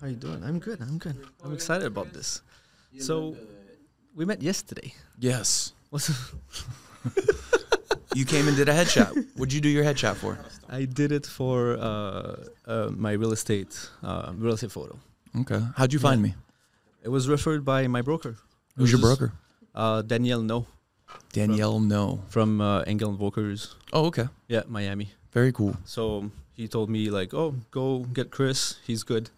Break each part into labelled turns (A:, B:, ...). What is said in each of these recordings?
A: How you doing? I'm good. I'm good. I'm excited about this. So, we met yesterday.
B: Yes.
A: What's
B: You came and did a headshot. What'd you do your headshot for?
A: I did it for uh, uh, my real estate uh, real estate photo.
B: Okay. How'd you find me?
A: It was referred by my broker.
B: Who's your
A: This is,
B: broker?
A: Uh, Danielle No
B: Danielle No.
A: from uh, Engel and Walkers.
B: Oh, okay.
A: Yeah, Miami.
B: Very cool.
A: So he told me like, oh, go get Chris. He's good.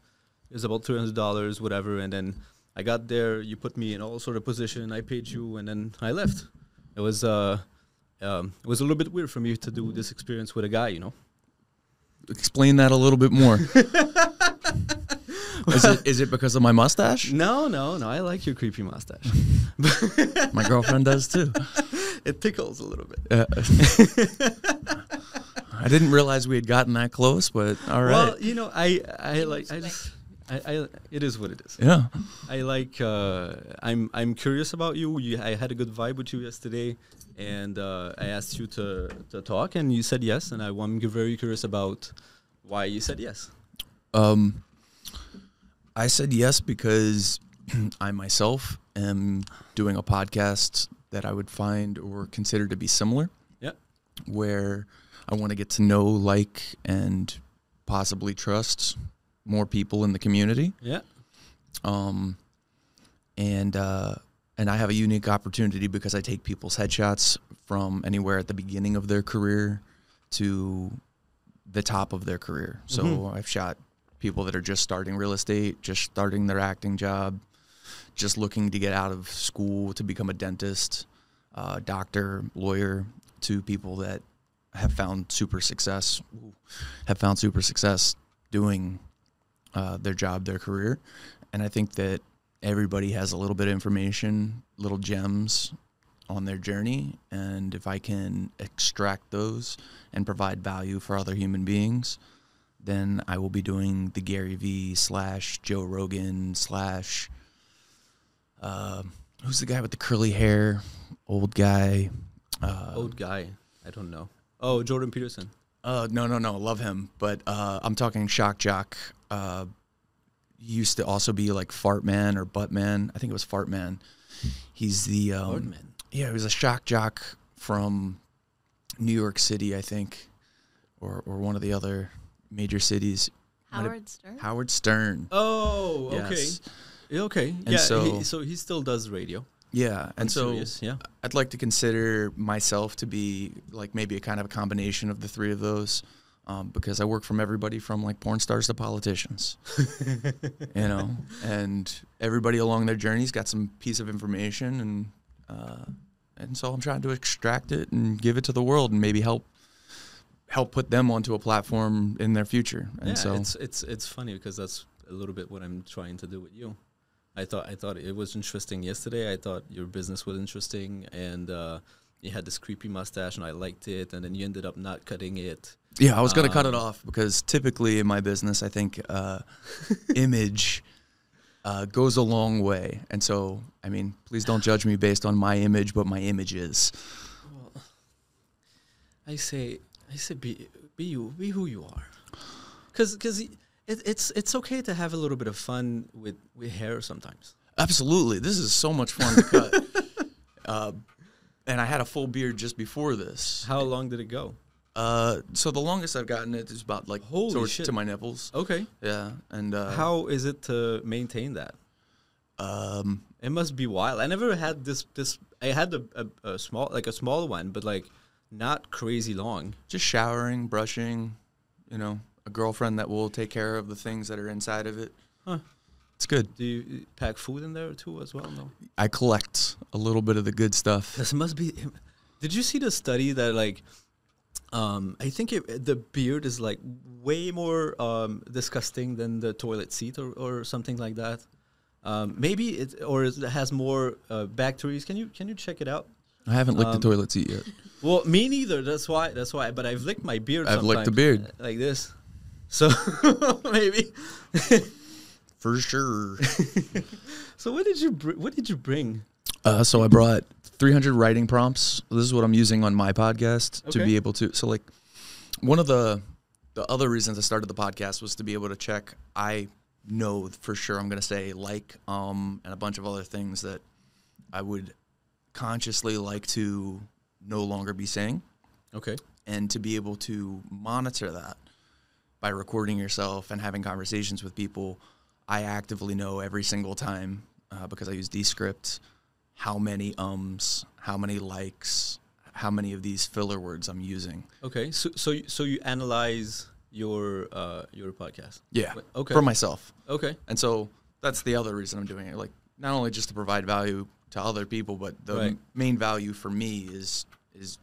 A: It's about three hundred dollars, whatever. And then I got there. You put me in all sort of position. I paid you, and then I left. It was uh, um, it was a little bit weird for me to do this experience with a guy, you know.
B: Explain that a little bit more. is, it, is it because of my mustache?
A: No, no, no. I like your creepy mustache.
B: My girlfriend does too.
A: it tickles a little bit.
B: Uh, I didn't realize we had gotten that close, but all right.
A: Well, you know, I I like I
C: respect.
A: just. I, I, it is what it is.
B: yeah.
A: I like. Uh, I'm. I'm curious about you. you. I had a good vibe with you yesterday, and uh, I asked you to, to talk, and you said yes. And I, am very curious about why you said yes.
B: Um, I said yes because I myself am doing a podcast that I would find or consider to be similar,
A: Yeah.
B: where I want to get to know, like, and possibly trust more people in the community.
A: Yeah.
B: Um, and uh, and I have a unique opportunity because I take people's headshots from anywhere at the beginning of their career to the top of their career. So I've shot people that are just starting real estate, just starting their acting job, just looking to get out of school to become a dentist, uh, doctor, lawyer, to people that have found super success, have found super success doing uh, their job, their career. And I think that everybody has a little bit of information, little gems on their journey. And if I can extract those and provide value for other human beings, then I will be doing the Gary Vee slash Joe Rogan slash, uh, who's the guy with the curly hair? Old guy. Uh,
A: Old guy. I don't know. Oh, Jordan Peterson.
B: uh, no, no, no. Love him, but uh, I'm talking shock jock. Uh, he used to also be like fart man or butt man. I think it was fart man. He's the um,
A: Fart Man?
B: Yeah, he was a shock jock from New York City, I think, or or one of the other major cities. Might have-
C: Howard Stern.
B: Howard Stern.
A: Oh,
B: Yes.
A: okay. Okay. yeah. So
B: so-
A: he, so he still does radio.
B: Yeah, and
A: I'm
B: so
A: serious, yeah.
B: I'd like to consider myself to be like maybe a kind of a combination of the three of those, um, because I work from everybody from like porn stars to politicians, you know, and everybody along their journey's got some piece of information, and uh, and so I'm trying to extract it and give it to the world, and maybe help help put them onto a platform in their future, and
A: yeah.
B: so
A: it's it's it's funny because that's a little bit what I'm trying to do with you. I thought I thought it was interesting yesterday. I thought your business was interesting, and uh, you had this creepy mustache, and I liked it. And then you ended up not cutting it.
B: Yeah, I was going to cut it
A: Um,
B: off because typically in my business, I think uh, image uh, goes a long way. And so, I mean, please don't judge me based on my image, but my images.
A: I say, I say, be be you, be who you are, because because it, it's it's okay to have a little bit of fun with with hair sometimes.
B: Absolutely. This is so much fun to cut. uh, and I had a full beard just before this.
A: How long did it go?
B: Uh, so the longest I've gotten it is about like
A: Holy
B: towards-
A: shit.
B: to my nipples.
A: Okay,
B: Yeah. And uh,
A: how is it to maintain that?
B: Um,
A: It must be wild. I never had this. This I had a, a, a small, like a small one, but like not crazy long.
B: just showering, brushing, you know, a girlfriend that will take care of the things that are inside of it.
A: Huh.
B: It's good.
A: Do you pack food in there too as well? No.
B: I collect a little bit of the good stuff.
A: This must be. Did you see the study that like, um, I think it, the beard is like way more um, disgusting than the toilet seat or, or something like that. Um, maybe it or it has more uh, bacteria. Can you can you check it out?
B: I haven't licked the toilet seat yet.
A: Well, me neither. That's why. That's why. But I've licked my beard.
B: I've licked
A: sometimes,
B: the beard.
A: uh, like this. So maybe.
B: For sure.
A: So what did you br- what did you bring?
B: Uh, so I brought 300 writing prompts. This is what I'm using on my podcast to
A: Okay.
B: be able to. So like, one of the the other reasons I started the podcast was to be able to check I know for sure I'm going to say like um and a bunch of other things that I would consciously like to no longer be saying
A: Okay.
B: and to be able to monitor that by recording yourself and having conversations with people, I actively know every single time uh, because I use Descript how many ums, how many likes, how many of these filler words I'm using.
A: Okay. So so you- so you analyze your uh your podcast.
B: Yeah.
A: Wait, okay.
B: For myself.
A: Okay.
B: And so that's the other reason I'm doing it. Like not only just to provide value to other people, but the
A: Right.
B: main value for me is is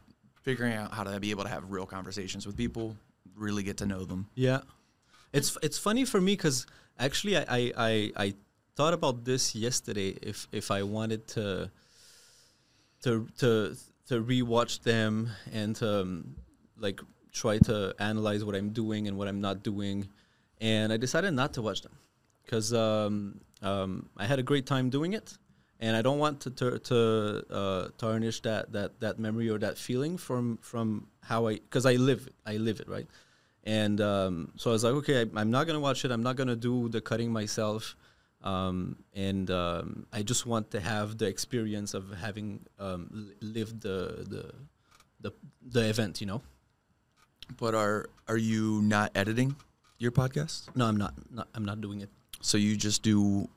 B: figuring out how to be able to have real conversations with people, really get to know them.
A: Yeah, it's it's funny for me because actually I, I I I thought about this yesterday. If if I wanted to to to to rewatch them and to um, like try to analyze what I'm doing and what I'm not doing, and I decided not to watch them because um, um, I had a great time doing it, and I don't want to tur to uh, tarnish that that that memory or that feeling from from how I because I live it, I live it right, and um, so I was like, okay, I, I'm not gonna watch it. I'm not gonna do the cutting myself um, and um, I just want to have the experience of having um, li- lived the, the the the event. You know,
B: But are are you not editing your podcast?
A: no, I'm not, not I'm not doing it.
B: So you just do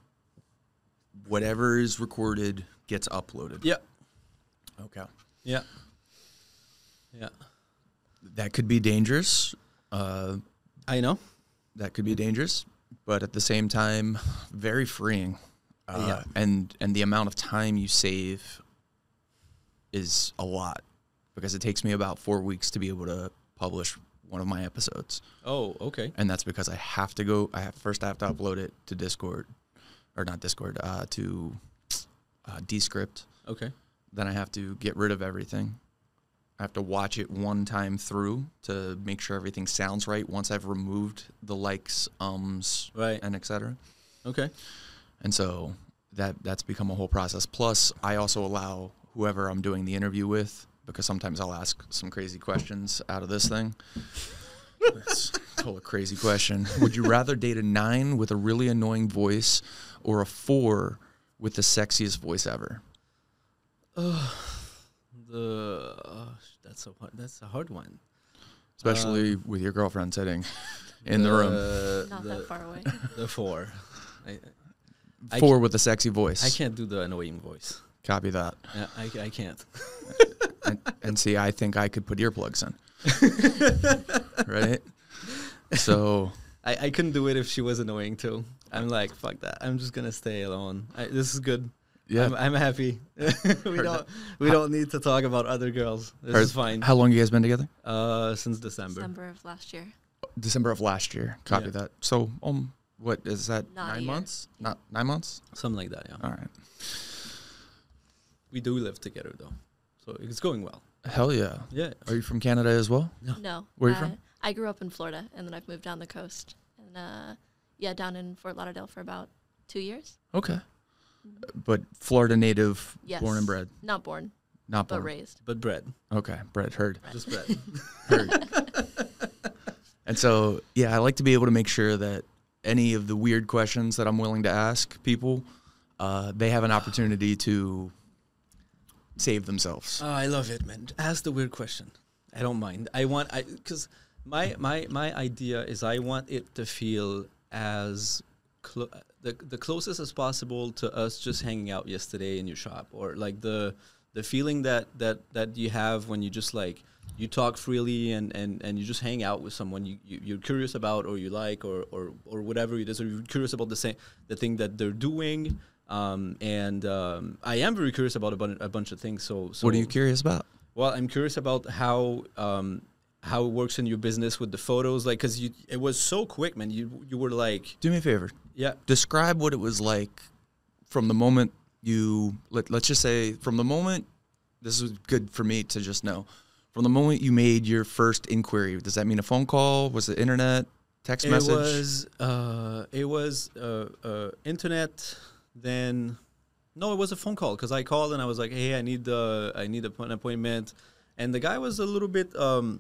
B: whatever is recorded gets uploaded.
A: Yeah,
B: Okay.
A: yeah, yeah.
B: That could be dangerous. Uh,
A: I know.
B: that could be dangerous, but at the same time, very freeing. Uh,
A: Yeah.
B: And and the amount of time you save is a lot because it takes me about four weeks to be able to publish one of my episodes,
A: Oh, okay.
B: and that's because I have to go. I have, first I have to upload it to Discord, or not Discord, uh, to uh, Descript.
A: Okay.
B: Then I have to get rid of everything. I have to watch it one time through to make sure everything sounds right. Once I've removed the likes, ums,
A: Right.
B: and et cetera.
A: Okay.
B: And so that that's become a whole process. Plus, I also allow whoever I'm doing the interview with because sometimes I'll ask some crazy questions out of this thing. It's total crazy question. Would you rather date a nine with a really annoying voice or a four with the sexiest voice ever?
A: The uh, that's a hard, that's a hard one.
B: Especially with your girlfriend sitting in the room.
A: Um, Uh,
C: Not
A: the,
C: that far away.
A: the four. I, I
B: Four with a sexy voice.
A: I can't do the annoying voice.
B: Copy that.
A: Uh, I I can't.
B: and, and see, I think I could put earplugs in. right? So
A: I, I couldn't do it if she was annoying too. I'm like, fuck that. I'm just gonna stay alone. I, this is good.
B: Yeah.
A: I'm, I'm happy. we don't we don't need to talk about other girls. This
B: Or-
A: is fine.
B: How long you guys been together?
A: Uh, since December.
C: December of last year.
B: December of last year. Copy
A: Yeah.
B: that. So um, what is that?
C: Not a
B: nine
C: year.
B: months? Not nine months.
A: something like that. Yeah,
B: All right.
A: we do live together though, so it's going well.
B: Hell yeah.
A: Yeah.
B: Are you from Canada as well?
C: No.
B: Where you
C: uh,
B: from?
C: I grew up in Florida, and then I've moved down the coast, and uh, yeah, down in Fort Lauderdale for about two years.
B: Okay. Mm-hmm. But Florida native,
C: Yes.
B: born and bred,
C: Not born,
B: not
C: but
B: born.
C: raised.
A: But bread,
B: Okay, bred, heard.
A: just bread.
B: And so, yeah, I like to be able to make sure that any of the weird questions that I'm willing to ask people, uh, they have an opportunity to save themselves.
A: oh, I love it, man. Ask the weird question. I don't mind. I want I because my my my idea is I want it to feel as clo- the the closest as possible to us just hanging out yesterday in your shop or like the the feeling that that that you have when you just like you talk freely and and and you just hang out with someone you, you you're curious about or you like or or or whatever it is or you're curious about the same the thing that they're doing um and um i am very curious about a, bun- a bunch of things so so
B: what are you curious about?
A: well, I'm curious about how um, how it works in your business with the photos, like because you it was so quick, man. You you were like,
B: Do me a favor.
A: yeah,
B: describe what it was like from the moment you let, let's just say from the moment this is good for me to just know from the moment you made your first inquiry does that mean a phone call was it internet text
A: it
B: message
A: was uh, it was uh, uh, internet. Then no, it was a phone call because I called and I was like, hey, I need uh, I need a- an appointment, and the guy was a little bit um,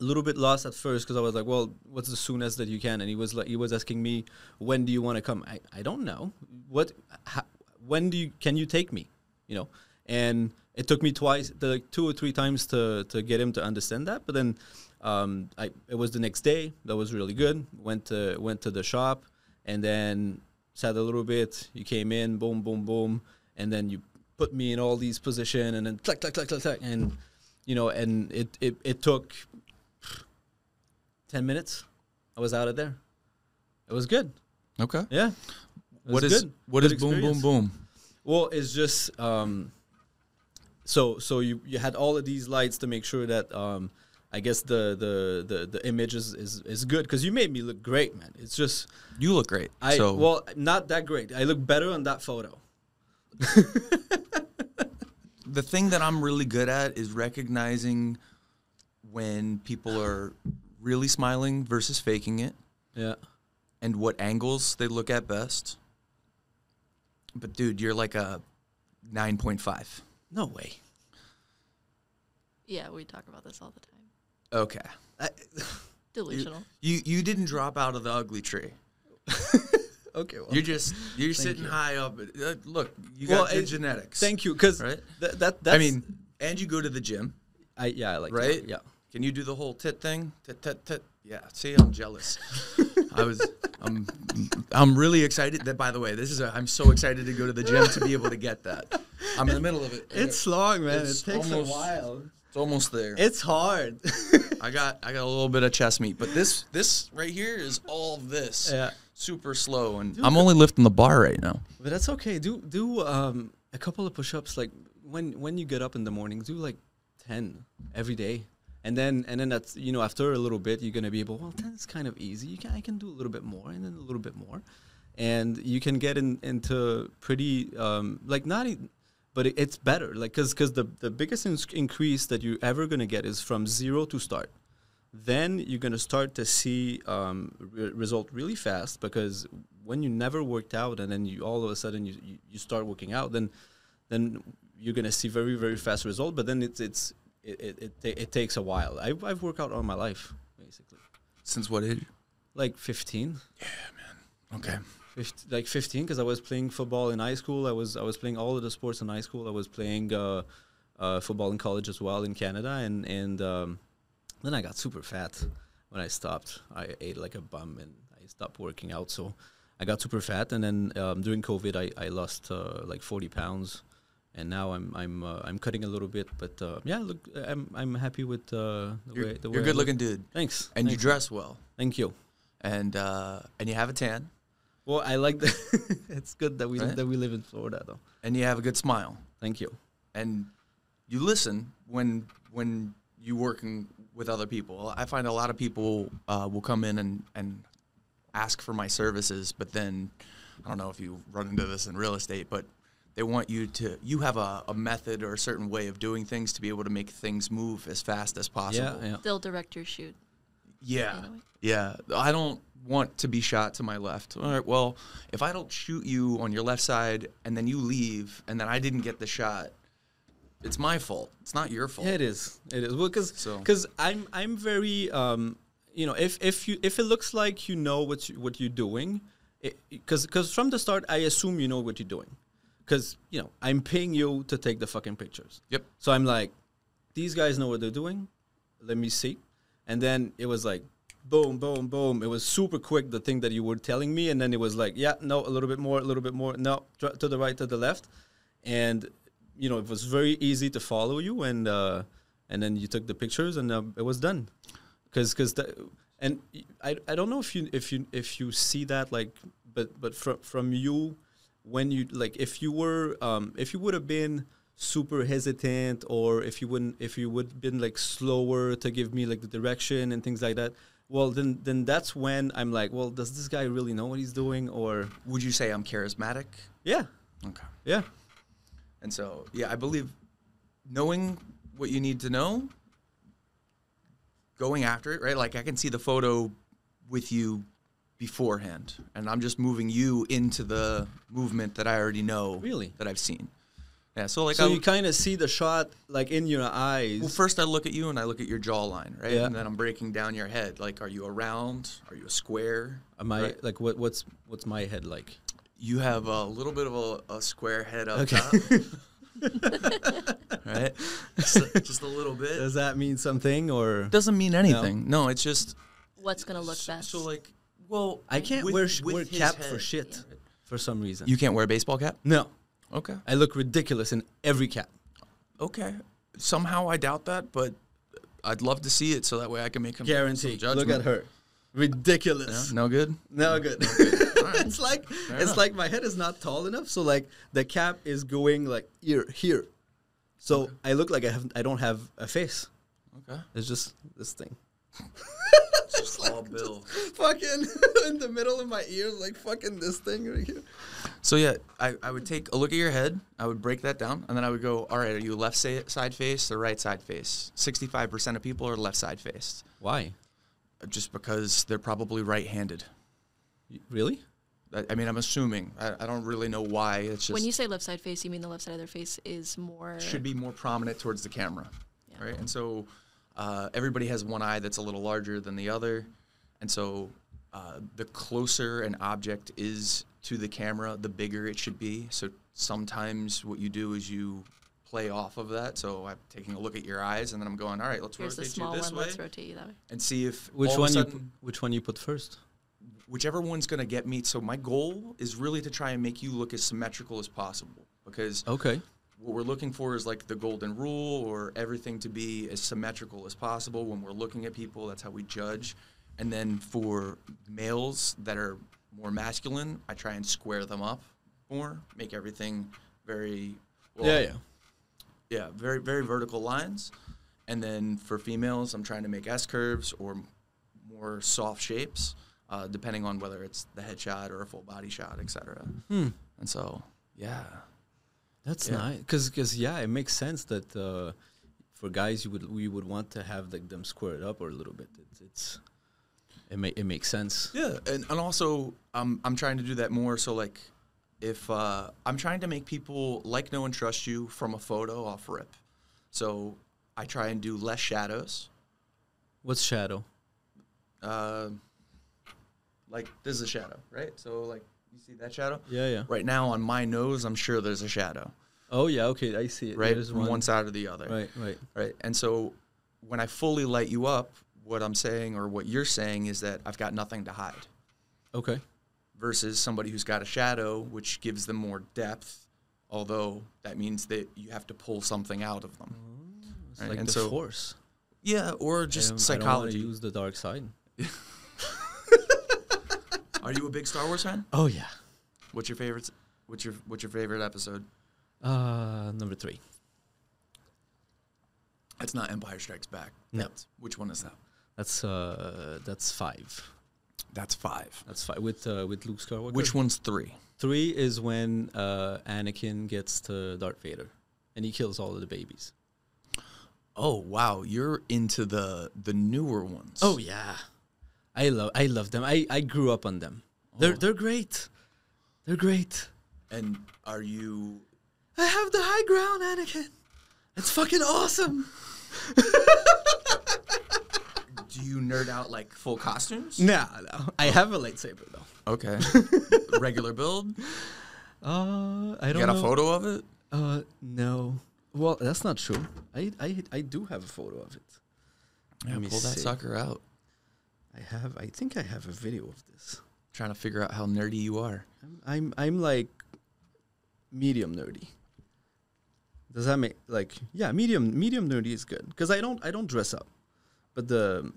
A: a little bit lost at first because I was like, "Well, what's the soonest that you can?" And he was like, he was asking me, "When do you want to come?" I, I don't know. What? How, when do you can you take me? You know. And it took me twice, the, like two or three times to to get him to understand that. But then, um, I it was the next day that was really good. Went to went to the shop, and then sat a little bit. You came in, boom, boom, boom, and then you put me in all these position, and then clack, clack, clack, clack, clack, and you know, and it it, it took 10 minutes. I was out of there. It was good.
B: Okay.
A: Yeah. It was
B: What is
A: good.
B: what is
A: Good
B: boom boom
A: experience.
B: boom?
A: Well, it's just um so so you you had all of these lights to make sure that um I guess the the the, the image is is, is good cuz you made me look great, man. It's just
B: You look great.
A: I
B: so
A: well, not that great. I look better on that photo.
B: the thing that I'm really good at is recognizing when people are really smiling versus faking it
A: Yeah.
B: and what angles they look at best. But dude, you're like a 9.5.
A: No way.
C: Yeah, we talk about this all the time.
B: Okay.
A: I,
C: Delusional.
B: You you didn't drop out of the ugly tree.
A: okay. Well,
B: You're just you're sitting
A: you.
B: high up. Uh, look, you
A: Well,
B: got good
A: it-
B: genetics.
A: thank you cuz
B: Right?
A: that that that's,
B: I mean, and you go to the gym,
A: I yeah, I like that.
B: right?
A: Yeah.
B: Can you do the whole tit thing? Tit tit tit. Yeah. See, I'm jealous. I was. I'm. I'm really excited. That by the way, this is. A, I'm so excited to go to the gym to be able to get that. I'm in the middle of it.
A: It's long, man.
B: It's
A: it takes
B: almost-
A: a while.
B: It's almost there.
A: It's hard.
B: I got. I got a little bit of chest meat, but this. This right here is all this.
A: Yeah.
B: Super slow, and I'm only lifting the bar right now.
A: But that's okay. Do do um, a couple of push-ups. Like when when you get up in the morning, do like ten every day, and then and then that's you know after a little bit you're gonna be able. Well, ten is kind of easy. You can I can do a little bit more, and then a little bit more, and you can get in, into pretty um, like not. e- But it, it's better, like, cause, 'cause the, the biggest in- increase that you're ever gonna get is from zero to start then you're going to start to see um, re- result really fast because when you never worked out and then you all of a sudden you, you, you start working out then then you're going to see very very fast result but then it's it's it it, it, ta- it takes a while I, i've worked out all my life basically
B: Since what age?
A: like 15
B: Okay.
A: 15, like 15 because i was playing football in high school i was i was playing all of the sports in high school i was playing uh, uh, football in college as well in canada and and um, then i got super fat when i stopped i ate like a bum and i stopped working out so i got super fat and then um, during covid i, I lost uh, like 40 pounds and now i'm i'm uh, i'm cutting a little bit but uh, yeah look i'm i'm happy with uh, the
B: You're,
A: way the
B: you're
A: way I
B: good
A: look.
B: looking dude,
A: thanks
B: and you
A: Thanks.
B: dress well,
A: thank you
B: and uh, and you have a tan,
A: well i like that it's good that we
B: Right.
A: that we live in florida though
B: and you have a good smile.
A: Thank you.
B: and you listen when when you working with other people. I find a lot of people uh, will come in and and ask for my services, but then I don't know if you run into this in real estate, but they want you to you have a, a method or a certain way of doing things to be able to make things move as fast as
A: Yeah,
B: possible.
A: yeah.
C: They'll direct your shoot.
B: Yeah.
C: Anyway.
B: Yeah. I don't want to be shot to my left. All right. Well, if I don't shoot you on your left side and then you leave and then I didn't get the shot, it's my fault. It's not your fault.
A: Yeah, it is. It is. Well, because
B: So-
A: I'm I'm very um you know if if you if it looks like you know what you, what you're doing, because because from the start I assume you know what you're doing, because you know I'm paying you to take the fucking pictures.
B: Yep.
A: So I'm like, these guys know what they're doing. Let me see. And then it was like, boom, boom, boom. It was super quick, the thing that you were telling me. And then it was like, yeah, no, a little bit more, a little bit more. No, tr- to the right, to the left. And, you know, it was very easy to follow you. And, uh, and then you took the pictures and uh, it was done. Cause, cause the, and I, I don't know if you, if you, if you see that, like, but, but from, from you, when you like if you were um, if you would have been super hesitant or if you wouldn't if you would been like slower to give me like the direction and things like that well then then that's when i'm like well does this guy really know what he's doing or
B: Would you say I'm charismatic?
A: yeah
B: Okay.
A: yeah
B: And so, yeah, I believe knowing what you need to know, going after it, right? Like I can see the photo with you beforehand, and I'm just moving you into the movement that I already know
A: Really?
B: that I've seen. Yeah. So like
A: so
B: I,
A: you kind of see the shot like in your eyes.
B: Well, first I look at you and I look at your jawline, right?
A: Yeah.
B: And then I'm breaking down your head. Like, are you a round? Are you a square?
A: Am I
B: Right.
A: like what? What's what's my head like?
B: You have a little bit of a, a square head up
A: Okay.
B: top, right? just, a, just a little bit.
A: Does that mean something or?
B: doesn't mean anything. No, it's just
C: What's gonna look
B: so,
C: best?
B: so like, well,
A: I can't
B: with-
A: wear sh-
B: with
A: wear
B: his
A: cap
B: head.
A: for shit for some reason.
B: You can't wear a baseball cap.
A: no,
B: Okay.
A: I look ridiculous in every cap.
B: Okay. Somehow I doubt that, but I'd love to see it so that way I can make some some
A: Guaranteed. Look at
B: judgment.
A: her,
B: Yeah,
A: ridiculous.
B: no good.
A: No good. it's like it's
B: enough.
A: like my head is not tall enough, so like the cap is going like here, here. So I look like I have I don't have a face.
B: Okay.
A: It's just this thing.
B: Just all Bill.
A: Fucking in the middle of my ears, like fucking this thing right here.
B: So yeah, I, I would take a look at your head. I would break that down, and then I would go, all right, are you left sa- side faced or right side faced? Sixty five percent of people are left side faced,
A: Why?
B: just because they're probably right handed.
A: Really?
B: I, I mean, I'm assuming. I, I don't really know why. It's just
C: when you say left side face, you mean the left side of their face is more
B: should be more prominent towards the camera,
C: Yeah.
B: right? And so uh, everybody has one eye that's a little larger than the other, and so uh, the closer an object is to the camera, the bigger it should be. So sometimes what you do is you play off of that. So I'm taking a look at your eyes, and then I'm going, all right, let's
C: Here's the
B: rotate you
C: small
B: this
C: one.
B: way,
C: Let's rotate you that way.
B: and see if
A: Which
B: all of a
A: one you
B: sudden-
A: which one you put first?
B: whichever one's going to get me. So my goal is really to try and make you look as symmetrical as possible because
A: Okay.
B: what we're looking for is like the golden rule or everything to be as symmetrical as possible when we're looking at people that's how we judge and then for males that are more masculine i try and square them up more make everything very well,
A: yeah, yeah.
B: yeah very very vertical lines and then for females i'm trying to make s curves or m- more soft shapes uh, depending on whether it's the headshot or a full body shot etc
A: Hmm.
B: and so yeah
A: That's
B: Yeah.
A: nice. Cause, 'cause, yeah, it makes sense that uh, for guys you would we would want to have like them squared up or a little bit. It's, it's it ma- it makes sense.
B: Yeah, and, and also um, I'm trying to do that more. So like, if uh, I'm trying to make people like, know, and trust you from a photo off rip, so I try and do less shadows.
A: What's shadow?
B: Uh, like this is a shadow, right? So like you see that shadow.
A: Yeah, yeah.
B: Right now on my nose, I'm sure there's a shadow,
A: Oh yeah, okay, I see it.
B: right,
A: There's
B: from one. side or the other.
A: Right, right.
B: right? And so when I fully light you up, what I'm saying or what you're saying is that I've got nothing to hide.
A: Okay.
B: versus somebody who's got a shadow, which gives them more depth. Although that means that you have to pull something out of them.
A: Oh, It's
B: Right,
A: like
B: and
A: the
B: so-
A: force.
B: Yeah, or
A: I
B: just
A: don't- I don't wanna
B: psychology.
A: use the dark side.
B: Are you a big Star Wars fan?
A: Oh yeah.
B: What's your favorite? s- What's your What's your favorite episode?
A: Uh, number three.
B: It's not Empire Strikes Back.
A: No.
B: That's- Which one is that?
A: That's uh, that's five.
B: That's five.
A: That's five with uh, with Luke Skywalker.
B: Which one's three?
A: Three is when uh, Anakin gets to Darth Vader, and he kills all of the babies.
B: Oh wow, you're into the the newer ones.
A: Oh yeah, I love I love them. I, I grew up on them. They're they're great. They're great.
B: and are you?
A: I have the high ground, Anakin. It's fucking awesome.
B: Do you nerd out like full costumes?
A: Nah, no. I have a lightsaber though.
B: Okay. Regular build.
A: Uh, I
B: You
A: don't
B: got a
A: know.
B: photo of it?
A: Uh, no. Well, that's not true. I I I do have a photo of it.
B: Yeah,
A: Let me
B: pull that
A: see.
B: sucker out.
A: I have. I think I have a video of this.
B: Trying to figure out how nerdy you are.
A: I'm I'm, I'm like medium nerdy. Does that make like yeah medium medium nerdy is good because I don't I don't dress up, but the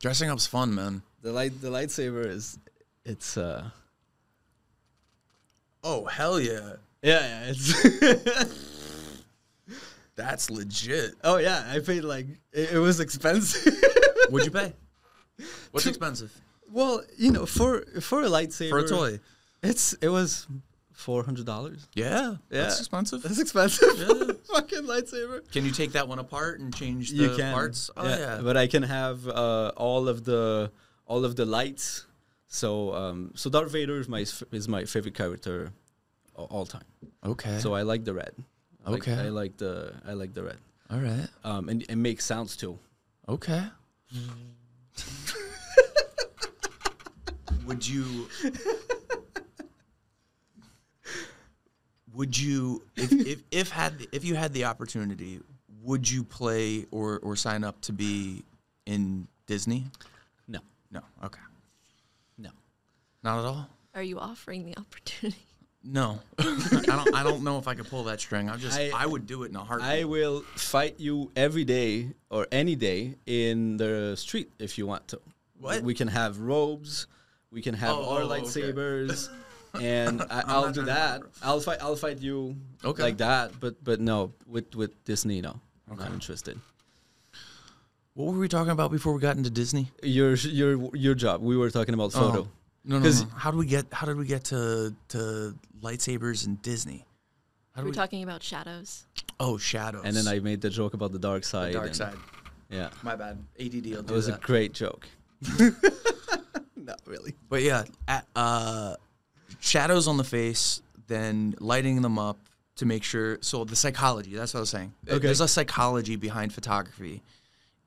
B: Dressing up's fun, man.
A: the light the lightsaber is it's uh
B: Oh hell yeah,
A: yeah, yeah it's
B: that's legit.
A: oh yeah I paid like it, it was expensive.
B: What'd you pay? What's expensive
A: well, you know for for a lightsaber
B: for a toy?
A: it's it was four hundred dollars.
B: Yeah,
A: Yeah.
B: that's expensive.
A: That's expensive. Fucking lightsaber.
B: Can you take that one apart and change the
A: you can
B: parts? Oh yeah.
A: but i can have uh, all of the all of the lights so um so darth vader is my s- is my favorite character a- all time
B: Okay.
A: so i like the red I like-
B: Okay.
A: I like the I like the red.
B: All right.
A: Um, and and make sounds too.
B: Okay. would you would you if, if if had if you had the opportunity would you play or or sign up to be in disney
A: No,
B: no okay
A: no.
B: not at all
C: Are you offering the opportunity?
B: no i don't i don't know if i could pull that string i'm just i,
A: I-
B: would do it in a heartbeat
A: I will fight you every day or any day in the street if you want to.
B: What?
A: We can have robes. We can have
B: Oh,
A: our
B: oh, okay.
A: lightsabers. And I, I'll do
B: not trying to
A: that.
B: rob.
A: I'll fight. I'll fight you
B: Okay.
A: like that. But but no, with with Disney, no, I'm not
B: Okay.
A: interested.
B: what were we talking about before we got into disney
A: Your your your job. We were talking about photo.
B: Oh. No, no,
A: 'Cause-
B: no. How do we get? How did we get to to lightsabers and Disney? How do
C: We're
B: we?
C: talking about shadows.
B: oh, shadows.
A: And then I made the joke about the dark side.
B: dark
A: and-
B: side.
A: Yeah,
B: My bad. ADD. Will
A: it
B: do
A: was a
B: that.
A: great joke. not really.
B: but yeah, at, uh, shadows on the face, then lighting them up to make sure. So the psychology. That's what I was saying. Uh,
A: Okay.
B: There's a psychology behind photography,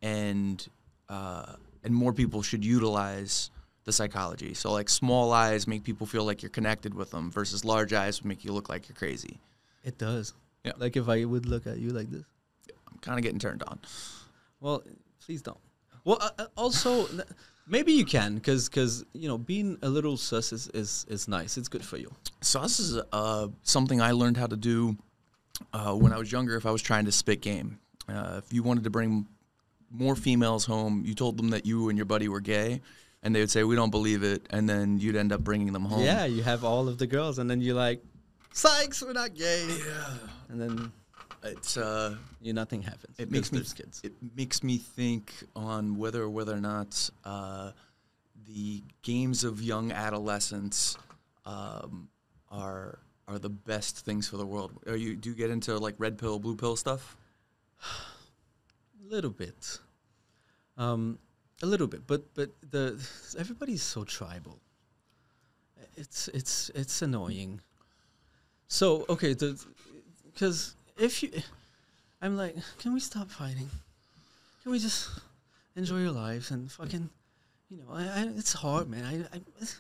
B: and uh, and more people should utilize the psychology. So like small eyes make people feel like you're connected with them, versus large eyes make you look like you're crazy.
A: It does.
B: Yeah.
A: Like if I would look at you like this.
B: I'm kind of getting turned on.
A: Well, please don't. Well, uh, uh, also n- maybe you can because you know being a little sus is, is is nice. It's good for you.
B: So this is uh, something I learned how to do uh, when I was younger. If I was trying to spit game, uh, if you wanted to bring more females home, you told them that you and your buddy were gay, and they would say we don't believe it, and then you'd end up bringing them home.
A: Yeah, you have all of the girls, and then you're like, "Sykes, we're not gay." Yeah. And then
B: it's uh,
A: you nothing happens.
B: it
A: because
B: makes me
A: there's kids.
B: it makes me think on whether or whether or not uh, the games of young adolescents um, are are the best things for the world. Are you do you get into like red pill, blue pill stuff?
A: A little bit. Um, a little bit, but but the everybody's so tribal. It's it's it's annoying. So okay, the because if you, I'm like, can we stop fighting? Can we just enjoy your lives and fucking, you know, I, I it's hard, man. I, I it's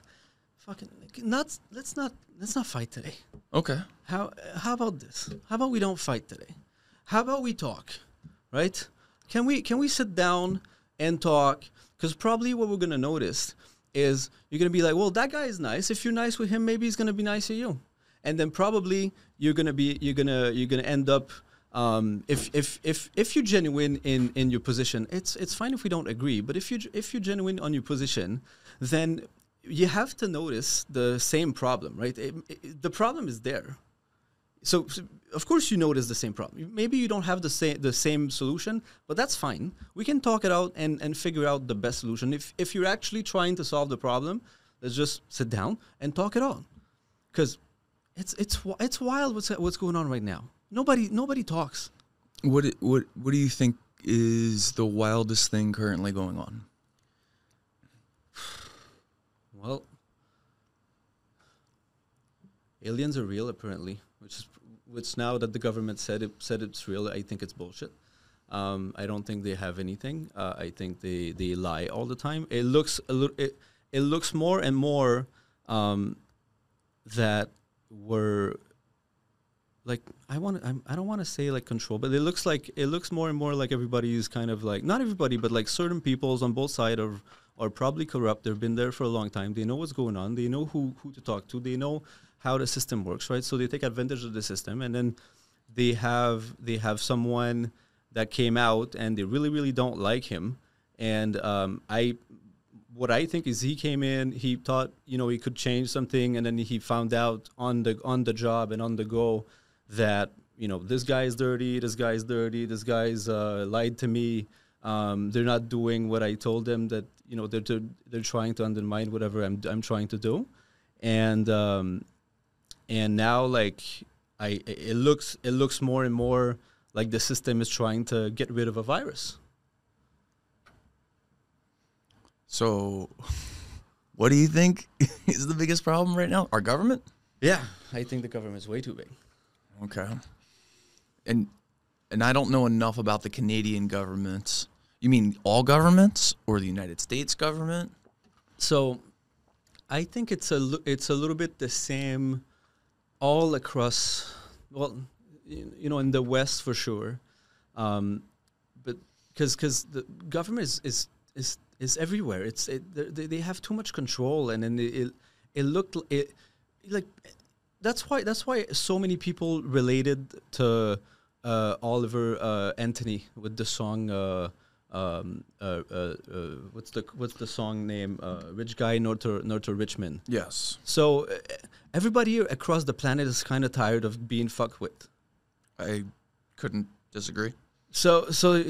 A: fucking not. Let's not let's not fight today.
B: Okay.
A: How how about this? How about we don't fight today? How about we talk? Right? Can we can we sit down and talk? Because probably what we're gonna notice is you're gonna be like, well, that guy is nice. If you're nice with him, maybe he's gonna be nice to you. And then probably you're gonna be you're gonna you're gonna end up um, if if if if you're genuine in in your position, it's it's fine if we don't agree. But if you if you're genuine on your position, then you have to notice the same problem, right? It- it- the problem is there so, so of course you notice the same problem. Maybe you don't have the same the same solution, but that's fine. We can talk it out and and figure out the best solution. If if you're actually trying to solve the problem, let's just sit down and talk it out. Because it's it's wi- it's wild what's what's going on right now. Nobody nobody talks.
B: What it- what what do you think is the wildest thing currently going on?
A: Well, aliens are real apparently, which is which now that the government said it said it's real, I think it's bullshit. Um, I don't think they have anything. Uh, I think they, they lie all the time. It looks a little, it, it looks more and more um, that we're like I want I'm, I don't want to say like control, but it looks like it looks more and more like everybody is kind of like not everybody, but like certain peoples on both sides are are probably corrupt. They've been there for a long time. They know what's going on. They know who who to talk to. They know how the system works, right? So they take advantage of the system, and then they have they have someone that came out, and they really really don't like him. And um, I what I think is he came in, he thought you know he could change something, and then he found out on the on the job and on the go that you know this guy is dirty, this guy is dirty, this guy's uh, lied to me. Um, they're not doing what I told them that you know they're they're, they're trying to undermine whatever I'm I'm trying to do, and um, and now like I it it looks it looks more and more like the system is trying to get rid of a virus.
B: So, what do you think is the biggest problem right now? Our government?
A: Yeah, I think the government's way too big.
B: Okay. and and I don't know enough about the Canadian government. You mean all governments or the United States government?
A: So, I think it's a lu- it's a little bit the same all across. Well, you, you know, in the West for sure, um, but because because the government is is is, is everywhere. It's it, they- they they have too much control, and then it it, it looked l- it like that's why that's why so many people related to uh, Oliver uh, Anthony with the song. Uh, um, uh, uh, uh, what's the what's the song name? Uh, Rich guy, north or north or Richmond.
B: Yes.
A: So uh, everybody across the planet is kind of tired of being fucked with.
B: I couldn't disagree.
A: So so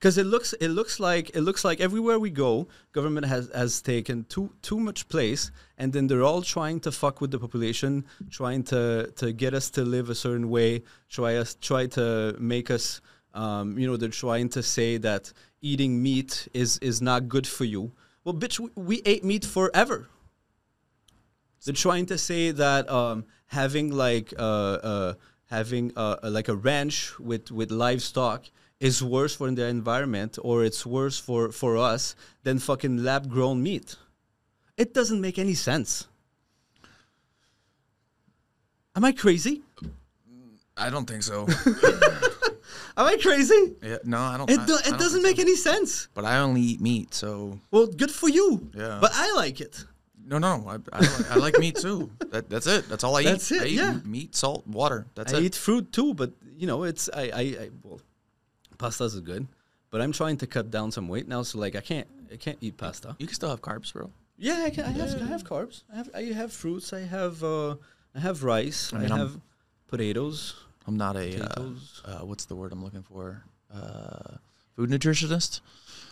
A: because it looks it looks like it looks like everywhere we go, government has has taken too too much place, and then they're all trying to fuck with the population, trying to to get us to live a certain way, try us try to make us. Um, you know they're trying to say that eating meat is is not good for you. Well, bitch, we, we ate meat forever. They're trying to say that um, having like uh, uh, having uh, uh, like a ranch with, with livestock is worse for the environment or it's worse for, for us than fucking lab grown meat. It doesn't make any sense. Am I crazy?
B: I don't think so.
A: Am I crazy?
B: yeah, no, I don't.
A: It,
B: I-
A: do,
B: I
A: it
B: don't
A: doesn't
B: think
A: make any sense.
B: so. But I only eat meat, so
A: Well, good for you.
B: Yeah.
A: But I like it.
B: no, no. I, I, like, I like meat too. That, that's it. That's all I
A: That's
B: eat.
A: it,
B: I eat
A: yeah.
B: Meat, salt, water. That's
A: I
B: it.
A: eat fruit too, but you know, it's I, I, I well, pasta's is good, but I'm trying to cut down some weight now, so like I can't I can't eat pasta.
B: You can still have carbs, bro.
A: Yeah, I, can, I have I have carbs. I have I have fruits. I have uh, I have rice. I,
B: mean, I'm-
A: have potatoes.
B: I'm not a uh,
A: Potatoes.
B: uh, what's the word I'm looking for? Uh, food nutritionist.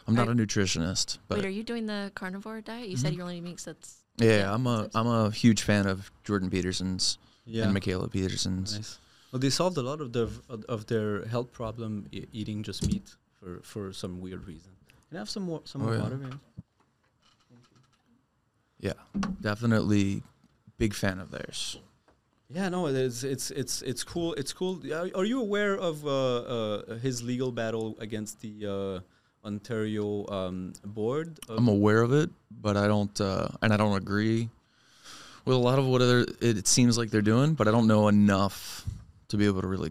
B: I'm not
C: Are-
B: a nutritionist, but Mm-hmm.
C: Wait, are you doing the carnivore diet? You said you only eat meats. That's
B: yeah, I'm a I'm a huge fan of Jordan Peterson's
A: Yeah,
B: and Michaela Peterson's.
A: nice. Well, they solved a lot of their of their health problem e- eating just meat for for some weird reason. Can I have some more some
B: Oh,
A: more
B: yeah.
A: water? man?
B: Yeah, definitely big fan of theirs.
A: Yeah, no, it's it's it's it's cool. It's cool. Are, are you aware of uh, uh, his legal battle against the uh, Ontario um, board? of-
B: I'm aware of it, but I don't uh, and I don't agree with a lot of what other it, it seems like they're doing, but I don't know enough to be able to really.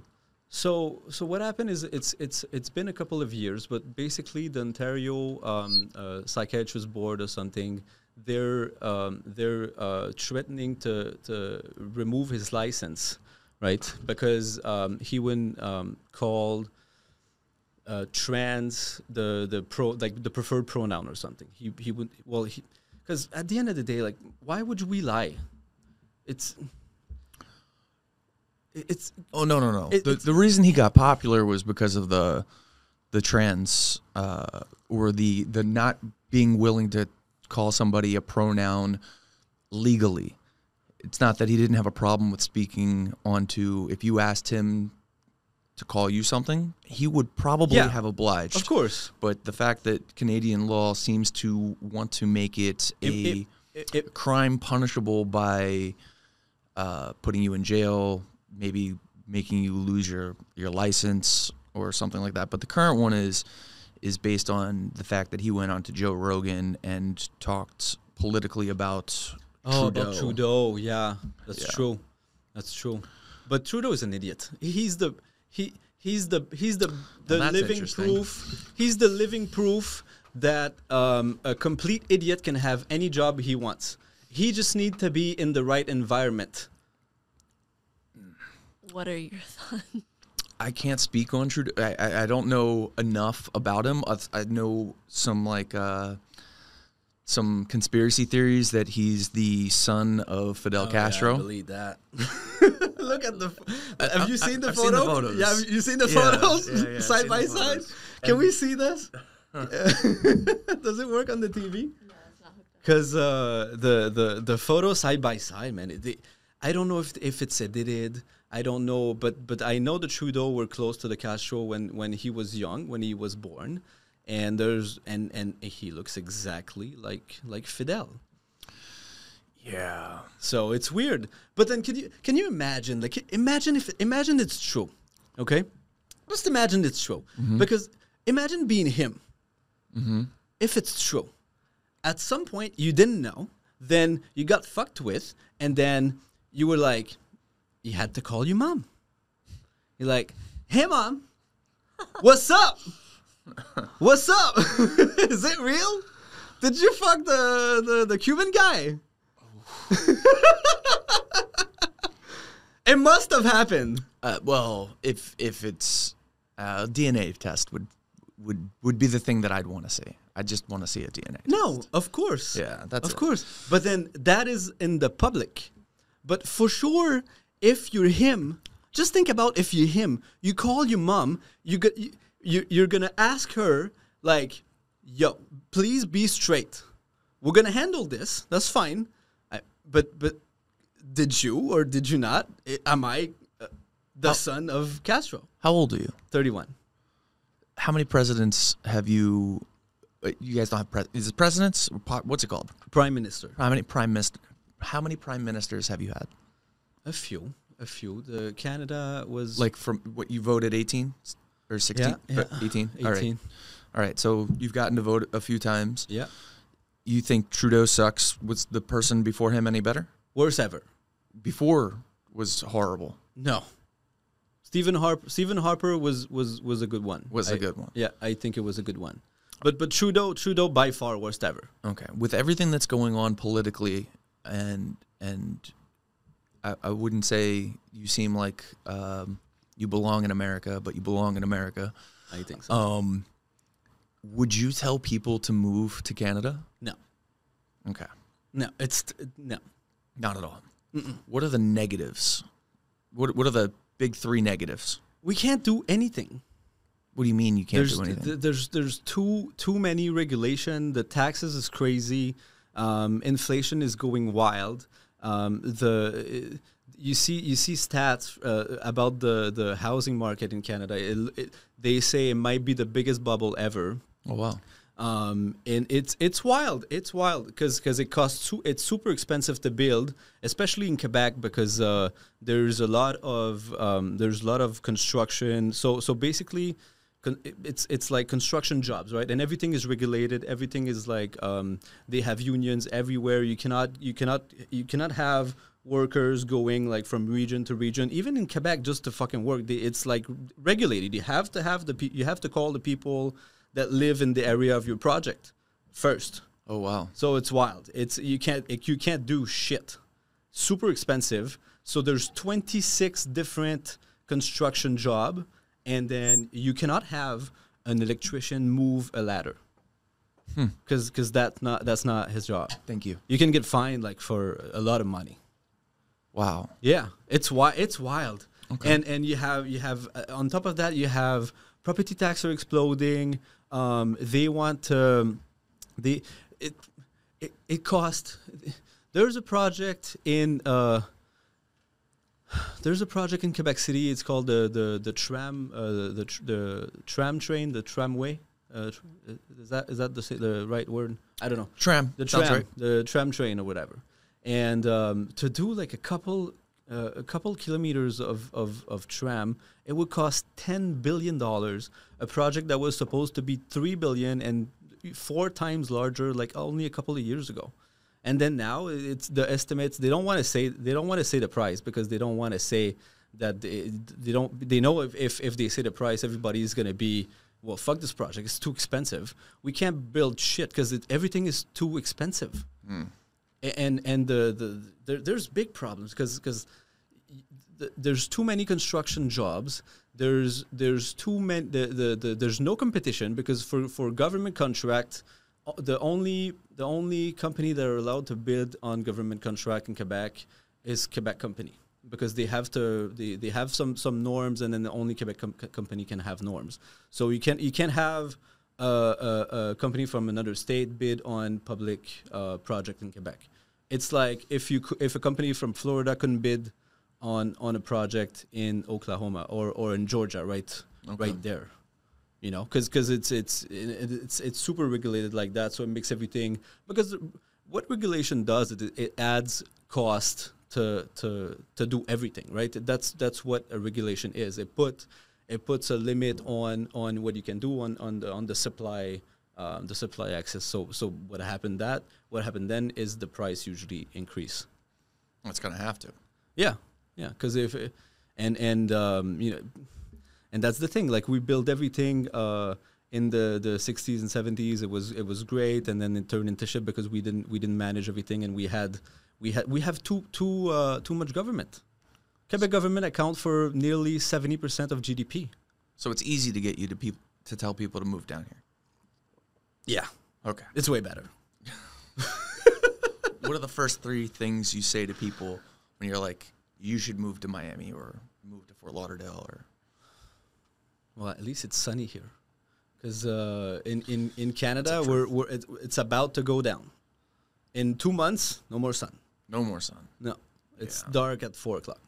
A: so so what happened is it's it's it's been a couple of years, but basically the Ontario um, uh, psychiatrist board or something, they're um, they're uh, threatening to to remove his license, right? Because um, he wouldn't um, called uh, trans the the pro like the preferred pronoun or something. He he would well he because at the end of the day, like why would we lie? It's it- it's
B: Oh no no no!
A: It-
B: the
A: it's-
B: the reason he got popular was because of the the trans uh, or the the not being willing to call somebody a pronoun legally. It's not that he didn't have a problem with speaking onto. If you asked him to call you something, he would probably
A: Yeah.
B: have obliged.
A: of course
B: but the fact that Canadian law seems to want to make it a
A: It- it- it-
B: crime punishable by uh, putting you in jail, maybe making you lose your, your license or something like that. But the current one is is based on the fact that he went on to Joe Rogan and talked politically about
A: Oh,
B: Trudeau.
A: about Trudeau. Yeah, that's
B: Yeah.
A: true. That's true. But Trudeau is an idiot. He's the he he's the he's the the
B: that's
A: living
B: interesting.
A: proof. He's the living proof that um, a complete idiot can have any job he wants. He just need to be in the right environment.
C: what are your thoughts?
B: I can't speak on Trudeau. I, I, I don't know enough about him. I, I know some like uh, some conspiracy theories that he's the son of Fidel Castro.
A: Oh, believe that. Look at the. ph- have you seen the
B: I've seen the
A: photo?
B: photos.
A: Yeah, have you seen the
B: Yeah,
A: photos
B: yeah, yeah, I've
A: side
B: seen
A: by
B: the
A: side?
B: photos.
A: Can we see this? Does it work on the TV? Because uh, the, the the photo side by side, man. It, they- I don't know if if it's edited. I don't know, but but I know the Trudeau were close to the Castro when when he was young, when he was born, and there's and and he looks exactly like like Fidel.
B: yeah.
A: So it's weird. But then can you can you imagine like imagine if imagine it's true, okay? Just imagine it's true. Because imagine being him. If it's true, at some point you didn't know, then you got fucked with, and then you were like, you had to call your mom. You're like, hey, mom, what's up? What's up? Is it real? Did you fuck the, the, the Cuban guy? it must have happened.
B: Uh, well, if if it's uh, DNA test would would would be the thing that I'd want to see. I just want to see a DNA.
A: No, of course.
B: Yeah, that's
A: of
B: it.
A: course. But then that is in the public. But for sure, if you're him, just think about if you're him. You call your mom. You go, you you- you're gonna ask her like, "Yo, please be straight. We're gonna handle this. That's fine. I, but but did you or did you not? I- Am I uh, the
B: Oh.
A: son of Castro?
B: How old are you?
A: Thirty-one.
B: How many presidents have you? uh, You guys don't have pres Is it presidents? Or po- What's it called?
A: Prime Minister.
B: How many prime minister? How many prime ministers have you had?
A: A few. A few. The Canada was
B: Like from what you voted, eighteen or sixteen?
A: Yeah,
B: Uh, Or
A: yeah.
B: 18? All right.
A: eighteen.
B: All right. So you've gotten to vote a few times.
A: Yeah.
B: You think Trudeau sucks? Was the person before him any better?
A: Worst ever.
B: Before was horrible.
A: No. Stephen Harper. Stephen Harper was was was a good one.
B: Was
A: a
B: a good one.
A: Yeah, I think it was a good one. But but Trudeau Trudeau by far worst ever.
B: Okay, with everything that's going on politically, and and I, I wouldn't say you seem like um, you belong in America, but you belong in America.
A: I think so.
B: Um, would you tell people to move to Canada?
A: no,
B: Okay,
A: no, it's no.
B: not at all. What are the negatives? What What are the big three negatives?
A: We can't do anything.
B: What do you mean you can't
A: there's
B: do anything?
A: th- there's there's too too many regulation. The taxes is crazy. Um, inflation is going wild. Um, the you see you see stats uh, about the, the housing market in Canada. It, it, they say it might be the biggest bubble ever.
B: oh wow.
A: um, and it's it's wild. It's wild because it costs su- it's super expensive to build, especially in Quebec because uh, there's a lot of um, there's a lot of construction. So so basically, con- it- it's it's like construction jobs, right? And everything is regulated. Everything is like um, they have unions everywhere. You cannot you cannot you cannot have workers going like from region to region even in quebec just to fucking work they, it's like regulated you have to have the pe- you have to call the people that live in the area of your project first.
B: Oh wow.
A: So it's wild. It's you can't it, you can't do shit. Super expensive. So there's 26 different construction job, and then you cannot have an electrician move a ladder, because that's not that's not his job.
B: Thank you.
A: You can get fined like for a lot of money.
B: Wow.
A: Yeah, it's wild. It's wild. And and you have you have uh, on top of that you have property tax are exploding. Um, they want to. They it it, it cost. There's a project in. Uh, there's a project in Quebec City. It's called the the the tram uh, the tr- the tram train the tramway. Uh, tr- is that is that the sa- the right word? I don't know
B: Tram.
A: the
B: Sounds
A: tram,
B: right.
A: the tram train or whatever, and um, to do like a couple, uh, a couple kilometers of, of of tram, it would cost ten billion dollars. A project that was supposed to be three billion and four times larger, like only a couple of years ago, and then now it's the estimates. They don't want to say they don't want to say the price because they don't want to say that they, they don't they know if, if if they say the price, everybody's gonna be well, fuck this project. It's too expensive. We can't build shit because everything is too expensive. A- And and the, the, there, there's big problems because because there's too many construction jobs. There's there's too many the, the, the there's no competition because for, for government contract, o- the only the only company that are allowed to bid on government contract in Quebec is Quebec company because they have to they, they have some some norms and then the only Quebec com- co- company can have norms. So you can not you can't have a, a, a company from another state bid on public uh, project in Quebec. It's like if you cou- if a company from Florida couldn't bid on on a project in Oklahoma or or in Georgia, right, right there, you know, because it's it's it- it's it's super regulated like that, so it makes everything because what regulation does it it adds cost to to to do everything, right? That's that's what a regulation is. It put it puts a limit on on what you can do on on the on the supply um, the supply access. So so what happened that what happened then is the price usually increase.
B: It's gonna have to.
A: Yeah, yeah. Because if it- and and um, you know, and that's the thing. Like we built everything uh, in the the sixties and seventies. It was it was great, and then it turned into shit because we didn't we didn't manage everything, and we had we had we have too too uh, too much government. Quebec government account for nearly seventy percent of GDP.
B: So it's easy to get you to people to tell people to move down here.
A: Yeah,
B: Okay.
A: it's way better.
B: what are the first three things you say to people when you're like, you should move to Miami or move to Fort Lauderdale or
A: Well, at least it's sunny here, because uh, in in in Canada we're we're it, it's about to go down. In two months, no more sun.
B: no more sun?
A: No, it's
B: Yeah.
A: dark at four o'clock.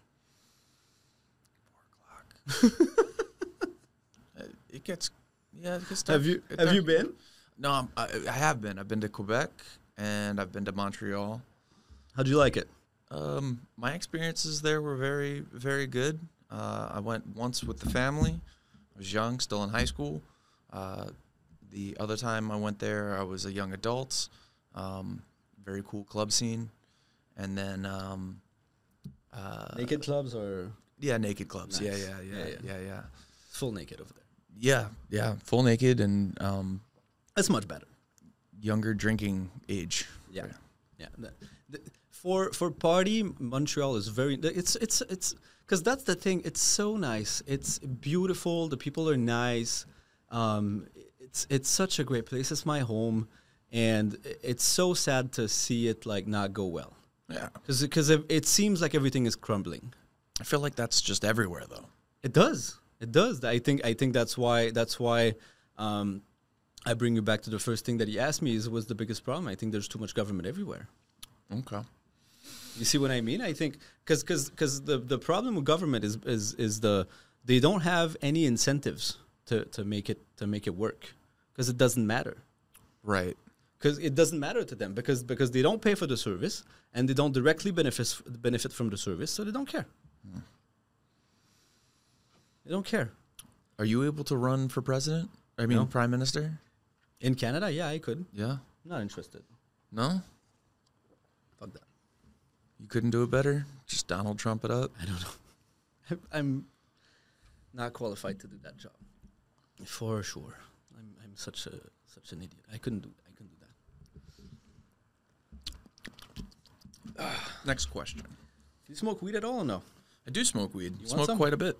B: Uh, It gets yeah. It gets dark.
A: Have you
B: It
A: have you
B: dark.
A: been?
B: No, I'm, I, I have been. I've been to Quebec and I've been to Montreal.
A: How'd you like it?
B: Um, my experiences there were very, very good. Uh, I went once with the family. I was young, still in high school. Uh, the other time I went there, I was a young adult. Um, very cool club scene, and then um, uh,
A: Naked clubs or
B: yeah, naked clubs. Yeah,
A: Nice.
B: yeah, yeah,
A: Yeah,
B: yeah, yeah, yeah,
A: full naked over there?
B: yeah, yeah. Full naked and um,
A: That's much better.
B: younger drinking age.
A: Yeah, yeah. The- the- for for party, Montreal is very. the- It's it's it's because that's the thing. It's so nice. It's beautiful. The people are nice. Um, it's it's such a great place. It's my home, and i- it's so sad to see it like not go well.
B: yeah.
A: Because because it, it seems like everything is crumbling.
B: I feel like that's just everywhere though.
A: It does. It does. I think. I think that's why. That's why. Um, I bring you back to the first thing that he asked me is what's the biggest problem. I think there's too much government everywhere.
B: Okay.
A: You see what I mean? I think because because because the the problem with government is is is the they don't have any incentives to to make it to make it work because it doesn't matter
B: Right.
A: because it doesn't matter to them because because they don't pay for the service and they don't directly benefit benefit from the service so they don't care. They don't care.
B: Are you able to run for president? I mean,
A: No.
B: prime minister?
A: In Canada, yeah, I could.
B: Yeah.
A: Not interested.
B: No?
A: Fuck that.
B: You couldn't do it better? Just Donald Trump it up?
A: I don't know. I'm not qualified to do that job. For sure. I'm, I'm such a such an idiot. I couldn't do I couldn't do that.
B: Next question.
A: Do you smoke weed at all or no?
B: I do smoke weed.
A: want
B: smoke
A: some?
B: quite a bit.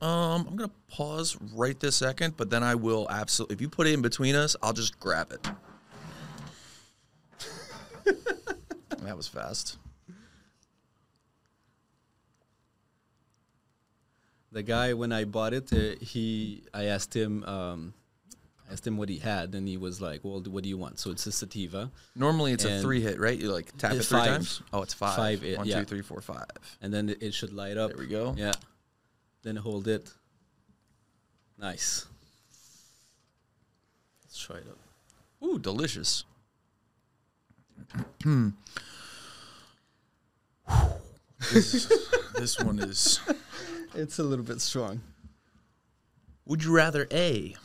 B: Um, I'm gonna pause right this second, but then I will absolutely. If you put it in between us, I'll just grab it. that was fast.
A: The guy when I bought it, uh, he I asked him um, I asked him what he had and he was like, "Well, what do you want?" So it's a sativa.
B: Normally it's a
A: And-
B: three hit, right? You like tap it
A: It's
B: three
A: five.
B: times. Oh, it's five.
A: Five, it-
B: One,
A: yeah.
B: two, three, four, five.
A: and then it, it should light up.
B: There we go.
A: Yeah. Then hold it. Nice. Let's try it out.
B: Ooh, delicious. Hmm. this, this one is.
A: It's a little bit strong.
B: Would you rather A,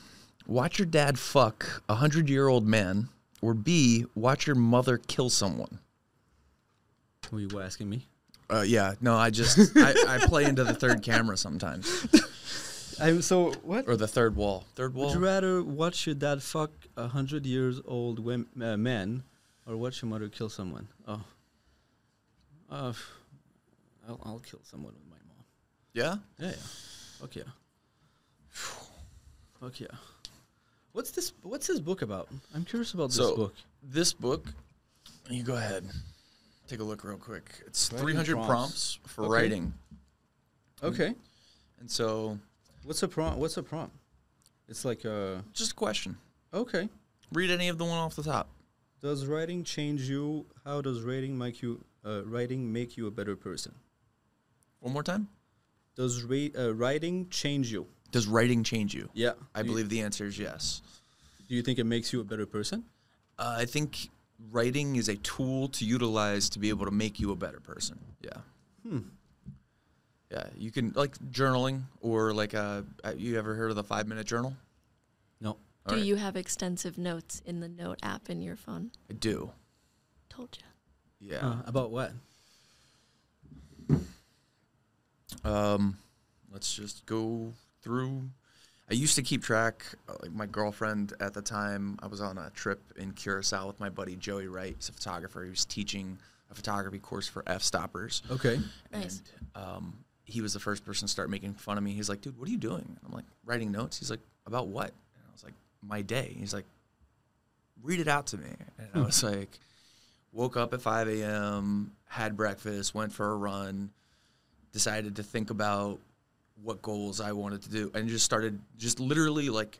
B: watch your dad fuck a hundred year old man, or B, watch your mother kill someone?
A: Were you asking me?
B: Uh, yeah, no, I just I, I play into the third camera sometimes
A: I'm so what?
B: or the third wall. Third wall.
A: Would you rather watch your dad fuck a hundred years old wom- uh, man, or watch your mother kill someone? Oh, uh, f- I'll, I'll kill someone with my mom.
B: yeah.
A: Yeah, yeah. Fuck yeah. Fuck yeah. What's this? What's this book about? I'm curious about this
B: So-
A: book.
B: This book, you go ahead, take a look real quick. It's
A: Writing
B: 300
A: prompts.
B: prompts, for
A: Okay.
B: writing,
A: Okay.
B: and so
A: What's a prompt? What's a prompt? It's like a
B: just a question.
A: okay.
B: Read any of the one off the top.
A: Does writing change you? How does writing make you? Uh, writing make you a better person?
B: One more time.
A: Does ra- uh, writing change you?
B: Does writing change you?
A: Yeah,
B: I
A: Do you-
B: believe the answer is yes.
A: Do you think it makes you a better person?
B: Uh, I think writing is a tool to utilize to be able to make you a better person. Yeah. Hmm. Yeah, you can like journaling or like uh, uh, you ever heard of the five minute journal?
A: No.
B: All
C: Do
B: right.
C: you have extensive notes in the note app in your phone?
B: I do.
C: Told you.
B: Yeah.
A: Uh, about what?
B: Um, let's just go through. I used to keep track. uh, Like my girlfriend at the time, I was on a trip in Curacao with my buddy Joey Wright. He's a photographer. He was teaching a photography course for F stoppers.
A: Okay.
C: Nice.
B: And um, he was the first person to start making fun of me. He's like, dude, what are you doing? And I'm like, writing notes. He's like, about what? And I was like, my day. He's like, read it out to me. And I was like, woke up at 5 a.m., had breakfast, went for a run, decided to think about what goals I wanted to do, and just started just literally like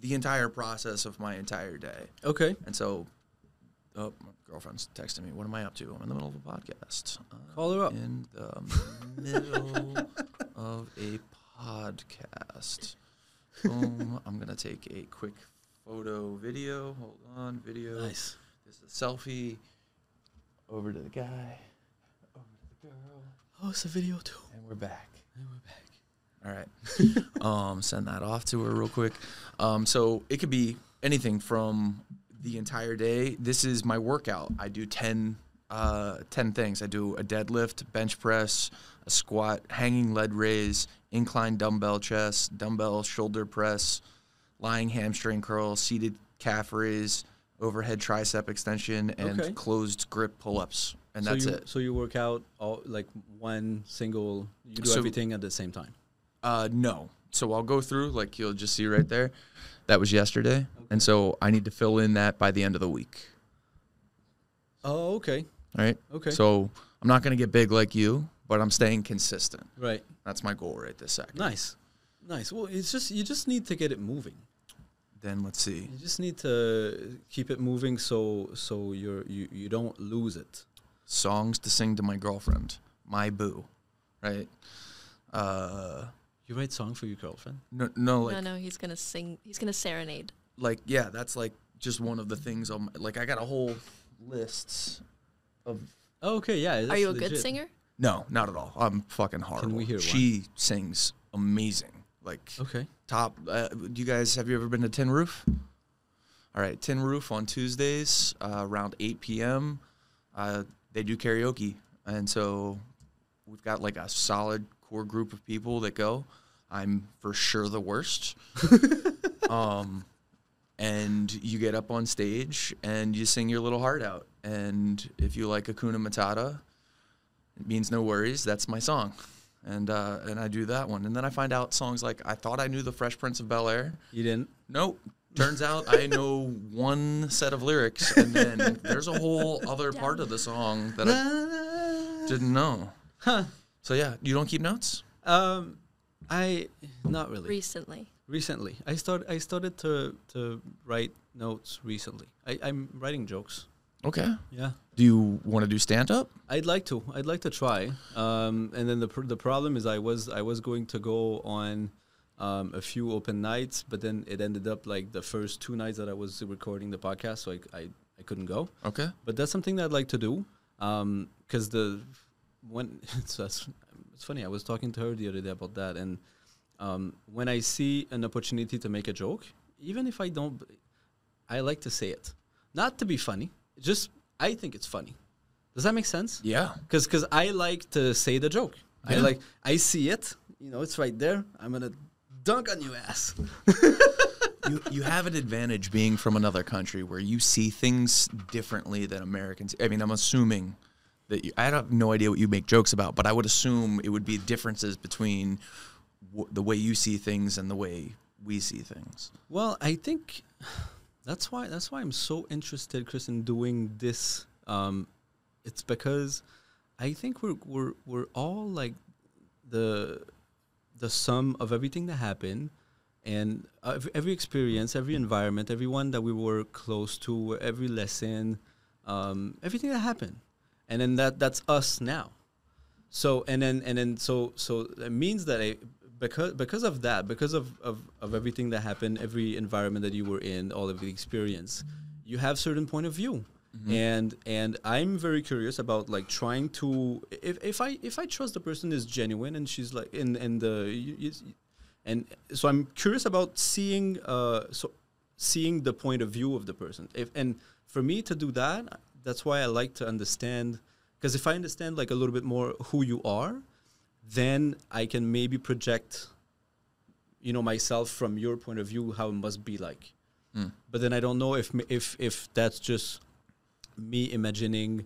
B: the entire process of my entire day.
A: Okay.
B: And so, oh, my girlfriend's texting me. What am I up to? I'm in the middle of a podcast. Um, I'm
A: Call her up.
B: In the middle of a podcast. Boom. I'm gonna take a quick photo, video. Hold on, video.
A: Nice.
B: There's a selfie. Over to the guy. Over to the girl.
A: Oh, it's a video too.
B: And we're back.
A: And we're back.
B: All right. um, send that off to her real quick. Um, so it could be anything from the entire day. This is my workout. I do 10, uh, 10 things. I do a deadlift, bench press, a squat, hanging lead raise, incline dumbbell chest, dumbbell shoulder press, lying hamstring curl, seated calf raise, overhead tricep extension, and
A: Okay.
B: closed grip pull ups. And that's
A: so you,
B: it.
A: So you work out all like one single. You do
B: So-
A: everything at the same time.
B: Uh, no. So I'll go through, like you'll just see right there. That was yesterday. And so I need to fill in that by the end of the week.
A: Oh, okay.
B: All right.
A: Okay.
B: So I'm not going to get big like you, but I'm staying consistent.
A: Right.
B: That's my goal right this second.
A: Nice. Nice. Well, it's just you just need to get it moving.
B: Then let's see.
A: You just need to keep it moving so so you're you, you don't lose it.
B: Songs to sing to my girlfriend, my boo. Right. Uh,
A: You write song for your girlfriend.
B: no, no, like,
C: no, no, he's gonna sing. He's gonna serenade.
B: like, yeah, that's like just one of the things. On my, like, I got a whole list of
A: Oh, okay. Yeah.
C: Are
A: that's
C: you a good
A: legit.
C: singer?
B: No, not at all. I'm fucking horrible.
A: we hear one?
B: she sings amazing. Like
A: Okay.
B: top. Uh, do you guys have you ever been to Tin Roof? All right, Tin Roof on Tuesdays uh, around 8 p.m. Uh, they do karaoke, and so we've got like a solid core group of people that go. I'm for sure the worst. um, and you get up on stage and you sing your little heart out. And if you like Akuna Matata, it means no worries. That's my song, and uh, and I do that one. And then I find out songs like I thought I knew the Fresh Prince of Bel Air.
A: You didn't.
B: Nope. Turns out I know one set of lyrics, and then there's a whole other part of the song that I didn't know.
A: Huh.
B: So yeah, you don't keep notes.
A: Um, I not really.
C: Recently,
A: recently, I start I started to to write notes recently. I, I'm writing jokes.
B: Okay.
A: Yeah.
B: Do you want to do stand up?
A: I'd like to. I'd like to try. Um, and then the pr- the problem is I was I was going to go on um, a few open nights, but then it ended up like the first two nights that I was recording the podcast, so I I, I couldn't go.
B: Okay.
A: But that's something that I'd like to do. Um, because the when it's that's, it's funny. I was talking to her the other day about that, and um, when I see an opportunity to make a joke, even if I don't, b- I like to say it, not to be funny. Just I think it's funny. Does that make sense?
B: Yeah.
A: because because I like to say the joke. I
B: Yeah.
A: like I see it. You know, it's right there. I'm gonna dunk on you ass.
B: you you have an advantage being from another country where you see things differently than Americans. I mean, I'm assuming that you, I have no idea what you make jokes about, but I would assume it would be differences between w- the way you see things and the way we see things.
A: Well, I think that's why that's why I'm so interested, Chris, in doing this. Um, it's because I think we're we're we're all like the the sum of everything that happened and ev- every experience, every environment, everyone that we were close to, every lesson, um, everything that happened, and then that that's us now. So and then and then so so it means that I because because of that because of, of of everything that happened every environment that you were in all of the experience you have certain point of view and and I'm very curious about like trying to if, if I if I trust the person is genuine and she's like and and the you- you- and so I'm curious about seeing uh so seeing the point of view of the person if and for me to do that that's why I like to understand because if I understand like a little bit more who you are then I can maybe project you know myself from your point of view how it must be like but then I don't know if m- if if that's just me imagining.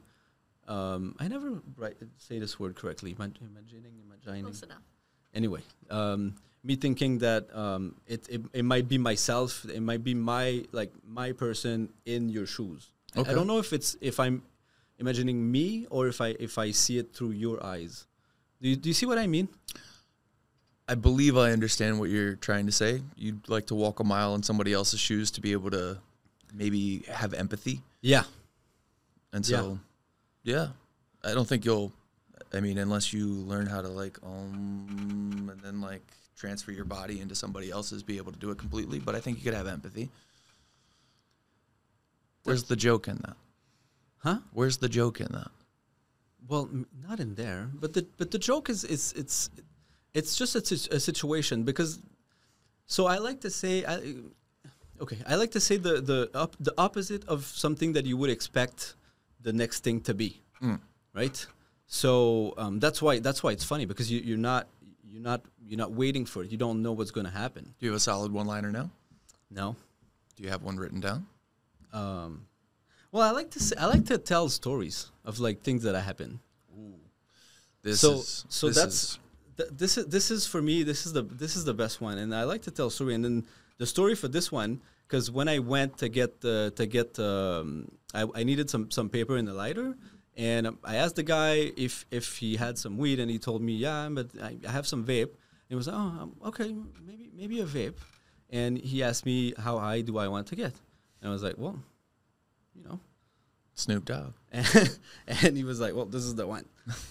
A: Um, I never write, say this word correctly. Imag- Imagining, imagining.
C: Close enough.
A: Anyway, um, me thinking that um, it, it it might be myself. It might be my like my person in your shoes. I-
B: Okay.
A: I don't know if it's if I'm imagining me or if I if I see it through your eyes. Do you, do you see what I mean?
B: I believe I understand what you're trying to say. You'd like to walk a mile in somebody else's shoes to be able to maybe have empathy.
A: Yeah.
B: And
A: Yeah.
B: so, yeah, I don't think you'll. I mean, unless you learn how to like um, and then like transfer your body into somebody else's, be able to do it completely. But I think you could have empathy. Where's the joke in that?
A: Huh?
B: Where's the joke in that?
A: Well, m- not in there, but the but the joke is it's it's it's just a, si- a situation because. So I like to say, I, okay, I like to say the the up, the opposite of something that you would expect the next thing to be, right? So um, that's why that's why it's funny because you, you're not you're not you're not waiting for it. You don't know what's going to happen.
B: Do you have a solid one-liner now?
A: No.
B: Do you have one written down?
A: Um, well, I like to say, I like to tell stories of like things that happen.
B: This
A: so
B: is-
A: so
B: this
A: that's
B: is-
A: th- this is this is for me this is the this is the best one and I like to tell story and then the story for this one because when I went to get the to get um, I, I needed some some paper and a lighter and um, I asked the guy if if he had some weed and he told me yeah but I, I have some vape and it was oh um, okay maybe maybe a vape and he asked me how high do I want to get and I was like well you know
B: Snoop Dogg.
A: and, and he was like, "Well, this is the one."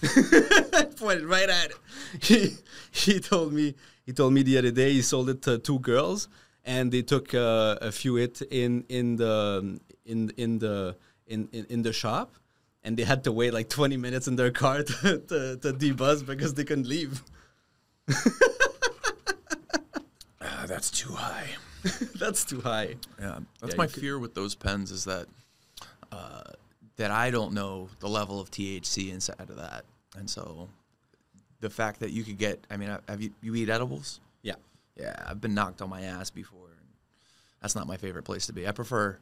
A: Pointed right at it. He he told me he told me the other day he sold it to two girls, and they took uh, a few it in in the um, in in the in, in, in the shop, and they had to wait like twenty minutes in their car to to, to debuzz because they couldn't leave.
B: Ah, that's too high.
A: That's too high.
B: Yeah, that's
A: Yeah,
B: my
A: you could-
B: fear with those pens is that uh, that I don't know the level of THC inside of that, and so the fact that you could get. I mean, I- have you you eat edibles?
A: Yeah.
B: Yeah, I've been knocked on my ass before. And that's not my favorite place to be. I prefer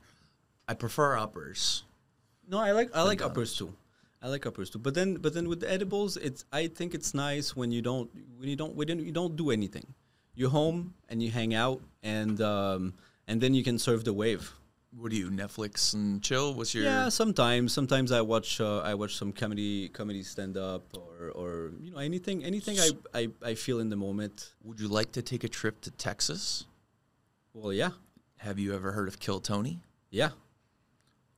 B: I prefer uppers.
A: No, I like I like
B: done.
A: uppers too. I like uppers too. But then but then with the edibles, it's I think it's nice when you don't when you don't when you don't do anything. You're home and you hang out and um, and then you can surf the wave.
B: What do you Netflix and chill? What's your
A: Yeah, sometimes sometimes I watch uh, I watch some comedy comedy stand up or or you know anything anything I, I I feel in the moment.
B: Would you like to take a trip to Texas?
A: Well, yeah,
B: Have you ever heard of Kill Tony?
A: yeah.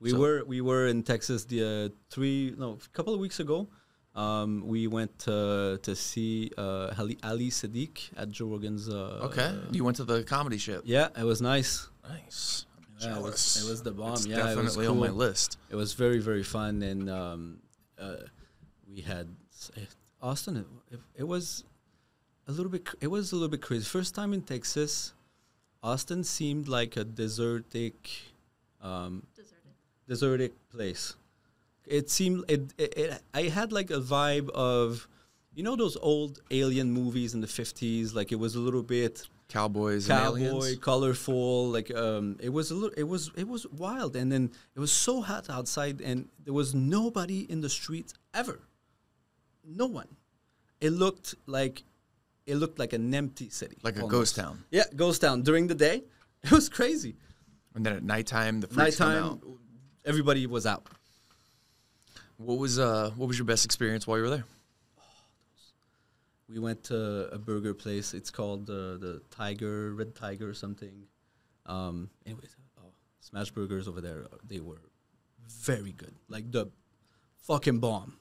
A: We
B: So-
A: were we were in Texas the uh, three no a couple of weeks ago. Um, we went uh, to see uh, Ali, Ali Sadiq at Joe Rogan's. Uh,
B: Okay, you went to the comedy ship.
A: Yeah, it was nice.
B: Nice.
A: Yeah, it was-
B: Jealous.
A: it was the bomb.
B: It's
A: Yeah, it was
B: definitely on my
A: cool.
B: list.
A: It was very very fun, and um, uh, we had eh, Austin. It, it, it was a little bit. cr- It was a little bit crazy. First time in Texas, Austin seemed like a desertic. Um,
C: Deserted.
A: deserted place. It seemed it, it, it. I had like a vibe of, you know, those old alien movies in the fifties. Like it was a little bit
B: Cowboys and
A: cowboy,
B: aliens.
A: colorful. Like um, it was a little. It was it was wild, and then it was so hot outside, and there was nobody in the streets ever. No one. It looked like, it looked like an empty city,
B: Like a
A: almost.
B: ghost town.
A: Yeah, ghost town during the day. It was crazy.
B: And then at nighttime, the freaks come
A: Nighttime,
B: out.
A: everybody was out.
B: What was uh What was your best experience while you were there?
A: we went to a burger place. It's called the the Tiger Red Tiger or something. Um, anyways, oh, smash burgers over there. uh, They were very good, like the fucking bomb.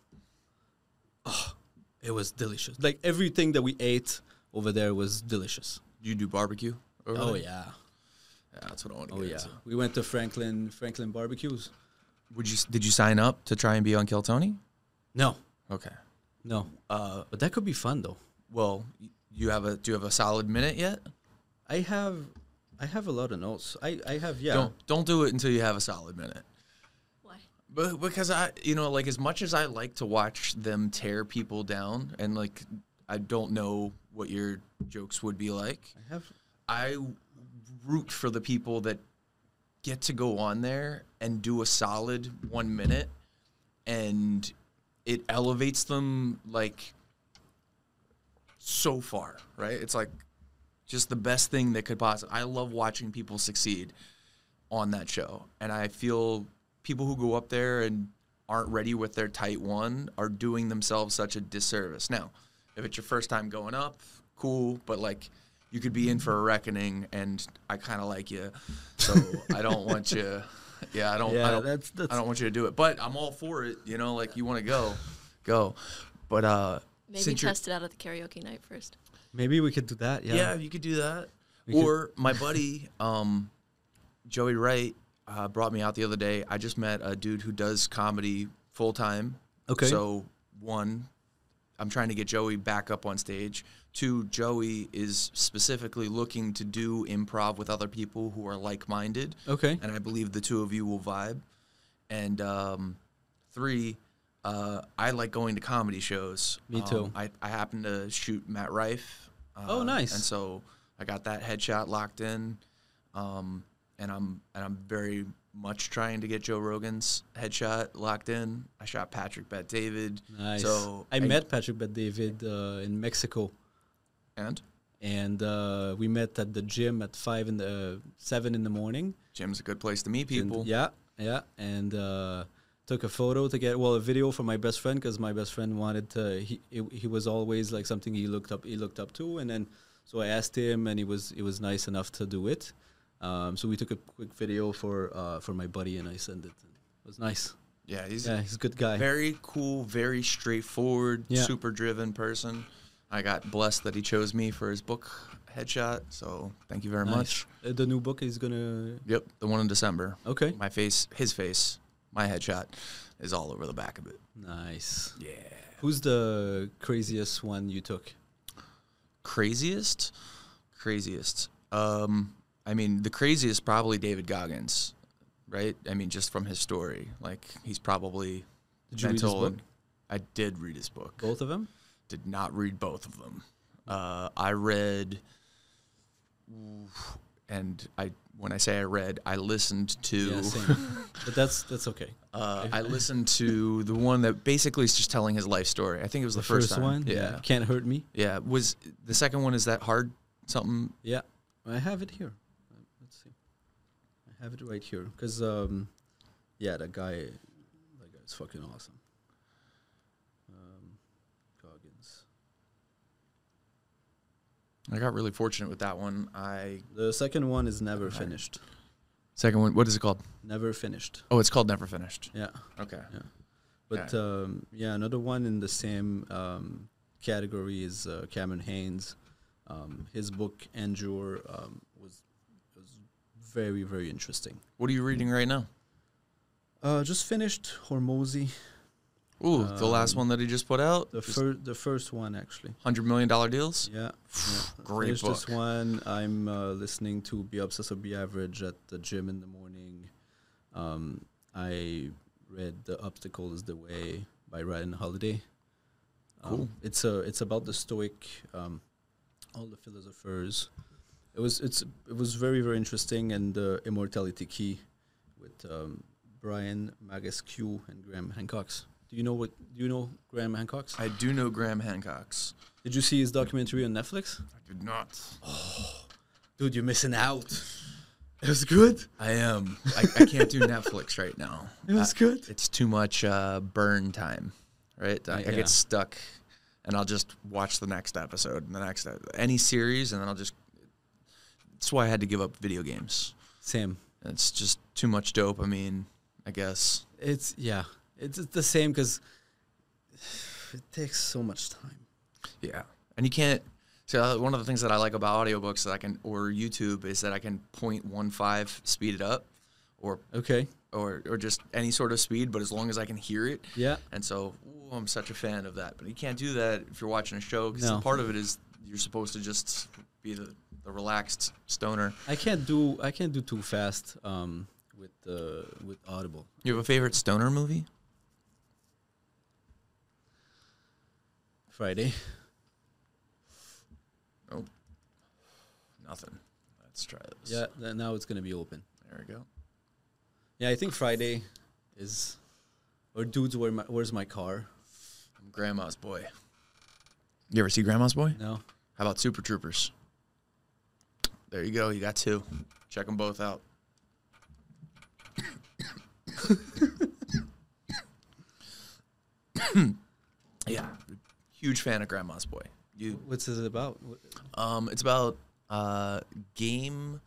A: Oh, it was delicious. Like everything that we ate over there was delicious.
B: Did you do barbecue? over
A: Oh
B: there?
A: yeah,
B: yeah, that's what I want to
A: oh
B: get
A: yeah.
B: into.
A: We went to Franklin Franklin barbecues.
B: Would you s- did you sign up to try and be on Kill Tony?
A: No,
B: Okay.
A: no. Uh, but that could be fun though.
B: Well, y- you have a do you have a solid minute yet?
A: I have, I have a lot of notes. I, I have yeah.
B: Don't don't do it until you have a solid minute.
C: Why?
B: But because I, you know, like as much as I like to watch them tear people down, and like I don't know what your jokes would be like,
A: I have.
B: I root for the people that get to go on there and do a solid one minute, and it elevates them like so far, right? It's like just the best thing that could possibly. I love watching people succeed on that show. And I feel people who go up there and aren't ready with their tight one are doing themselves such a disservice. Now, if it's your first time going up, cool, but like you could be in for a reckoning and I kind of like you. So I don't want you yeah, I don't
A: Yeah,
B: I don't
A: that's- that's-
B: I don't want you to do it, but I'm all for it, you know, like you want to go, go. But uh
C: Maybe
B: since you're- Oh,
C: test it out at the karaoke night first.
A: Maybe we could do that. Yeah.
B: yeah, you could do that.
A: could-
B: or my buddy, um, Joey Wright, uh, brought me out the other day. I just met a dude who does comedy full time.
A: Okay.
B: So one, I'm trying to get Joey back up on stage. Two, Joey is specifically looking to do improv with other people who are like minded
A: Okay.
B: and I believe the two of you will vibe. And um, three, uh, I like going to comedy shows.
A: Me
B: Um,
A: too.
B: I, I happen to shoot Matt Rife. Uh,
A: Oh, nice.
B: And so I got that headshot locked in, um, and I'm and I'm very much trying to get Joe Rogan's headshot locked in. I shot Patrick Bet David.
A: Nice.
B: So
A: I met Patrick Bet David uh, in Mexico,
B: and
A: and uh, we met at the gym at five in the uh, seven in the morning.
B: Jim's a good place to meet
A: And-
B: people.
A: yeah, yeah, and uh, took a photo to get well a video for my best friend because my best friend wanted to. He, he he was always like something he looked up he looked up to, and then so I asked him, and he was he was nice enough to do it. Um, so we took a quick video for uh, for my buddy, and I sent it. It was nice.
B: Yeah, he's
A: Yeah, he's a good guy.
B: very cool, very straightforward,
A: Yeah.
B: super driven person. I got blessed that he chose me for his book headshot. So thank you very
A: nice.
B: much.
A: Uh, the new book is gonna.
B: Yep, the one in December.
A: Okay.
B: My face, his face, my headshot is all over the back of it.
A: Nice.
B: Yeah.
A: Who's the craziest one you took?
B: Craziest, craziest. Um, I mean, the craziest probably David Goggins, right? I mean, just from his story, like he's probably
A: Did you read his
B: mental
A: book?
B: and- I did read his book.
A: Both of them?
B: did not read both of them. Uh, I read, and I when I say I read, I listened to.
A: Yeah, same. but that's that's okay.
B: uh, I listened to the one that basically is just telling his life story. I think it was the, first, time.
A: one,
B: Yeah.
A: can't hurt me.
B: yeah, Was the second one is that hard? Something.
A: Yeah, I have it here. Uh, Let's see, I have it right here because um, yeah, that guy, that guy's fucking awesome. Um, Goggins.
B: I got really fortunate with that one. I
A: The second one is never
B: Okay.
A: finished.
B: second one. What is it called?
A: Never finished.
B: Oh, it's called Never Finished.
A: Yeah,
B: Okay.
A: but um, yeah, another one in the same um, category is uh, Cameron Haynes. Um, his book Endure um, was was very very interesting.
B: What are you reading right now?
A: Uh, just finished Hormozy,
B: Ooh, the last one that he just put out.
A: Um, the first the first one actually.
B: Hundred million dollar deals.
A: Yeah, yeah.
B: Great
A: Finished this
B: book.
A: one. I'm uh, listening to Be Obsessed or Be Average at the gym in the morning. Um, I read The Obstacle Is the Way by Ryan Holiday. Um,
B: Cool.
A: It's a it's about the Stoic, um, all the philosophers. It was it's it was very very interesting and the immortality key with um, Brian Magescu and Graham Hancock's. Do you know what? Do you know Graham Hancock's?
B: I do know Graham Hancock's.
A: Did you see his documentary on Netflix?
B: I did not.
A: dude, you're missing out. It was good.
B: I am. I, I can't do Netflix right now.
A: It was
B: I-
A: good.
B: it's too much uh, burn time, right? I, I
A: Yeah.
B: get stuck, and I'll just watch the next episode and the next e- any series, and then I'll just. That's why I had to give up video games.
A: Same.
B: It's just too much dopamine. I guess.
A: It's yeah. It's it's the same because it takes so much time.
B: Yeah, and you can't. So uh, one of the things that I like about audiobooks that I can or YouTube is that I can 0.15 speed it up, or
A: Okay.
B: or or just any sort of speed, but as long as I can hear it.
A: Yeah.
B: And so ooh, I'm such a fan of that. But you can't do that if you're watching a show because
A: No.
B: part of it is you're supposed to just be the, the relaxed stoner.
A: I can't do I can't do too fast um, with uh, with Audible.
B: You have a favorite stoner movie?
A: Friday.
B: Oh, nothing. Let's try this.
A: Yeah. th- Now it's gonna be open.
B: There we go.
A: Yeah, I think Friday is or dudes, where my, where's my car?
B: I'm Grandma's Boy. You ever see Grandma's Boy?
A: No.
B: How about Super Troopers? There you go. You got two. Check them both out. yeah, huge fan of Grandma's Boy. You,
A: What's it about? Wh-
B: um, it's about uh, game.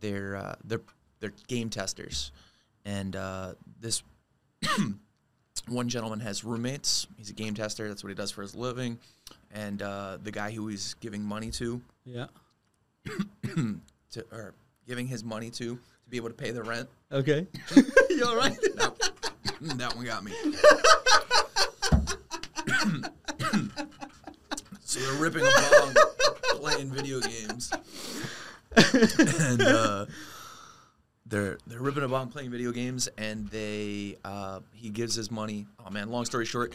B: They're uh, they're they're game testers, and uh, this one gentleman has roommates. He's a game tester. That's what he does for his living. And uh, the guy who he's giving money to,
A: Yeah.
B: to or giving his money to, to be able to pay the rent.
A: Okay. you all right?
B: Mm, that one got me. so they're ripping along, playing video games, and uh, they're they're ripping along playing video games, and they uh, he gives his money. Oh man, long story short,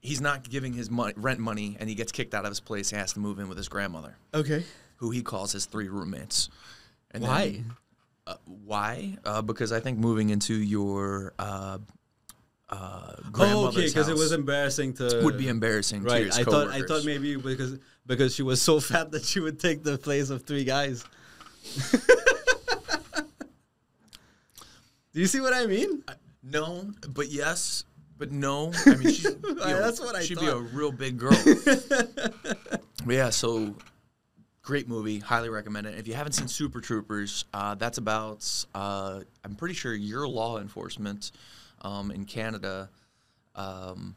B: he's not giving his money, rent money, and he gets kicked out of his place. He has to move in with his grandmother,
A: Okay.
B: who he calls his three roommates. And then-
A: Why?
B: uh, why? Uh, because I think moving into your uh, uh,
A: Oh, okay,
B: grandmother's
A: because it was
B: house
A: embarrassing to
B: would be embarrassing to
A: Right.
B: your
A: I thought I thought
B: coworkers.
A: maybe because because she was so fat that she would take the place of three guys. Do you see what I mean?
B: no, but yes, but no. I mean, she's, you
A: That's what I
B: she'd be
A: thought.
B: a real big girl. but yeah, so great movie, highly recommend it. If you haven't seen Super Troopers, uh, that's about uh, I'm pretty sure your law enforcement um, in Canada. Um,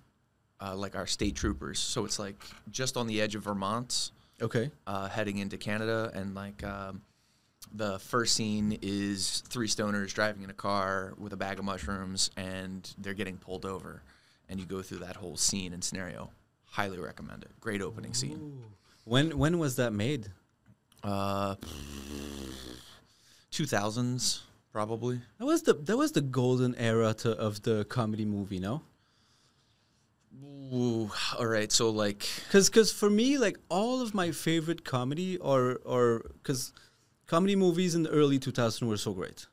B: uh, like our state troopers, so it's like just on the edge of Vermont,
A: Okay.
B: uh, heading into Canada, and like um, the first scene is three stoners driving in a car with a bag of mushrooms, and they're getting pulled over, and you go through that whole scene and scenario. Highly recommend it. Great opening scene.
A: When when was that made?
B: Uh, two thousands probably.
A: That was the that was the golden era to, of the comedy movie, no?
B: Ooh, all right. So like,
A: Cause, 'cause for me, like all of my favorite comedy or or cause comedy movies in the early 2000 were so great.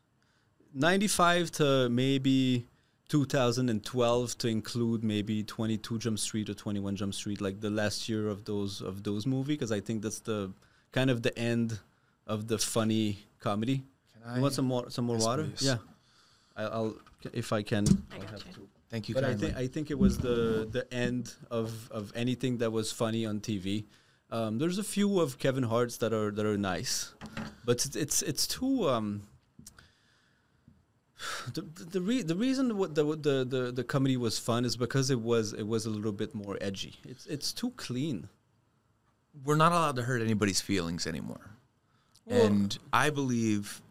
A: 95 to maybe 2012 to include maybe 22 Jump Street or 21 Jump Street, like the last year of those of those movies, because I think that's the kind of the end of the funny comedy.
B: Can
A: you want some more some more
B: Yes,
A: water?
B: please.
A: Yeah, I, I'll if I can.
C: I
A: I'll
C: got
A: have
C: you.
A: to
B: thank you.
A: but I
B: kindly.
A: think I think it was the the end of of anything that was funny on TV. Um, there's a few of Kevin Hart's that are that are nice, but it's it's, it's too. Um, the the the, re- the reason what the, what the the the comedy was fun is because it was it was a little bit more edgy. It's it's too clean.
B: we're not allowed to hurt anybody's feelings anymore.
A: Well-
B: and I believe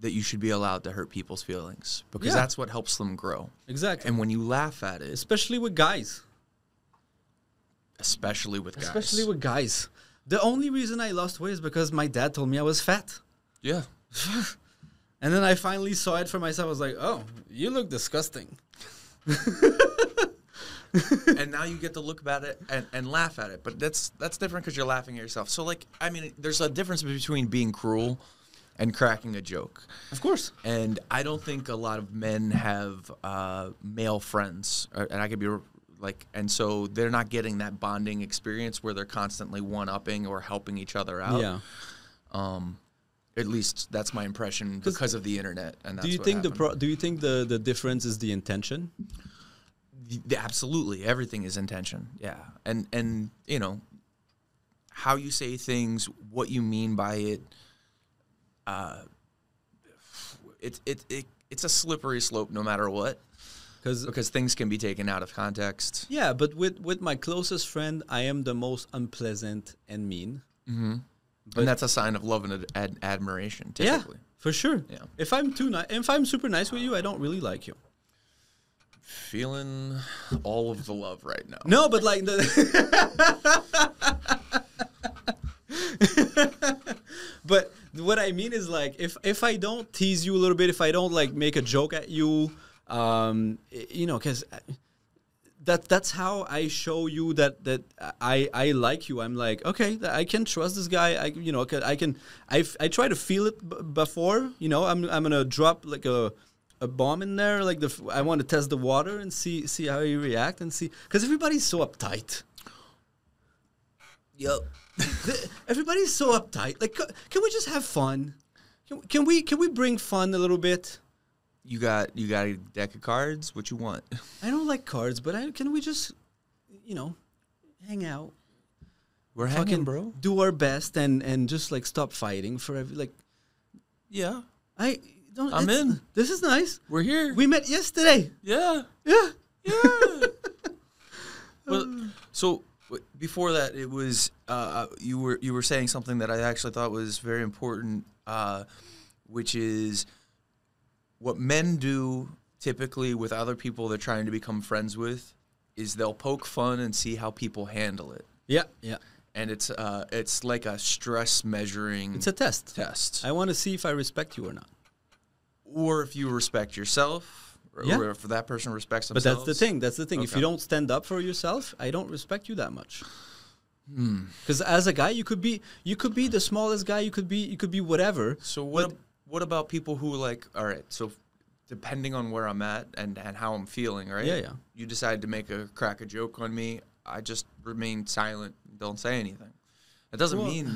B: that you should be allowed to hurt people's feelings because
A: Yeah.
B: that's what helps them grow.
A: Exactly,
B: And when you laugh at it,
A: especially with guys.
B: especially with guys.
A: Especially with guys. The only reason I lost weight is because my dad told me I was fat.
B: yeah.
A: And then I finally saw it for myself. I was like, oh, you look disgusting.
B: and now you get to look about it and, and laugh at it. But that's that's different because you're laughing at yourself. So like I mean there's a difference between being cruel and cracking a joke.
A: Of course.
B: and I don't think a lot of men have uh, male friends, or, and I could be r- like, and so they're not getting that bonding experience where they're constantly one upping or helping each other out.
A: Yeah.
B: At least that's my impression because of the internet. And that's
A: do you
B: what
A: think the
B: happened.
A: pro- do you think the the difference is the intention?
B: Y- the- absolutely everything is intention yeah and and you know how you say things what you mean by it uh it it, it it's a slippery slope no matter what
A: 'Cause-
B: because things can be taken out of context
A: Yeah, but with with my closest friend, I am the most unpleasant and mean. But-
B: and that's a sign of love and ad- ad- admiration,
A: Yeah,
B: typically.
A: for sure.
B: Yeah.
A: If I'm too nice, if I'm super nice with you, I don't really like you.
B: Feeling all of the love right now.
A: No, but like the. but what I mean is like if if I don't tease you a little bit, if I don't like make a joke at you, um, y- you know, because that that's how I show you that that I I like you. I'm like okay, th- I can trust this guy. I you know 'cause I can I f- I try to feel it b- before. You know, I'm I'm gonna drop like a a bomb in there. Like the f- I want to test the water and see see how you react and see because everybody's so uptight. Yo, everybody's so uptight. Like, c- can we just have fun? Can, can we can we bring fun a little bit?
B: You got you got a deck of cards. What you want?
A: I don't like cards, but I, can we just, you know, hang out?
B: We're
A: fucking do our best and and just like stop fighting for every like
B: Yeah,
A: I don't
B: I'm
A: it's-
B: in.
A: This is nice.
B: we're here.
A: We met yesterday.
B: yeah,
A: Yeah.
B: yeah. well, so w- before that, it was uh, you were you were saying something that I actually thought was very important, uh, which is what men do typically with other people they're trying to become friends with is they'll poke fun and see how people handle it,
A: Yeah. Yeah.
B: and it's uh, it's like a stress measuring
A: It's a test.
B: test.
A: I want to see if I respect you or not.
B: or if you respect yourself, or,
A: Yeah.
B: or if that person respects
A: But
B: themselves.
A: that's the thing. That's the thing. If
B: Okay.
A: you don't stand up for yourself, I don't respect you that much. Because as a guy, you could be you could be the smallest guy. You could be you could be whatever.
B: So what? ab- what about people who like? All right, so depending on where I'm at and and how I'm feeling, right?
A: Yeah, yeah.
B: You decide to make a crack a joke on me. I just remain silent. Don't say anything. It doesn't
A: Well,
B: mean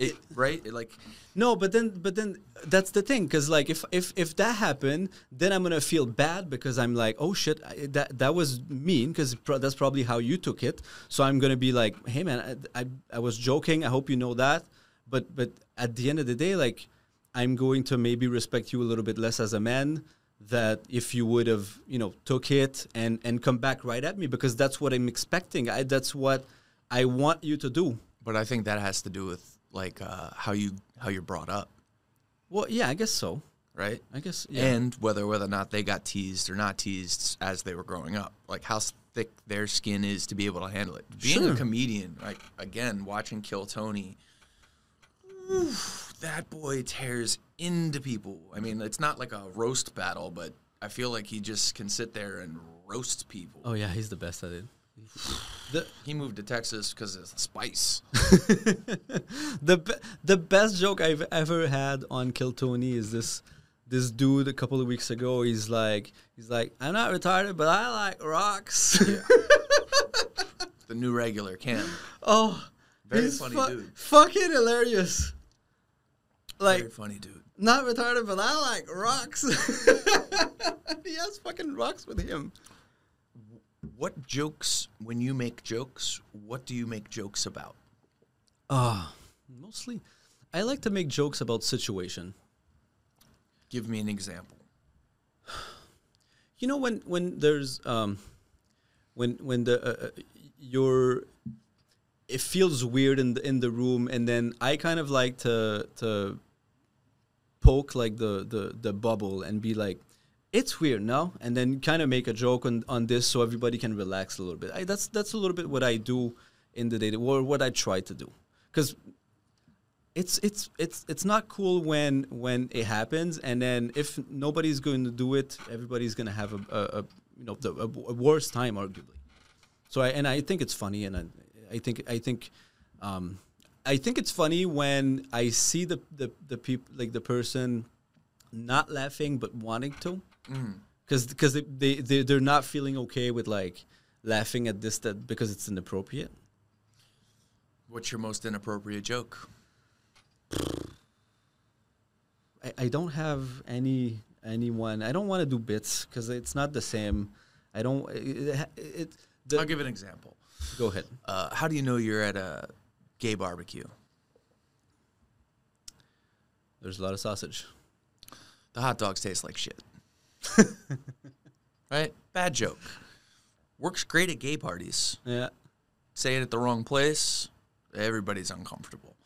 B: it, right? It, like
A: No, but then but then that's the thing cuz like if if if that happened, then I'm going to feel bad because I'm like, "Oh shit, I, that that was mean cuz pro- that's probably how you took it." So I'm going to be like, "Hey man, I, I I was joking. I hope you know that." But but at the end of the day, like I'm going to maybe respect you a little bit less as a man that if you would have, you know, took it and and come back right at me because that's what I'm expecting. I that's what I want you to do.
B: but I think that has to do with like uh, how you how you're brought up,
A: Well, yeah, I guess so.
B: right?
A: I guess yeah.
B: and whether whether or not they got teased or not teased as they were growing up, like how s- thick their skin is to be able to handle it. Being a
A: Sure.
B: comedian, like again, watching Kill Tony, oof, that boy tears into people. I mean, it's not like a roast battle, but I feel like he just can sit there and roast people.
A: Oh yeah, he's the best at it. the
B: He moved to Texas because it's spice.
A: the be- the best joke I've ever had on Kill Tony is this this dude a couple of weeks ago. He's like he's like I'm not retarded, but I like rocks.
B: the new regular Cam.
A: oh,
B: Very
A: he's
B: funny dude.
A: Fucking hilarious. Like
B: Very funny dude.
A: not retarded, but I like rocks. he has fucking rocks with him.
B: What jokes? When you make jokes, what do you make jokes about?
A: Ah, mostly. I like to make jokes about situation.
B: Give me an example.
A: you know when when there's um when when the uh, uh, your it feels weird in the in the room and then i kind of like to to poke like the the the bubble and be like it's weird no and then kind of make a joke on on this so everybody can relax a little bit I, that's that's a little bit what i do in the day or what i try to do because it's it's it's it's not cool when when it happens and then if nobody's going to do it everybody's going to have a, a, a you know the, a, a worse time arguably so I and I think it's funny, and I, I think I think, um, I think it's funny when I see the the the people like the person not laughing but wanting to, because because they, they they they're not feeling okay with like laughing at this that because it's inappropriate.
B: What's your most inappropriate joke?
A: I, I don't have any anyone. I don't want to do bits because it's not the same. I don't. It, it, it-
B: I'll
A: the,
B: give an example.
A: go ahead.
B: Uh, how do you know you're at a gay barbecue?
A: There's a lot of sausage.
B: The hot dogs taste like shit. right? Bad joke. Works great at gay parties.
A: Yeah.
B: Say it at the wrong place, everybody's uncomfortable.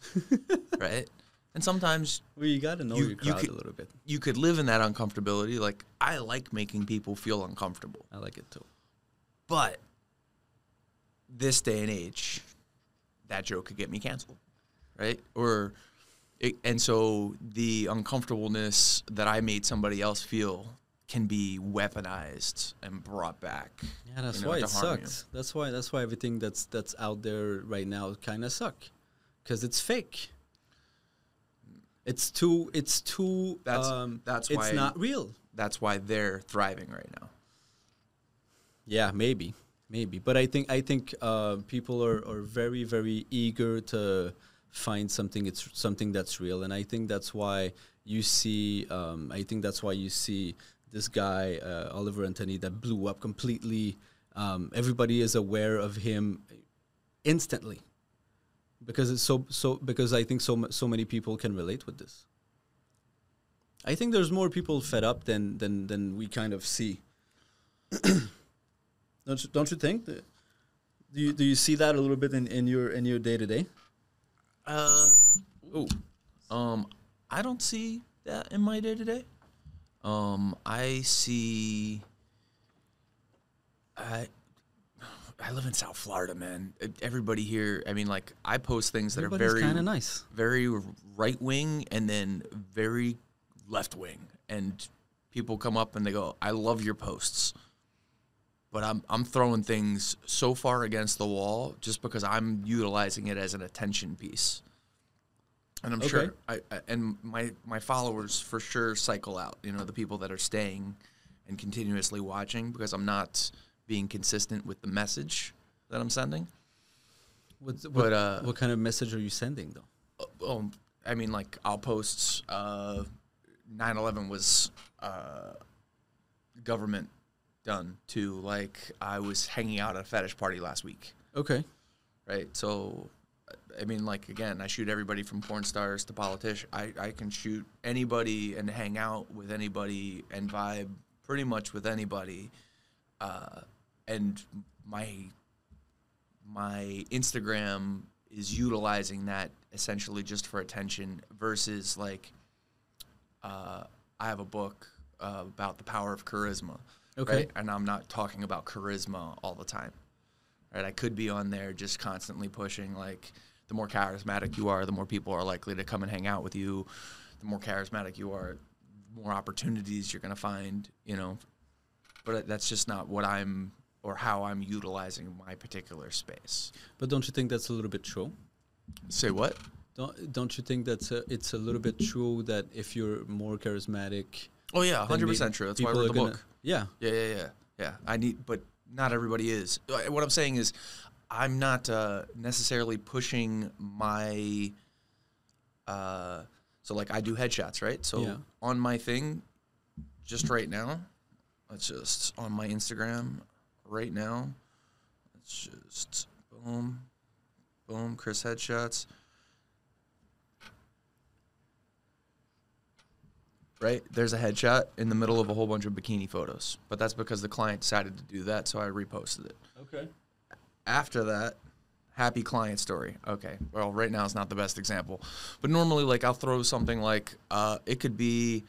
B: right? And sometimes
A: Well, you got to know
B: You-
A: your
B: you
A: crowd
B: could-
A: a little bit.
B: you could live in that uncomfortability. Like I like making people feel uncomfortable,
A: I like it too.
B: but this day and age, that joke could get me canceled, right? Or it, and so the uncomfortableness that I made somebody else feel can be weaponized and brought back.
A: Yeah, that's
B: you know,
A: why
B: to
A: it
B: harm you.
A: sucks. That's why that's why everything that's that's out there right now kind of suck, because it's fake. It's too. It's too.
B: That's-
A: um,
B: that's
A: it's
B: why-
A: not real.
B: That's why they're thriving right now.
A: Yeah, maybe, maybe. But I think I think uh, people are, are very very eager to find something. It's something that's real, and I think that's why you see. Um, I think that's why you see this guy uh, Oliver Anthony that blew up completely. Um, everybody is aware of him instantly because it's so so because I think so mu- so many people can relate with this. I think there's more people fed up than than than we kind of see. Don't you, don't you think? That, do you do you see that a little bit in, in your in your day to day?
B: Uh, oh, um, I don't see that in my day to day. Um, I see. I I live in South Florida, man. E- Everybody here, I mean, like I post things that
A: Everybody's
B: are
A: kind
B: very,
A: of nice.
B: very right wing, and then very left wing, and people come up and they go, "I love your posts." But I'm, I'm throwing things so far against the wall just because I'm utilizing it as an attention piece and I'm
A: Okay.
B: sure I, I and my my followers for sure cycle out. You know, the people that are staying and continuously watching because I'm not being consistent with the message that I'm sending.
A: What, what,
B: But uh,
A: what kind of message are you sending though?
B: um, I mean, like I'll post uh, 9/11 was uh, government done to like I was hanging out at a fetish party last week.
A: Okay,
B: right? So, I- I mean, like again, I shoot everybody from porn stars to politicians. I, I can shoot anybody and hang out with anybody and vibe pretty much with anybody. Uh, and my my Instagram is utilizing that essentially just for attention versus like uh, I have a book uh, about the power of charisma.
A: Okay.
B: right? And I'm not talking about charisma all the time. Right? I could be on there just constantly pushing like the more charismatic you are, the more people are likely to come and hang out with you. The more charismatic you are, the more opportunities you're going to find, you know. But that's just not what I'm or how I'm utilizing my particular space.
A: but don't you think that's a little bit true?
B: Say what?
A: Don't don't you think that's a, it's a little bit true that if you're more charismatic,
B: Oh yeah,
A: then
B: hundred
A: may-
B: percent true. That's why I
A: people
B: wrote
A: are
B: the
A: gonna-
B: book.
A: Yeah,
B: Yeah, yeah, yeah, yeah. I need, but not everybody is. Uh, What I'm saying is, I'm not uh, necessarily pushing my. Uh, so like I do headshots, right? So
A: Yeah.
B: on my thing, just right now, let's just on my Instagram right now. Let's just boom, boom, Chris headshots. right? There's a headshot in the middle of a whole bunch of bikini photos, but that's because the client decided to do that, so I reposted it.
A: okay,
B: After that, happy client story. Okay, well, right now it's not the best example, but normally, like, I'll throw something like uh, it could be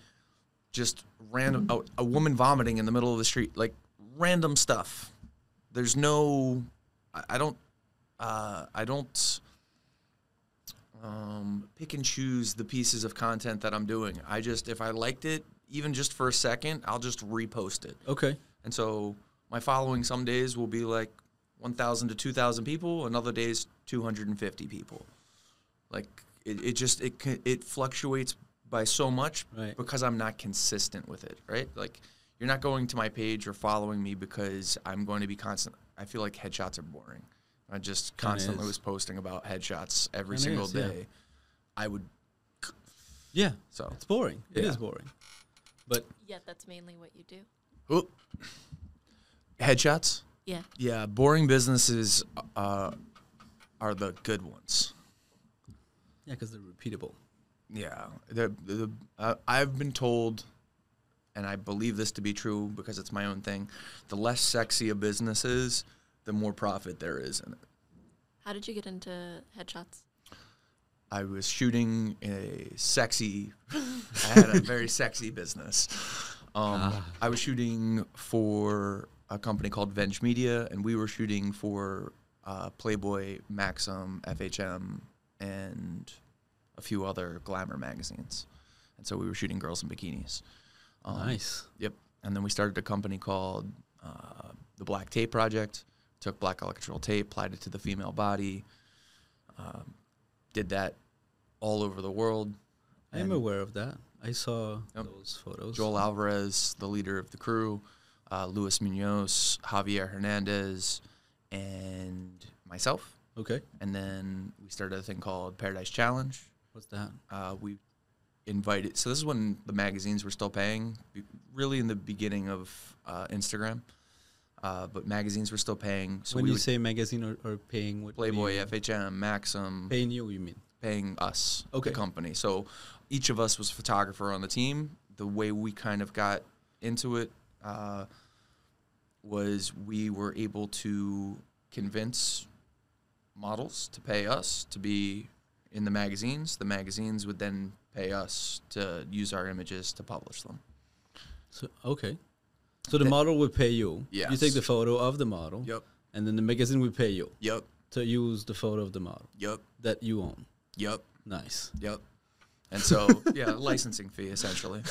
B: just random a, a woman vomiting in the middle of the street, like random stuff. There's no, I, I don't, uh, I don't um, pick and choose the pieces of content that I'm doing. I just, if I liked it, even just for a second, I'll just repost it.
A: okay,
B: And so my following some days will be like 1,000 to 2,000 people, and other days 250 people. Like it, it just it ca- it fluctuates by so much
A: Right.
B: because I'm not consistent with it, right? Like you're not going to my page or following me because I'm going to be constant. I feel like headshots are boring. I just constantly
A: is.
B: was posting about headshots every
A: Kinda
B: single
A: is, yeah.
B: day. I would
A: yeah.
B: so.
A: It's boring. It is
B: Yeah.
A: boring. But
C: Yet that's mainly what you do.
B: Oop. Headshots.
C: Yeah.
B: Yeah, boring businesses uh, are the good ones.
A: yeah, because they're repeatable.
B: Yeah, the the uh, I've been told, and I believe this to be true because it's my own thing. The less sexy a business is, the more profit there is in it.
C: How did you get into headshots?
B: I was shooting a sexy. I had a very sexy business. Um, I was shooting for a company called Venge Media, and we were shooting for uh, Playboy, Maxim, FHM, and a few other glamour magazines. And so we were shooting girls in bikinis. Um,
A: nice.
B: Yep. And then we started a company called uh, the Black Tape Project. Took black electrical tape, applied it to the female body. Um, did that all over the world.
A: I am
B: And
A: aware of that. I saw
B: Yep.
A: those photos.
B: Joel Alvarez, the leader of the crew, uh, Luis Munoz, Javier Hernandez, and myself.
A: Okay.
B: And then we started a thing called Paradise Challenge.
A: What's that?
B: Uh, we invited. So this is when the magazines were still paying, be- really in the beginning of uh, Instagram. Uh, but magazines were still paying. So
A: when
B: we
A: you
B: would
A: say magazine or, or paying what
B: Playboy,
A: being-
B: FHM, Maxim,
A: paying you, you mean?
B: paying us,
A: Okay.
B: the company. So each of us was a photographer on the team. The way we kind of got into it uh, was we were able to convince models to pay us to be in the magazines. The magazines would then pay us to use our images to publish them.
A: So okay. So the
B: Th-
A: model will pay you. You take
B: Yes.
A: the photo of the model.
B: Yep.
A: And then the magazine will pay you
B: Yep.
A: to use the photo of the model
B: Yep.
A: that you own.
B: Yep.
A: Nice.
B: Yep. And so, yeah, licensing fee essentially.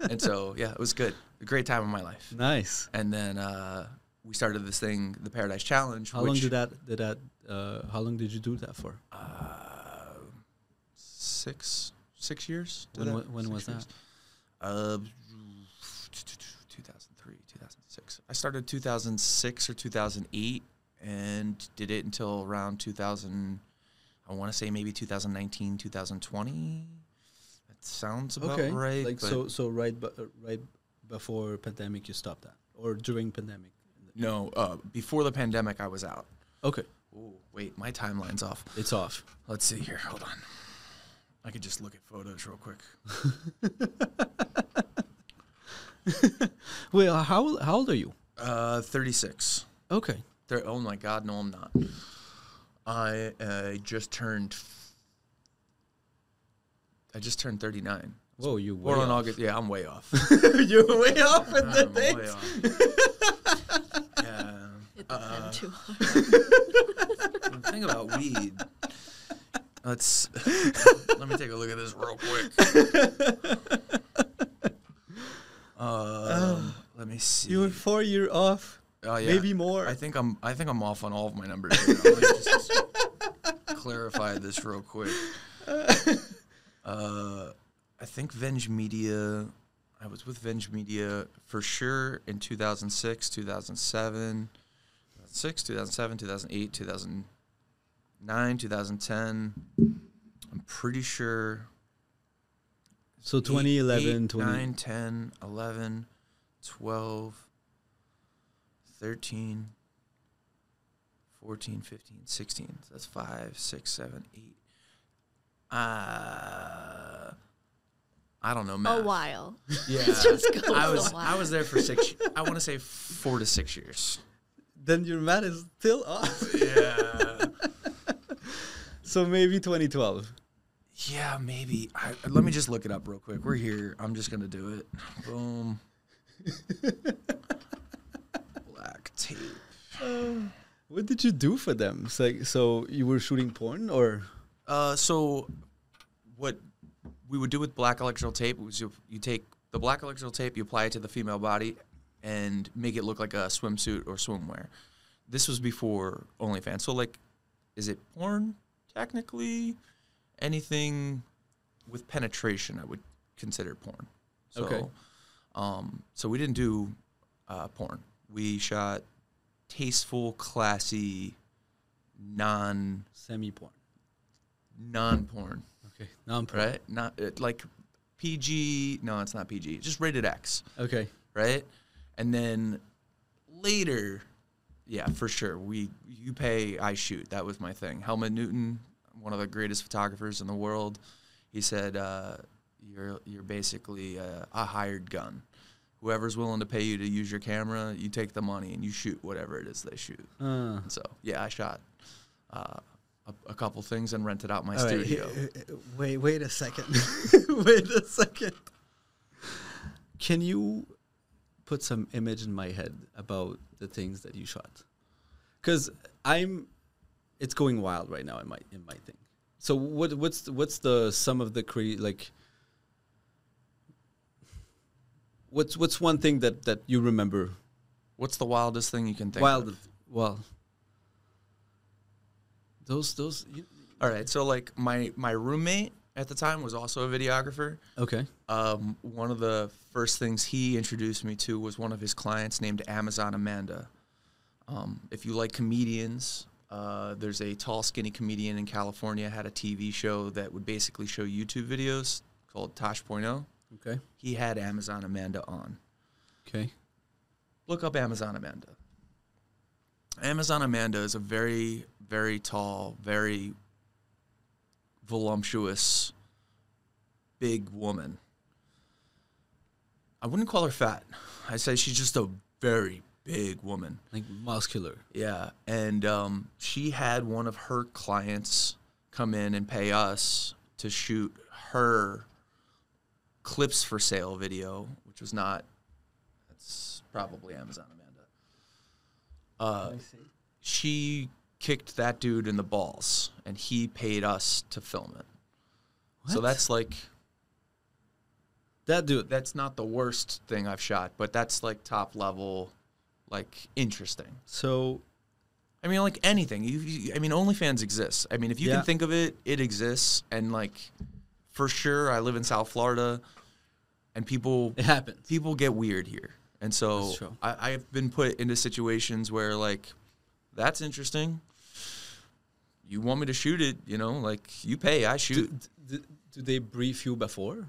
B: and so, yeah, it was good. A great time of my life.
A: Nice.
B: and then uh, we started this thing, the Paradise Challenge.
A: How
B: which,
A: long did that did that uh, how long did you do that for?
B: Uh, six six years. did
A: When
B: that?
A: wa- when
B: Six
A: was that?
B: years. Uh, 2003, 2006. I started 2006 or 2008, and did it until around 2000. I want to say maybe 2019, 2020. That sounds about right.
A: like
B: but-
A: so so right bu- uh, right before pandemic you stopped that or during pandemic.
B: No, uh, before the pandemic, I was out.
A: Okay.
B: Oh, wait, my timeline's off.
A: It's off.
B: Let's see here. Hold on. I could just look at photos real quick.
A: Well, how ol- how old are you?
B: Uh, 36.
A: Okay.
B: Thir- oh my God, no, I'm not. I uh, just turned. I just turned 39.
A: Whoa, you
B: Born
A: way
B: on
A: off.
B: August. Yeah, I'm way off.
A: You're way off with the
B: I'm way
A: dates.
B: off. yeah.
C: It's
B: Uh,
C: been too hard.
B: The thing about weed. Let's. let me take a look at this real quick. Uh, let me see.
A: You were four year off,
B: Oh, yeah.
A: maybe more.
B: I think I'm. I think I'm off on all of my numbers. here. Let me just clarify this real quick. Uh, I think Venge Media. I was with Venge Media for sure in 2006, 2007, 2006, 2007, 2008, 2009, 2010. I'm pretty sure
A: so
B: Eight-
A: 2011,
B: eight,
A: 20
B: 9, 10, 11, 12, 13, 14, 15, 16. So that's 5, 6, 7, 8. Uh, I don't know, math.
C: a while.
B: Yeah.
C: Oh, just goes
B: I
C: a
B: was, I
C: while.
B: was there for six, I want to say four to six years.
A: Then your math is still off.
B: Yeah.
A: so maybe 2012.
B: Yeah, maybe. I, let me just look it up real quick. We're here. I'm just gonna do it. Boom. Black tape.
A: What did you do for them? It's like, so you were shooting porn or?
B: Uh, so what we would do with black electrical tape was you, you take the black electrical tape, you apply it to the female body, and make it look like a swimsuit or swimwear. This was before OnlyFans. So like, is it porn? Technically, anything with penetration, I would consider porn. So,
A: Okay.
B: Um, so we didn't do uh, porn. We shot tasteful, classy, non
A: Semi porn.
B: non porn
A: Okay. Non porn.
B: right? Not uh, like PG. No, it's not PG. Just rated X,
A: Okay.
B: right? And then later, yeah, for sure. We you pay, I shoot. That was my thing. Helmut Newton, one of the greatest photographers in the world, he said, uh, "You're you're basically uh, a hired gun." Whoever's willing to pay you to use your camera, you take the money and you shoot whatever it is they shoot.
A: Uh,
B: And so, yeah, I shot uh, a, a couple things and rented out my
A: All right,
B: studio.
A: here- uh, uh, wait, wait a second. wait a second. Can you put some image in my head about the things that you shot? Because I'm, it's going wild right now in my in my thing. So what what's the, what's the sum of the cre- like? What's what's one thing that that you remember?
B: What's the wildest thing you can think?
A: wild,
B: Of?
A: well, those those. You,
B: All right. So like my my roommate at the time was also a videographer.
A: okay.
B: Um, one of the first things he introduced me to was one of his clients named Amazon Amanda. Um, if you like comedians, uh, there's a tall, skinny comedian in California had a TV show that would basically show YouTube videos called Tosh.0.
A: Okay.
B: He had Amazon Amanda on.
A: Okay.
B: look up Amazon Amanda. Amazon Amanda is a very, very tall, very voluptuous, big woman. I wouldn't call her fat. I say she's just a very big woman.
A: Like muscular.
B: Yeah, and um, she had one of her clients come in and pay us to shoot her clips for sale video, which was not. That's probably Amazon Amanda. Uh, she kicked that dude in the balls, and he paid us to film it. So
A: What?
B: that's like
A: That dude.
B: that's not the worst thing I've shot, but that's like top level, like interesting.
A: So
B: I mean, like anything. You, you, I mean, OnlyFans exists. I mean, if you
A: Yeah.
B: can think of it, it exists. And like, for sure, I live in South Florida, and people
A: it happened.
B: people get weird here. And
A: That's
B: so
A: true.
B: I, I've been put into situations where like, that's interesting. You want me to shoot it? You know, like you pay, I shoot.
A: Do, do, do they brief you before?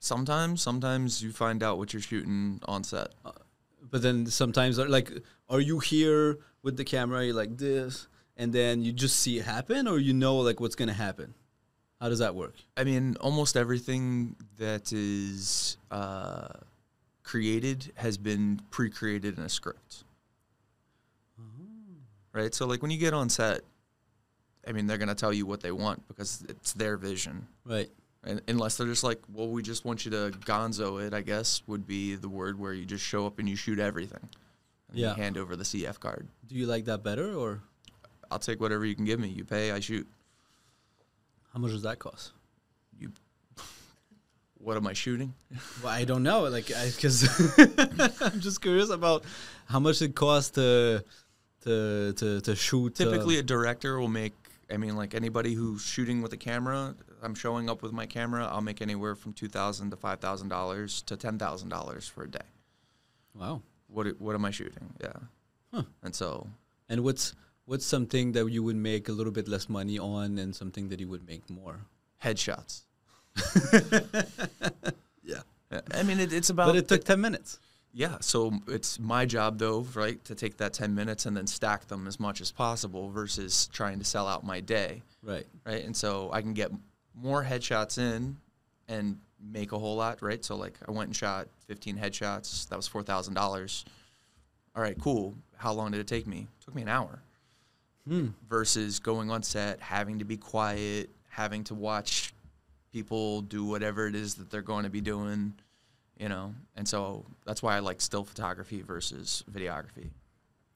B: sometimes, sometimes you find out what you're shooting on set.
A: But then sometimes, are like, are you here with the camera? You're like this, and then you just see it happen, or you know like what's gonna happen. How does that work?
B: I mean, almost everything that is uh, created has been pre-created in a script, right? So, like when you get on set, I mean, they're gonna tell you what they want because it's their vision,
A: Right.
B: and unless they're just like, "Well, we just want you to gonzo it," I guess would be the word where you just show up and you shoot everything, and
A: Yeah.
B: you hand over the CF card.
A: Do you like that better, or
B: I'll take whatever you can give me. You pay, I shoot.
A: how much does that cost?
B: You, what am I shooting?
A: Well, I don't know. Like, because I'm just curious about how much it costs to to to, to shoot. uh,
B: typically a director will make i mean like anybody who's shooting with a camera i'm showing up with my camera i'll make anywhere from $2000 to $5000 to $10000 for a day
A: wow.
B: what a- what am i shooting yeah
A: Huh.
B: and so
A: And what's what's something that you would make a little bit less money on, and something that you would make more?
B: headshots
A: Yeah.
B: Yeah, i mean it, it's about
A: But it took ten minutes.
B: yeah so it's my job though right to take that 10 minutes and then stack them as much as possible versus trying to sell out my day
A: Right.
B: right? And so I can get more headshots in and make a whole lot, right? So like I went and shot 15 headshots. That was four thousand dollars. All right, cool. How long did it take me? It took me an hour. Versus going on set, having to be quiet, having to watch people do whatever it is that they're going to be doing, you know. And so that's why I like still photography versus videography.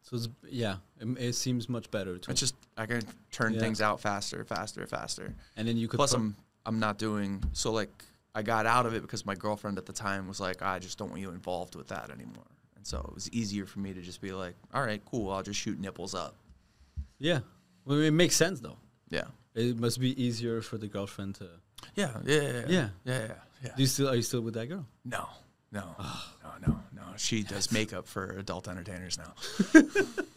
A: So it's, yeah, it, it seems much better. To
B: It's just I can turn
A: Yeah.
B: things out faster, faster, faster.
A: and then you could
B: Plus,
A: pro-
B: I'm I'm not doing so. Like, I got out of it because my girlfriend at the time was like, "I just don't want you involved with that anymore." And so it was easier for me to just be like, "All right, cool. I'll just shoot nipples up."
A: yeah. Well, it makes sense though.
B: Yeah.
A: It must be easier for the girlfriend to.
B: Yeah. Yeah. Yeah.
A: Yeah.
B: Yeah. yeah, yeah, yeah.
A: Do you still are you still with that girl?
B: No. No. No. No. No. She does makeup for adult entertainers now.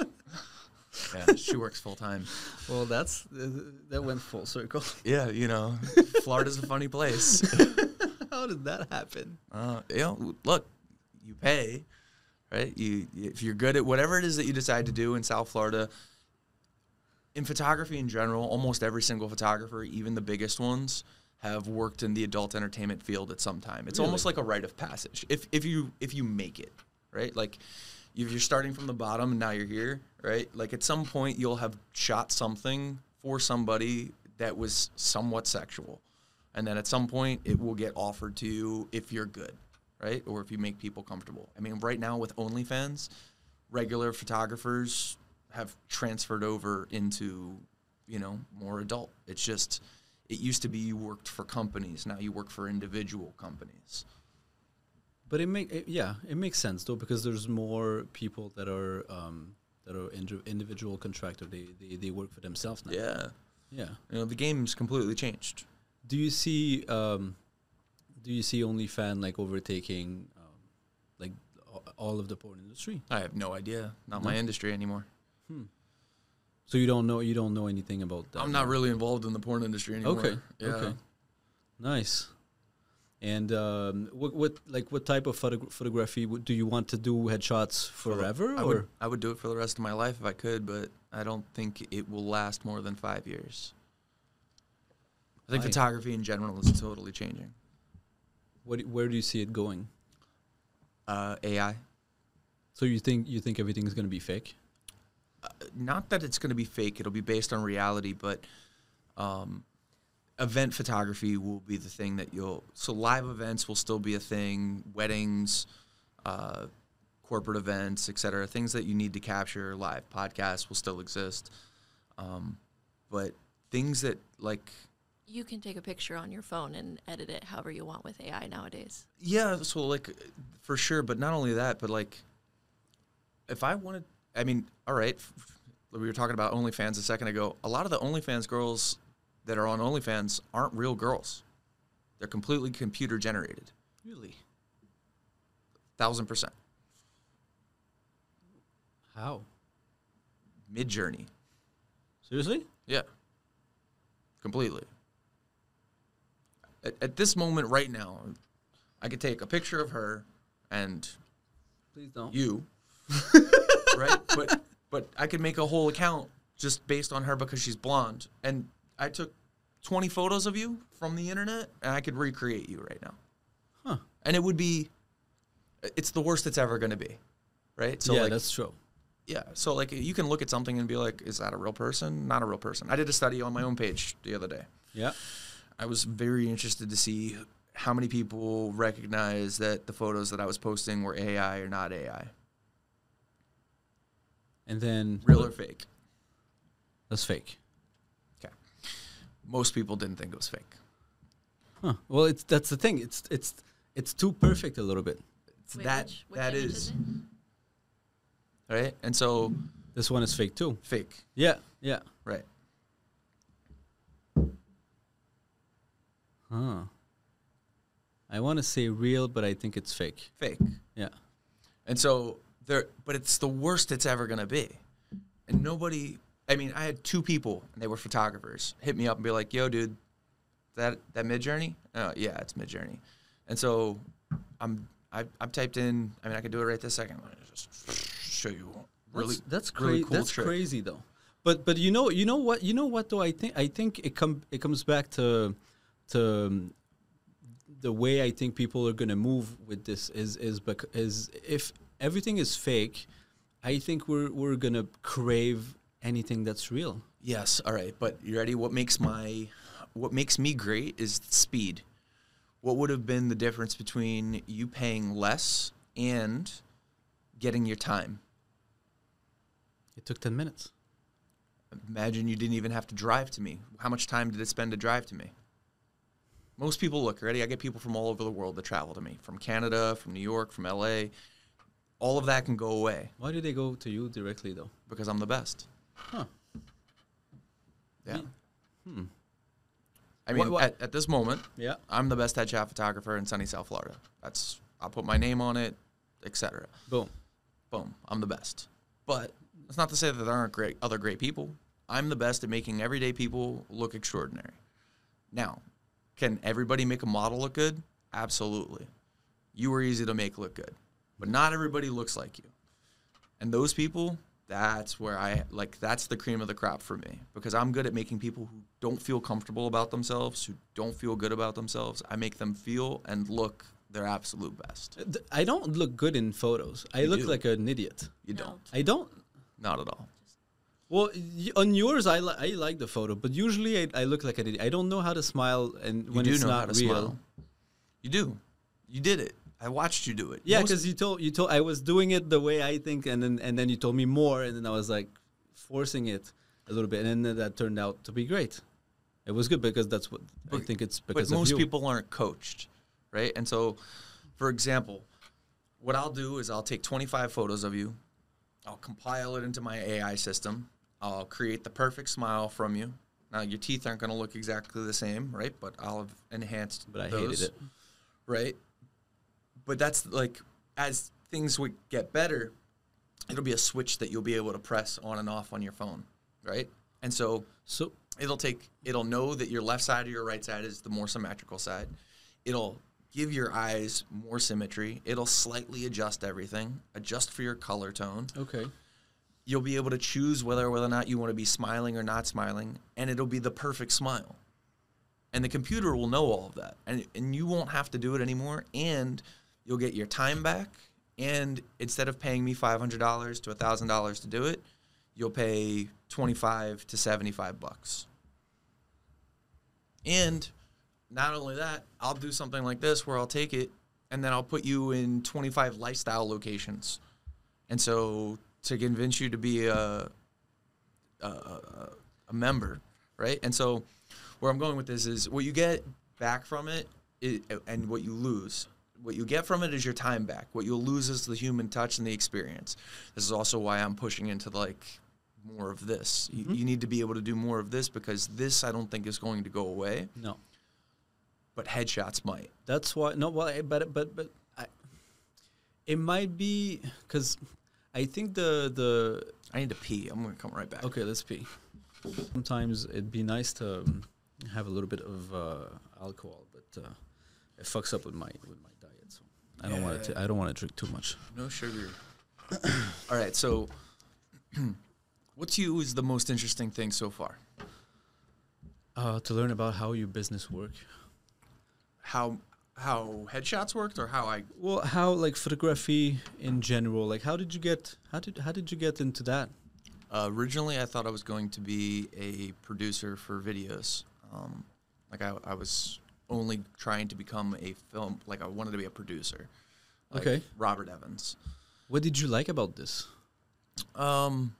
B: yeah. She works full time.
A: Well, that's that went full circle.
B: Yeah. You know, Florida's a funny place.
A: How did that happen?
B: Uh, you know, look, you pay, right? You if you're good at whatever it is that you decide to do in South Florida. In photography in general, almost every single photographer, even the biggest ones, have worked in the adult entertainment field at some time. It's almost like a rite of passage. If if you if you make it, right? Like if you're starting from the bottom and now you're here, right? Like at some point you'll have shot something for somebody that was somewhat sexual. And then at some point, it will get offered to you if you're good, right? Or if you make people comfortable. I mean, right now with OnlyFans, regular photographers have transferred over into, you know, more adult. It's just, it used to be you worked for companies, now you work for individual companies.
A: But it make it, yeah, it makes sense though because there's more people that are um, that are indi- individual contractor. They, they they work for themselves now.
B: Yeah.
A: Yeah.
B: You know, the game's completely changed.
A: Do you see um, do you see OnlyFans like overtaking um, like a- all of the porn industry?
B: I have no idea. Not my industry anymore.
A: So you don't know you don't know anything about that.
B: I'm not really involved in the porn industry anymore.
A: Okay.
B: Yeah.
A: Okay. Nice. And um, what, what like what type of photo- photography would, do you want to do headshots forever?
B: I
A: or
B: would, I would do it for the rest of my life if I could, but I don't think it will last more than five years. I think
A: Why?
B: photography in general is totally changing.
A: what, do- where do you see it going?
B: Uh, AI.
A: So you think you think everything is going to be fake?
B: not that it's going to be fake. It'll be based on reality, but um, event photography will be the thing that you'll. So live events will still be a thing. Weddings, uh, corporate events, etc. Things that you need to capture live. Podcasts will still exist, um, but things that like
C: You can take a picture on your phone and edit it however you want with AI nowadays.
B: Yeah, so like for sure, but not only that, but like if I wanted, I mean, all right, f- we were talking about OnlyFans a second ago. A lot of the OnlyFans girls that are on OnlyFans aren't real girls; they're completely computer generated,
A: Really?
B: thousand percent.
A: How?
B: Mid Journey,
A: Seriously?
B: yeah, completely. At, at this moment, right now, I could take a picture of her and
A: Please don't.
B: you, right? But but I could make a whole account just based on her because she's blonde, and I took twenty photos of you from the internet, and I could recreate you right now.
A: Huh.
B: And it would be, it's the worst it's ever going to be, right?
A: yeah,
B: like,
A: that's true.
B: yeah. So like you can look at something and be like, is that a real person? Not a real person. I did a study on my own page the other day.
A: Yeah.
B: I was very interested to see how many people recognize that the photos that I was posting were AI or not AI,
A: And then
B: real or fake.
A: that's fake.
B: Okay. Most people didn't think it was fake.
A: Huh. Well, it's that's the thing. It's it's it's too perfect a little bit.
B: It's that
C: which- which
B: that
C: image
B: is,
C: it?
B: right. And so
A: This one is fake too.
B: fake,
A: Yeah. Yeah.
B: right?
A: Huh. I want to say real, but I think it's fake.
B: Fake.
A: Yeah.
B: And so there, but it's the worst it's ever gonna be. And nobody. I mean, I had two people, and they were photographers, hit me up and be like, "Yo, dude, that that Mid Journey? Oh, yeah, it's Mid Journey." And so I'm I, I'm typed in. I mean, I can do it right this second. Let me just show you. Really,
A: that's, that's crazy.
B: really cool
A: that's
B: trick.
A: crazy though. But but you know you know what you know what though I think I think it come it comes back to to um, the way I think people are going to move with this is is bec- is if everything is fake, I think we're we're going to crave anything that's real.
B: Yes, all right, but you ready? What makes my what makes me great is speed. What would have been the difference between you paying less and getting your time?
A: It took 10 minutes.
B: Imagine you didn't even have to drive to me. How much time did it spend to drive to me? Most people look already. I get people from all over the world that travel to me, from Canada, from New York, from LA. All of that can go away
A: Why did they go to you directly though?
B: because I'm the best.
A: Huh.
B: Yeah.
A: Ye- hmm.
B: I mean,
A: Wha- wha-
B: At, at this moment,
A: Yeah.
B: I'm the best headshot photographer in sunny South Florida. That's I'll put my name on it, etc.
A: Boom.
B: Boom, I'm the best. But that's not to say that there aren't great other great people. I'm the best at making everyday people look extraordinary. Now, can everybody make a model look good? Absolutely. You were easy to make look good, but not everybody looks like you. And those people, that's where I like that's the cream of the crop for me because I'm good at making people who don't feel comfortable about themselves, who don't feel good about themselves, I make them feel and look their absolute best.
A: Th- I don't look good in photos. I
B: You
A: look
B: do.
A: like an idiot.
B: You
C: No.
B: don't.
A: I don't
B: Not at all.
A: Well, y- on yours, I, li- I like the photo, but usually I, I look like I did. I don't know how to smile, and
B: You
A: when
B: do
A: it's
B: know
A: not
B: how to
A: real.
B: smile. You do. You did it. I watched you do it.
A: Yeah,
B: Most-
A: because you told you told I was doing it the way I think, and then and then you told me more, and then I was like forcing it a little bit, and then that turned out to be great. It was good because that's what I
B: But-
A: think it's
B: but
A: because of
B: most
A: you.
B: people aren't coached, right? And so, for example, what I'll do is I'll take 25 photos of you, I'll compile it into my AI system, I'll create the perfect smile from you. Now your teeth aren't going to look exactly the same, right? But I'll have enhanced.
A: But I hated
B: those,
A: it.
B: right? But that's like as things would get better, it'll be a switch that you'll be able to press on and off on your phone, right? And so
A: So
B: it'll take it'll know that your left side or your right side is the more symmetrical side it'll give your eyes more symmetry it'll slightly adjust everything adjust for your color tone
A: okay,
B: you'll be able to choose whether whether or not you want to be smiling or not smiling and it'll be the perfect smile and the computer will know all of that and, and you won't have to do it anymore and you'll get your time back and instead of paying me $500 to $1000 to do it you'll pay 25 to 75 bucks and not only that i'll do something like this where i'll take it and then i'll put you in 25 lifestyle locations and so to convince you to be a a, a, a member, right? And so where I'm going with this is what you get back from it, i and what you lose. What you get from it is your time back. What you'll lose is the human touch and the experience. This is also why I'm pushing into like more of this. You, you need to be able to do more of this because this I don't think is going to go away,
A: no,
B: but headshots might.
A: that's why no. Well, I- but but but I, it might be because I think the the
B: I need to pee. I'm going to come right back.
A: Okay, let's pee. Sometimes it'd be nice to um, have a little bit of uh, alcohol, but uh, it fucks up with my with my diet. So I don't want to. I don't want to drink too much.
B: No sugar. All right, so what to you is the most interesting thing so far?
A: Uh, to learn about how your business work.
B: How how headshots worked or how I
A: Well, how like photography in general. Like, how did you get? How did how did you get into that?
B: uh, originally I thought I was going to be a producer for videos. Um, like I, I was only trying to become a film like I wanted to be a producer. like
A: Okay.
B: Robert Evans.
A: What did you like about this?
B: Um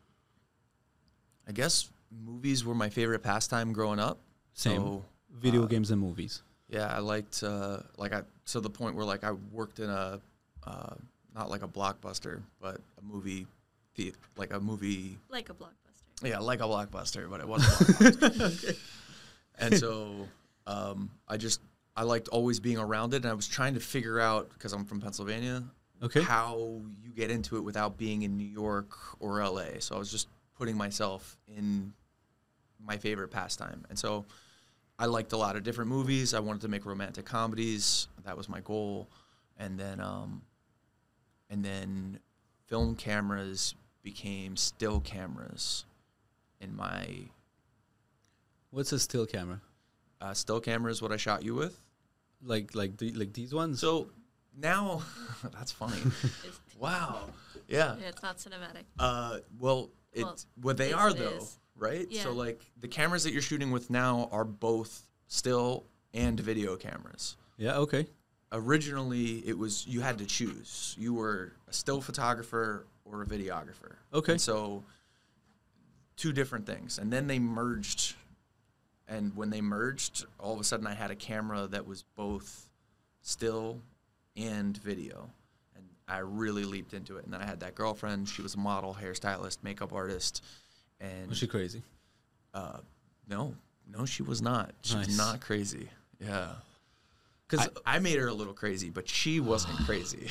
B: I guess movies were my favorite pastime growing up.
A: Same.
B: So
A: Video games and movies.
B: Yeah, I liked uh, like I to the point where like I worked in a uh, not like a blockbuster, but a movie, the like a movie,
C: like a blockbuster.
B: yeah, like a blockbuster, but it wasn't. a blockbuster. And so um, I just I liked always being around it, and I was trying to figure out because I'm from Pennsylvania,
A: Okay.
B: how you get into it without being in New York or LA. So I was just putting myself in my favorite pastime. And so I liked a lot of different movies. I wanted to make romantic comedies. That was my goal. And then um and then film cameras became still cameras in my
A: What's a still camera?
B: uh, still camera is what I shot you with.
A: Like like the, like these ones.
B: So now that's funny.
C: It's,
B: wow. Yeah.
C: yeah, it's not cinematic.
B: Uh, well, it
C: Well,
B: what they
C: yes,
B: are
C: it
B: though,
C: is.
B: right?
C: Yeah.
B: So like the cameras that you're shooting with now are both still and video cameras.
A: yeah. Okay.
B: Originally, it was you had to choose. You were a still photographer or a videographer.
A: Okay.
B: And so two different things, and then they merged. And when they merged, all of a sudden I had a camera that was both still and video. And I really leaped into it. And then I had that girlfriend. She was a model, hairstylist, makeup artist. And
A: Was she crazy?
B: uh, no, no, she was not. She
A: Nice.
B: was not crazy. Yeah.
A: Because
B: I, I made her a little crazy, but she wasn't crazy.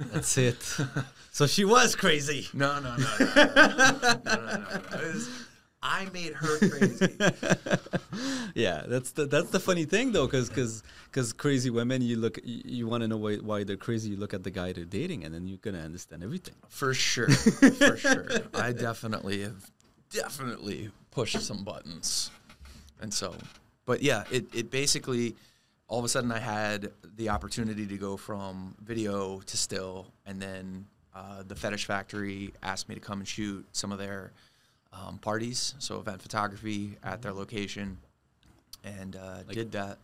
A: that's it. so she was crazy.
B: No, no, no, no, no, no, no, no, no. It was- I made her crazy.
A: Yeah, that's the that's the funny thing though, because crazy women, you look you, you want to know why, why they're crazy. You look at the guy they're dating, and then you're gonna understand everything.
B: For sure. For sure. I definitely have definitely pushed some buttons. And so, but yeah, it, it basically, all of a sudden, I had the opportunity to go from video to still. And then uh, the Fetish Factory asked me to come and shoot some of their um, parties, so event photography at their location, and uh,
A: Like-
B: did that.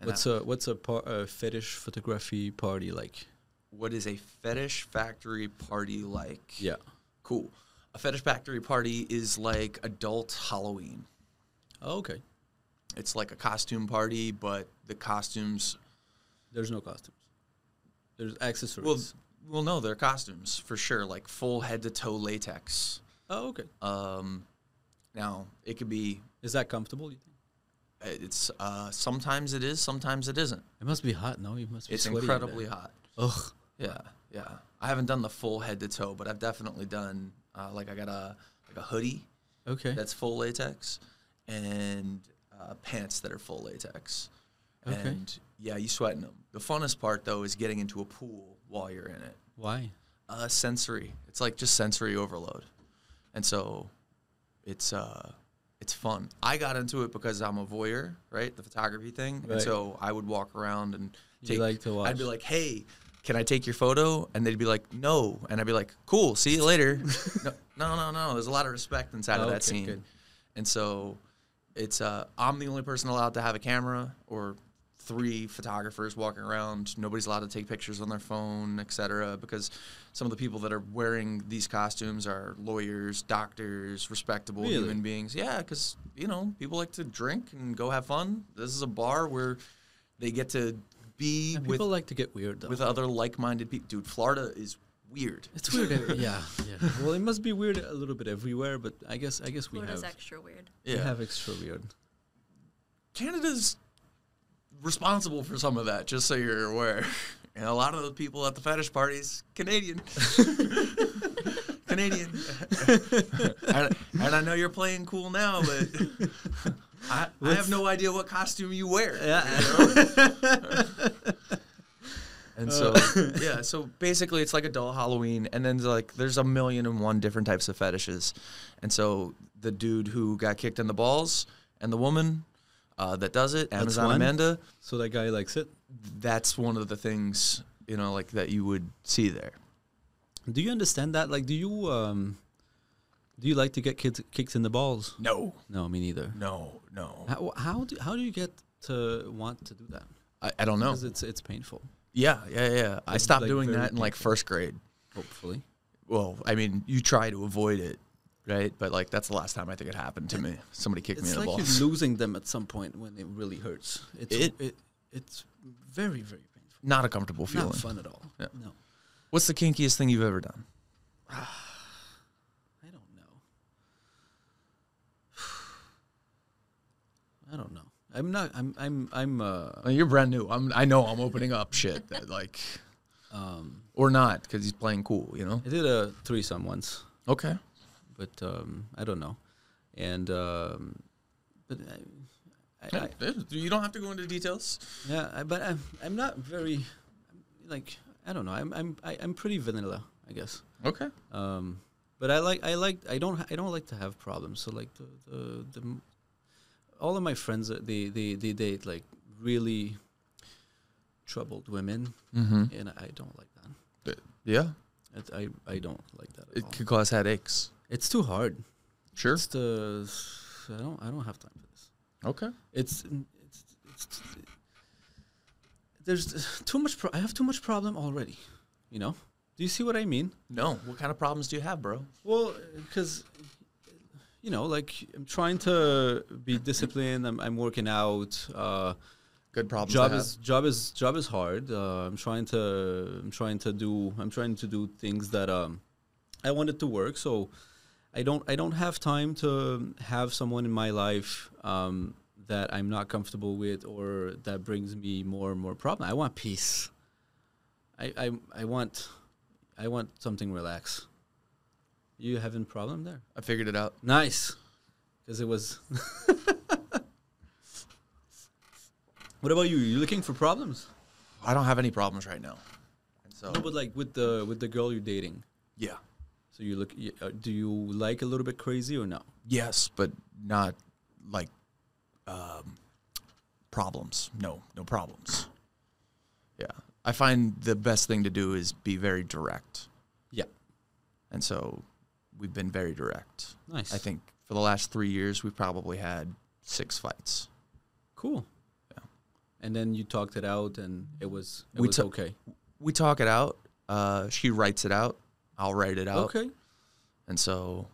B: And
A: What's
B: that-
A: a what's a, par- a fetish photography party like?
B: what is a fetish factory party like?
A: Yeah.
B: cool. A fetish factory party is like adult Halloween.
A: Oh, okay.
B: It's like a costume party, but the costumes
A: There's no costumes. There's accessories.
B: well, well, no, they're costumes for sure, like full head to toe latex.
A: oh, okay.
B: Um, now it could be
A: Is that comfortable? You think?
B: it's uh, sometimes it is, sometimes it isn't.
A: It must be hot. No, you must be.
B: It's
A: sweaty in there.
B: incredibly hot.
A: Ugh.
B: Yeah, yeah. I haven't done the full head to toe, but I've definitely done uh, like I got a like a hoodie
A: Okay.
B: that's full latex and uh, pants that are full latex.
A: Okay.
B: And yeah, you sweating them. The funnest part though is getting into a pool while you're in it.
A: Why?
B: Uh, sensory. It's like just sensory overload, and so it's uh, it's fun. I got into it because I'm a voyeur, right? The photography thing,
A: Right.
B: and so I would walk around and
A: You
B: take.
A: like to watch.
B: I'd be like, "Hey, can I take your photo?" And they'd be like, "No," and I'd be like, "Cool, see you later." no, no, no, no. There's a lot of respect inside
A: Oh,
B: of
A: okay,
B: that scene,
A: good.
B: and so it's uh, I'm the only person allowed to have a camera or three photographers walking around. Nobody's allowed to take pictures on their phone, etc. Because some of the people that are wearing these costumes are lawyers, doctors, respectable
A: Really?
B: human beings. Yeah, because you know people like to drink and go have fun. This is a bar where they get to be
A: And
B: with
A: people like to get weird though.
B: with other like-minded people. Dude, Florida is weird.
A: it's weird. eh? yeah. Yeah. Well, it must be weird a little bit everywhere, but I guess I guess we
C: Florida's
A: have
C: extra weird.
A: we have extra weird.
B: Canada's responsible for some of that, just so you're aware. And a lot of the people at the fetish parties, Canadian. Canadian. and, and I know you're playing cool now, but I, I have no idea what costume you wear. And so,
A: Uh,
B: yeah, so basically it's like adult Halloween. And then like there's a million and one different types of fetishes. And so the dude who got kicked in the balls and the woman uh, that does it, Amazon
A: one.
B: Amanda,
A: So that guy likes it.
B: that's one of the things, you know, like that you would see there.
A: Do you understand that? Like, do you um, do you like to get kids kicked in the balls?
B: No,
A: No, me neither.
B: no, no.
A: How, how do how do you get to want to do that?
B: I, I don't know.
A: Because it's it's painful.
B: Yeah, yeah, yeah. I stopped
A: like,
B: doing
A: very
B: that in like
A: painful.
B: first grade.
A: Hopefully,
B: Well, I mean, you try to avoid it, right? But like that's the last time I think it happened to me. Somebody kicked me
A: it's
B: in the
A: like
B: balls.
A: you're losing them at some point when it really hurts. It's
B: It-
A: it, it's very very painful.
B: Not a comfortable feeling.
A: Not fun at all.
B: Yeah.
A: No,
B: What's the kinkiest thing you've ever done?
A: I don't know. I don't know. I'm not. I'm. I'm. I'm. Uh,
B: Oh, you're brand new. I'm, I know I'm opening up shit that like,
A: um.
B: or not because he's playing cool, you know?
A: I did a threesome once.
B: Okay.
A: but um, I don't know. And um, but I, I,
B: Yeah,
A: I,
B: you don't have to go into details.
A: yeah, I, but I'm I'm not very like I don't know. I'm I'm I, I'm pretty vanilla, I guess.
B: Okay.
A: Um, but I like I like I don't I don't like to have problems. So like the the, the m- all of my friends uh, they they they date like really troubled women,
B: Mm-hmm.
A: and I don't like that.
B: Yeah.
A: It's- I I don't like that. At
B: It
A: all.
B: could cause headaches.
A: It's too hard.
B: Sure.
A: It's the I don't I don't have time for this.
B: Okay.
A: it's it's, it's there's too much pro- i have too much problem already you know do you see what i mean
B: No. What kind of problems do you have, bro?
A: well because you know like i'm trying to be disciplined i'm, I'm working out uh,
B: Good problems.
A: job is job is job is hard uh, i'm trying to i'm trying to do i'm trying to do things that um i wanted to work so i don't i don't have time to have someone in my life um that i'm not comfortable with or that brings me more and more problem i want peace i i, I want i want something relaxed you having problem there
B: I figured it out.
A: Nice, because it was. what about you? You looking for problems?
B: I don't have any problems right now. And so
A: No, but like with the with the girl you're dating.
B: yeah.
A: So you look. y- uh, Do you like a little bit crazy or no?
B: Yes, but not like um, problems. No, no problems. Yeah. I find the best thing to do is be very direct.
A: Yeah.
B: And so we we've been very direct.
D: Nice.
B: I think for the last three years, we've probably had six fights.
A: Cool.
B: Yeah.
A: And then you talked it out, and it was it
B: We
A: was
B: ta-
A: okay.
B: We talk it out. Uh, she writes it out. I'll write it out.
A: Okay.
B: And so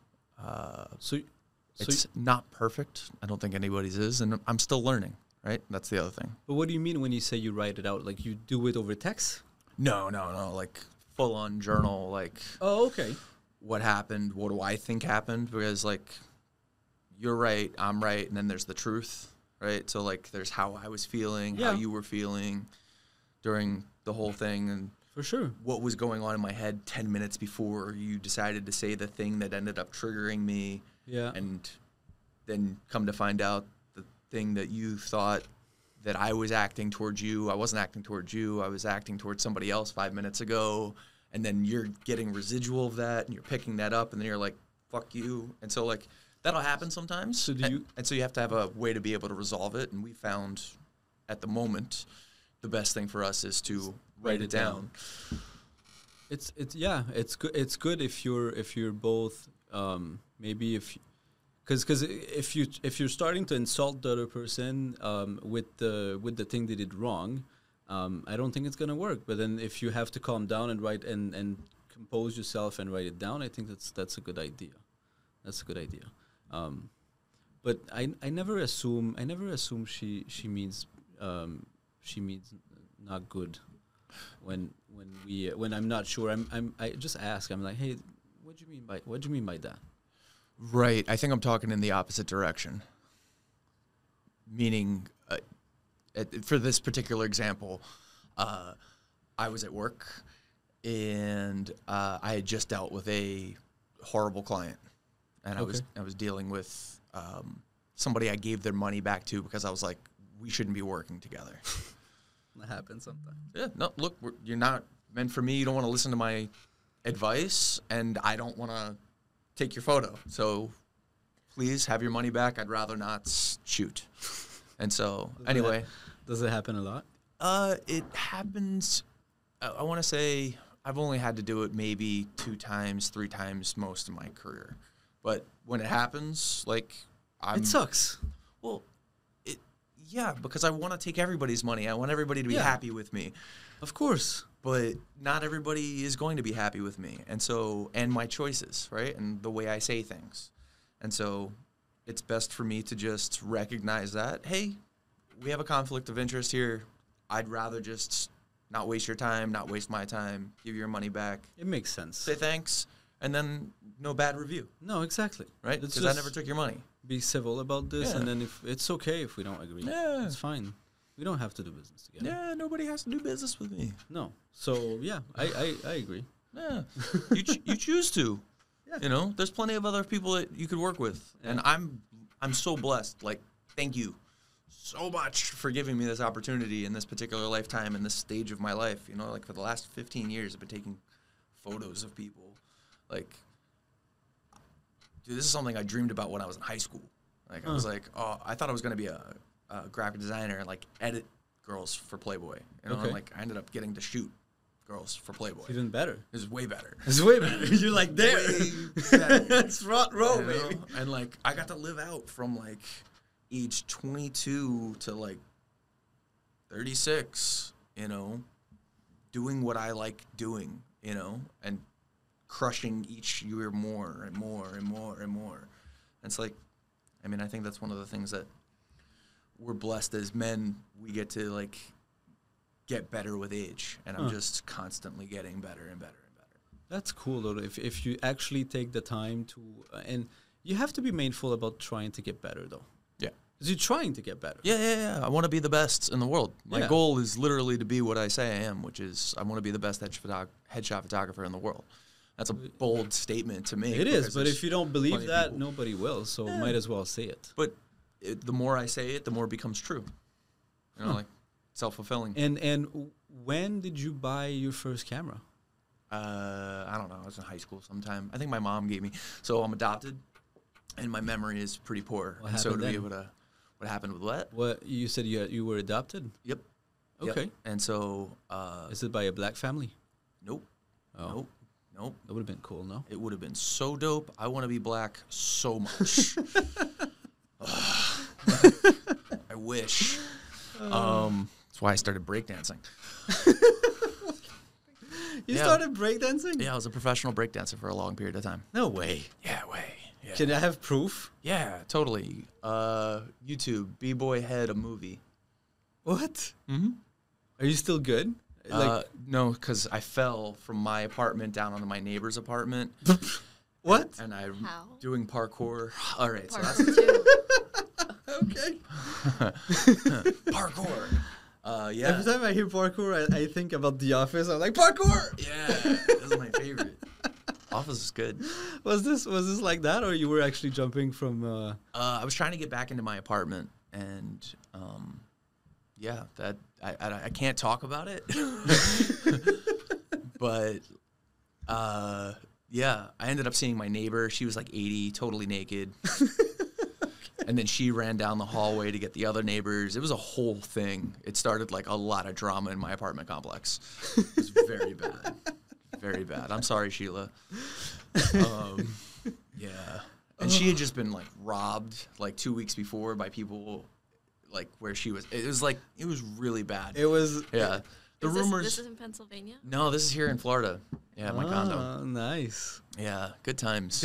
B: uh,
A: So, y- so
B: it's
A: y-
B: not perfect. I don't think anybody's is, and I'm still learning. Right? That's the other thing.
A: but what do you mean when you say you write it out? Like you do it over text?
B: No, no, no. Like full on journal. Like
A: Oh, okay.
B: what happened? What do I think happened? Because like you're right, I'm right, and then there's the truth, right? So like there's how I was feeling,
A: Yeah.
B: how you were feeling during the whole thing, and
A: For sure.
B: what was going on in my head 10 minutes before you decided to say the thing that ended up triggering me
A: Yeah.
B: and then come to find out the thing that you thought that I was acting towards you, I wasn't acting towards you, I was acting towards somebody else five minutes ago, and then you're getting residual of that and you're picking that up, and then you're like, fuck you. And so, like, that'll happen sometimes.
A: So do
B: and,
A: you-
B: and so you have to have a way to be able to resolve it, and we found at the moment the best thing for us is to write it down.
A: It's it's yeah, it's good. It's good if you're if you're both um, maybe if because because if you if you're starting to insult the other person um, with the with the thing they did wrong, um, I don't think it's gonna work. But then if you have to calm down and write and and compose yourself and write it down, I think that's that's a good idea. That's a good idea. Um, but I, I never assume I never assume she she means um, she means not good when when we when I'm not sure I'm, I'm I just ask I'm like hey what do you mean by what do you mean by that
B: Right. I think I'm talking in the opposite direction. Meaning, uh, at, for this particular example, uh, I was at work and uh, I had just dealt with a horrible client, and I was
A: Okay.
B: I was dealing with um, somebody I gave their money back to because I was like, we shouldn't be working together.
A: that happens sometimes
B: yeah, no, look, we're, you're not meant for me. You don't want to listen to my advice, and I don't want to take your photo. So please have your money back. I'd rather not s- shoot. And so, anyway,
A: does it happen a lot
B: uh, it happens. I, I want to say I've only had to do it maybe two times, three times most of my career. But when it happens, like I'm
A: it sucks
B: well, it yeah because I want to take everybody's money. I want everybody to be
A: Yeah.
B: happy with me
A: of course
B: but not everybody is going to be happy with me and so and my choices right and the way i say things and so it's best for me to just recognize that hey we have a conflict of interest here i'd rather just not waste your time not waste my time give your money back
A: it makes sense
B: say thanks and then no bad review
A: no exactly
B: right
A: Let's
B: because i
A: just
B: never took your money
A: be civil about this and
B: Yeah.
A: then if it's okay if we don't agree
B: Yeah.
A: it's fine we don't have to do business together
B: yeah nobody has to do business with me
A: no so yeah I I, I agree
B: Yeah, you ch- you choose to.
A: Yeah.
B: You know, there's plenty of other people that you could work with, and I'm I'm so blessed. Like, thank you so much for giving me this opportunity in this particular lifetime in this stage of my life. You know, like for the last 15 years, I've been taking photos of people. Like, dude, this is something I dreamed about when I was in high school. Like, I was like, oh, I thought I was gonna be a, a graphic designer and like edit girls for Playboy. You know, and,
A: Okay.
B: like I ended up getting to shoot girls for Playboy.
A: even better
B: It's way better.
A: it's way better you're like there it's rot row
B: You know? And like I got to live out from like age 22 to like 36, you know, doing what I like doing, you know, and crushing each year more and more and more and more. And it's like I mean, I think that's one of the things that we're blessed as men, we get to like get better with age, and I'm
A: Huh.
B: just constantly getting better and better and better.
A: That's cool though. If if you actually take the time to, and you have to be mindful about trying to get better though,
B: Yeah.
A: 'Cause you're trying to get better.
B: Yeah, yeah, yeah. I want to be the best in the world. My
A: Yeah.
B: goal is literally to be what I say I am, which is I want to be the best hedge photog- headshot photographer in the world. That's a bold statement to make.
A: It is,
B: because
A: but
B: there's
A: if you don't
B: plenty
A: believe
B: of
A: that,
B: people-
A: nobody will. So might as well say it.
B: but it, the more I say it, the more it becomes true. You know, like self fulfilling.
A: And and w- when did you buy your first camera?
B: uh, I don't know. I was in high school sometime. I think my mom gave me. So I'm adopted, and my memory is pretty poor.
A: What
B: and so to
A: happened
B: be
A: then?
B: able to, what happened with what?
A: What you said you you were adopted?
B: Yep. yep.
A: Okay.
B: And so, uh,
A: Is it by a black family?
B: nope.
A: Oh.
B: Nope. Nope.
A: That would have been cool, no?
B: It would have been so dope. I want to be black so much. I wish. Um, that's why I started breakdancing.
A: You
B: Yeah.
A: started breakdancing?
B: Yeah, I was a professional breakdancer for a long period of time.
A: No way.
B: Yeah, way. Yeah,
A: Can I have proof?
B: yeah totally. Uh, YouTube, B Boy Head, a movie.
A: What? Mm-hmm. Are you still good? Like,
B: uh, no, because I fell from my apartment down onto my neighbor's apartment,
A: what?
B: and I'm
C: How?
B: doing parkour. All right, so
C: Part
B: that's
C: two.
A: Okay.
B: parkour. Uh, yeah.
A: Every time I hear parkour, I, I think about The Office. I'm like, parkour.
B: Yeah, this is my favorite. Office is good.
A: Was this was this like that, or you were actually jumping from? Uh,
B: Uh, I was trying to get back into my apartment, and um, yeah, that I, I, I can't talk about it, but uh, yeah, I ended up seeing my neighbor. She was like 80, totally naked. And then she ran down the hallway to get the other neighbors. It was a whole thing. It started like a lot of drama in my apartment complex. It was very bad. Very bad. I'm sorry, Sheila. Um, yeah. And she had just been like robbed like two weeks before by people like where she was. It was like, it was really bad.
A: it was.
B: yeah. The
C: Is this-
B: rumors.
C: This, is in Pennsylvania.
B: no, this is here in Florida. Yeah, at my condo.
A: Ah, nice.
B: Yeah, good times.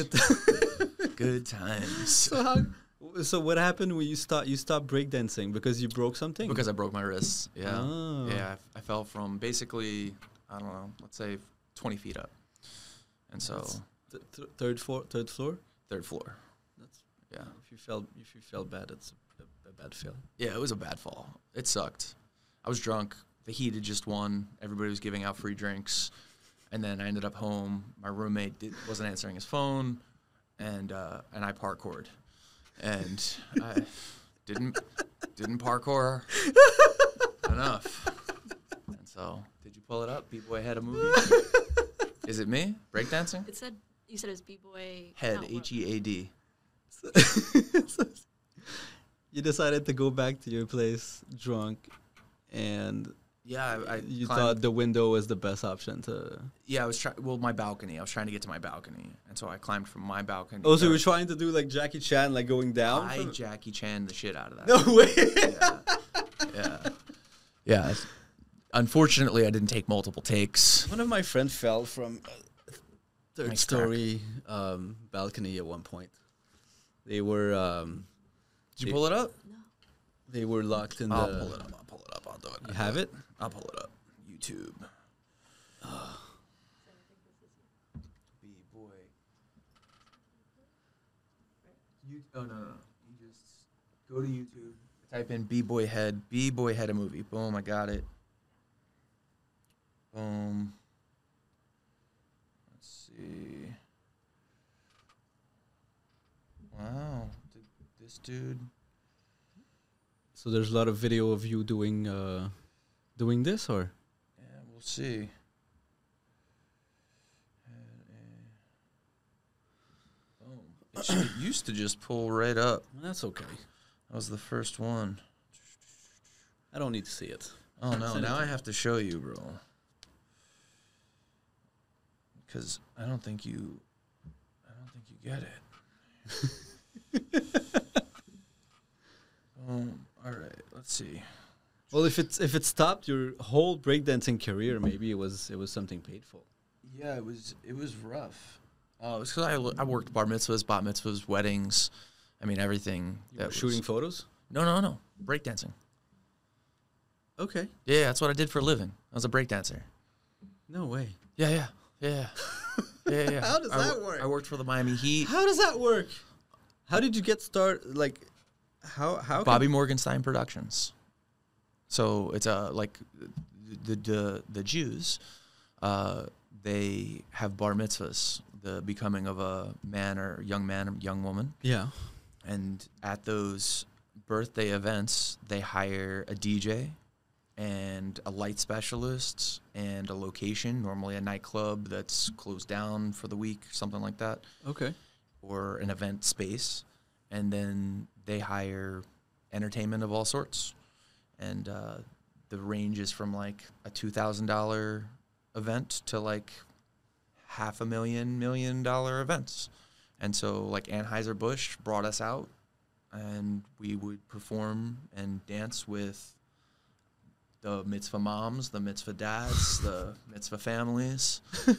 B: Good, times.
A: So how? So what happened when you stop you stopped breakdancing because you broke something?
B: Because I broke my wrists. Yeah.
A: Oh.
B: Yeah, I, I fell from basically, I don't know, let's say 20 feet up. And so,
A: Th- th- third floor, third floor.
B: third floor.
A: That's
B: Yeah.
A: if you felt if you felt bad, it's a, a, a bad feeling.
B: Yeah, it was a bad fall. It sucked. I was drunk. The heat had just won. Everybody was giving out free drinks. And then I ended up home. My roommate did, wasn't answering his phone, and uh, and I parkoured, and I didn't didn't parkour enough. And so, did you pull it up? B boy had a movie. Is it me breakdancing?
C: It said you said it was b boy.
B: Head H E A D.
A: You decided to go back to your place drunk, and
B: Yeah, I, I
A: you
B: climbed-
A: thought the window was the best option to.
B: Yeah, I was trying. Well, my balcony. I was trying to get to my balcony, and so I climbed from my balcony.
A: Oh, so you
B: down.
A: were trying to do like Jackie Chan, like going down.
B: I
A: from-
B: Jackie Chan the shit out of that.
A: no way.
B: Yeah. yeah. Yeah. Unfortunately, I didn't take multiple takes.
A: One of my friends fell from a third
B: Nice crack.
A: story um, balcony at one point. They were um,
B: Did you pull it up?
A: they were locked in
B: I'll
A: the.
B: pull it up. I'll pull it up. I'll do it.
A: You have it?
B: I'll pull it up. YouTube. B boy. You, oh no, no, no. You just go to YouTube. Type in B boy head. B boy head a movie. Boom! I got it. Boom. Let's see. Wow, Th- this dude.
A: So there's a lot of video of you doing uh, doing this, or
B: Yeah, we'll see. Boom. It, should, it used to just pull right up.
A: that's okay.
B: That was the first one.
A: I don't need to see it.
B: Oh no,
A: Send it
B: now
A: to
B: I have to show you, bro. Because I don't think you, I don't think you get it. um, all right, let's see.
A: Well, if it's if it stopped your whole breakdancing career, maybe it was it was something painful.
B: Yeah, it was it was rough. Oh, it's because I, lo- I worked bar mitzvahs, bat mitzvahs, weddings. I mean everything.
A: You
B: that
A: were shooting
B: Was,
A: photos.
B: no, no, no, breakdancing.
A: Okay.
B: Yeah, that's what I did for a living. I was a breakdancer.
A: No way.
B: Yeah, yeah, yeah, yeah, yeah. yeah.
A: How does
B: I,
A: that
B: wo-
A: work?
B: I worked for the Miami Heat.
A: How does that work? How did you get started? Like, how how? can-
B: Bobby Morgenstein Productions. So it's uh, like the the the Jews, uh, they have bar mitzvahs, the becoming of a man or young man or young woman.
A: yeah.
B: and at those birthday events they hire a dj and a light specialist and a location normally a nightclub that's closed down for the week something like that
A: Okay.
B: or an event space and then they hire entertainment of all sorts and uh, the range is from like a $2000 event to like half a million million dollar events. And so like Anheuser-Busch brought us out and we would perform and dance with the mitzvah moms, the mitzvah dads, the mitzvah families. it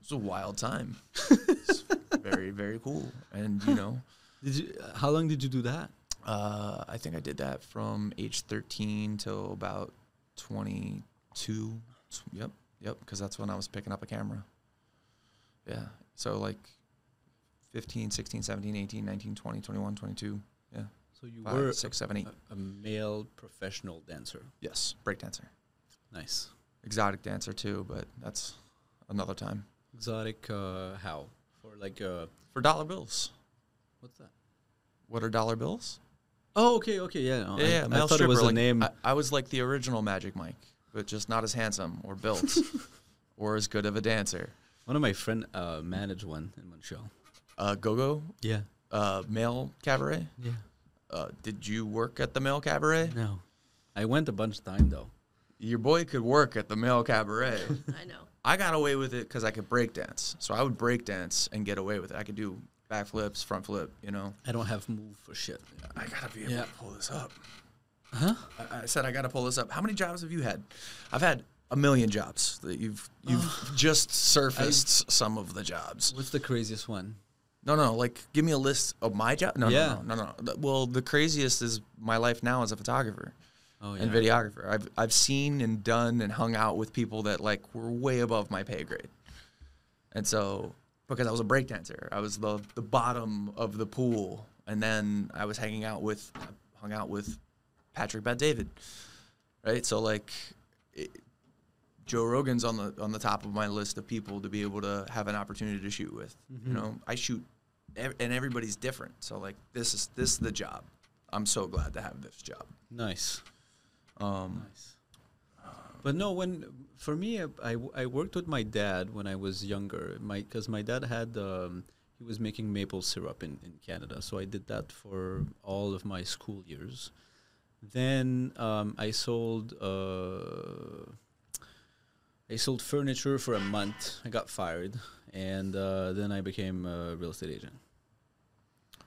B: was a wild time. It's very, very cool. And, you know,
A: Did you? How long did you do that?
B: uh, I think I did that from age 13 till about 22. Tw- Yep, yep, because that's when I was picking up a camera. Yeah, so like 15, 16, 17, 18, 19, 20, 21, 22. Yeah,
A: So you were
B: five, six, seven, eight.
A: a, a male professional dancer.
B: Yes, breakdancer.
A: Nice,
B: Exotic dancer too, but that's another time.
A: exotic. Uh, how for like uh,
B: For dollar bills.
A: what's that?
B: What are dollar bills?
A: Oh, okay, okay, yeah. no, I,
B: yeah,
A: I
B: male
A: thought it was
B: stripper,
A: a
B: like,
A: name.
B: I, I was like the original Magic Mike, but just not as handsome or built or as good of a dancer.
A: One of my friend uh, managed one in Montreal.
B: Uh, Go-Go,
A: Yeah,
B: uh, male cabaret.
A: yeah.
B: Uh, did you work at the male cabaret?
A: No, I went a bunch of time though.
B: Your boy could work at the male cabaret.
C: I know.
B: I got away with it because I could break dance. So I would break dance and get away with it. I could do back flips, front flip, you know.
A: I don't have move for shit.
B: I gotta be able
A: Yeah.
B: to pull this up.
A: Huh?
B: I, I said I gotta pull this up. How many jobs have you had? I've had a million jobs. That you've
A: Oh.
B: you've just surfaced some of the jobs.
A: What's the craziest one?
B: No, no, like give me a list of my job. No,
A: Yeah.
B: no, no, no, no. Th- Well, the craziest is my life now as a photographer
A: Oh yeah.
B: and videographer. I've I've seen and done and hung out with people that like were way above my pay grade, and so because I was a breakdancer, I was the the bottom of the pool, and then I was hanging out with hung out with Patrick Bat David, right? So like. It, Joe Rogan's on the on the top of my list of people to be able to have an opportunity to shoot with. You know, I shoot, ev- and everybody's different. So like, this is this is the job. I'm so glad to have this job.
A: nice.
B: Um,
A: Nice. But no, when for me, I- I, w- I worked with my dad when I was younger. My because my dad had um, he was making maple syrup in in Canada, so I did that for all of my school years. Then um, I sold uh, I sold furniture for a month. I got fired, and uh, then I became a real estate agent.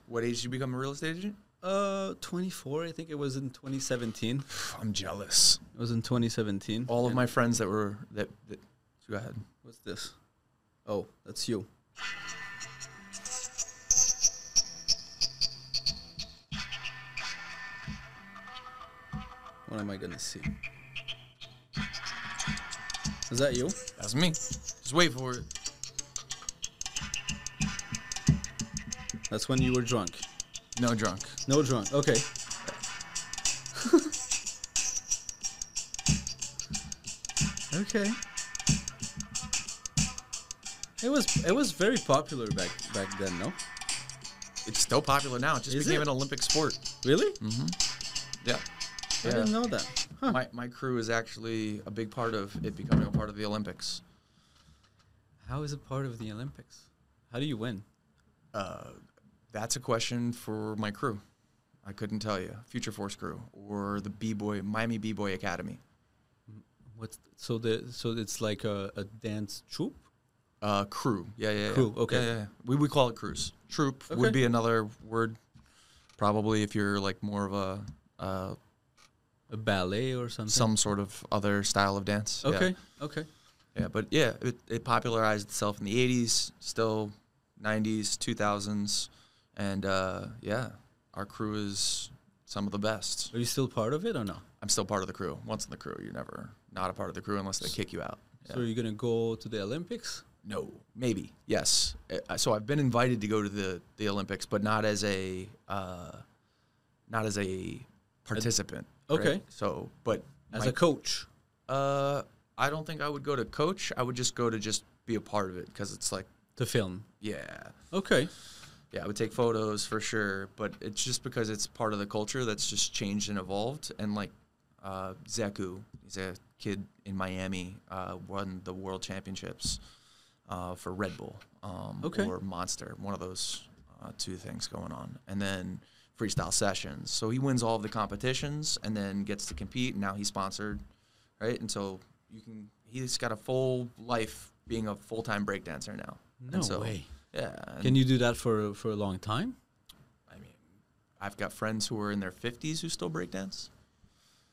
B: What age did you become a real estate agent?
A: Uh, 24. I think it was in 2017.
B: I'm jealous.
A: It was in 2017.
B: All of my friends that were that. that go ahead.
A: What's this? Oh, that's you. What am I gonna see? Is that you?
B: That's me. Just wait for it.
A: That's when you were drunk.
B: No drunk.
A: No drunk. Okay. okay. It was it was very popular back back then, no?
B: It's still popular now. It just
A: Is
B: became
A: it?
B: an Olympic sport.
A: Really?
B: Yeah.
A: I didn't know that. Huh.
B: My my crew is actually a big part of it becoming a part of the Olympics.
A: How is it part of the Olympics? How do you win?
B: Uh, that's a question for my crew. I couldn't tell you. Future Force crew or the B Boy Miami B Boy Academy.
A: What's so the so it's like a, a dance troupe?
B: Uh, crew. Yeah, yeah. yeah.
A: Crew, okay.
B: Yeah, yeah, yeah. We we call it crews. Troop
A: Okay.
B: would be another word, probably if you're like more of a uh,
A: A ballet or something?
B: some sort of other style of dance. yeah.
A: okay, okay.
B: Yeah, but yeah, it, it popularized itself in the 80s, still 90s, 2000s, and uh, yeah, our crew is some of the best.
A: Are you still part of it or no?
B: I'm still part of the crew. Once in the crew, you're never not a part of the crew unless they kick you out. Yeah.
A: So are you gonna go to the Olympics?
B: No, maybe yes. Uh, So I've been invited to go to the the Olympics, but not as a uh, not as a participant. right?
A: okay.
B: So, but
A: As
B: my-
A: a coach.
B: uh, I don't think I would go to coach. I would just go to just be a part of it because it's like,
A: To film.
B: yeah,
A: Okay.
B: yeah, I would take photos for sure. But it's just because it's part of the culture that's just changed and evolved. And like uh, Zeku, he's a kid in Miami, uh, won the world championships uh, for Red Bull um,
A: Okay.
B: or Monster, one of those uh, two things going on. And then freestyle sessions. So he wins all of the competitions and then gets to compete. And now he's sponsored, right? And so you can, he's got a full life being a full time breakdancer now. And
A: No
B: so,
A: way.
B: Yeah. and
A: Can you do that for for a long time?
B: I mean, I've got friends who are in their 50s who still breakdance.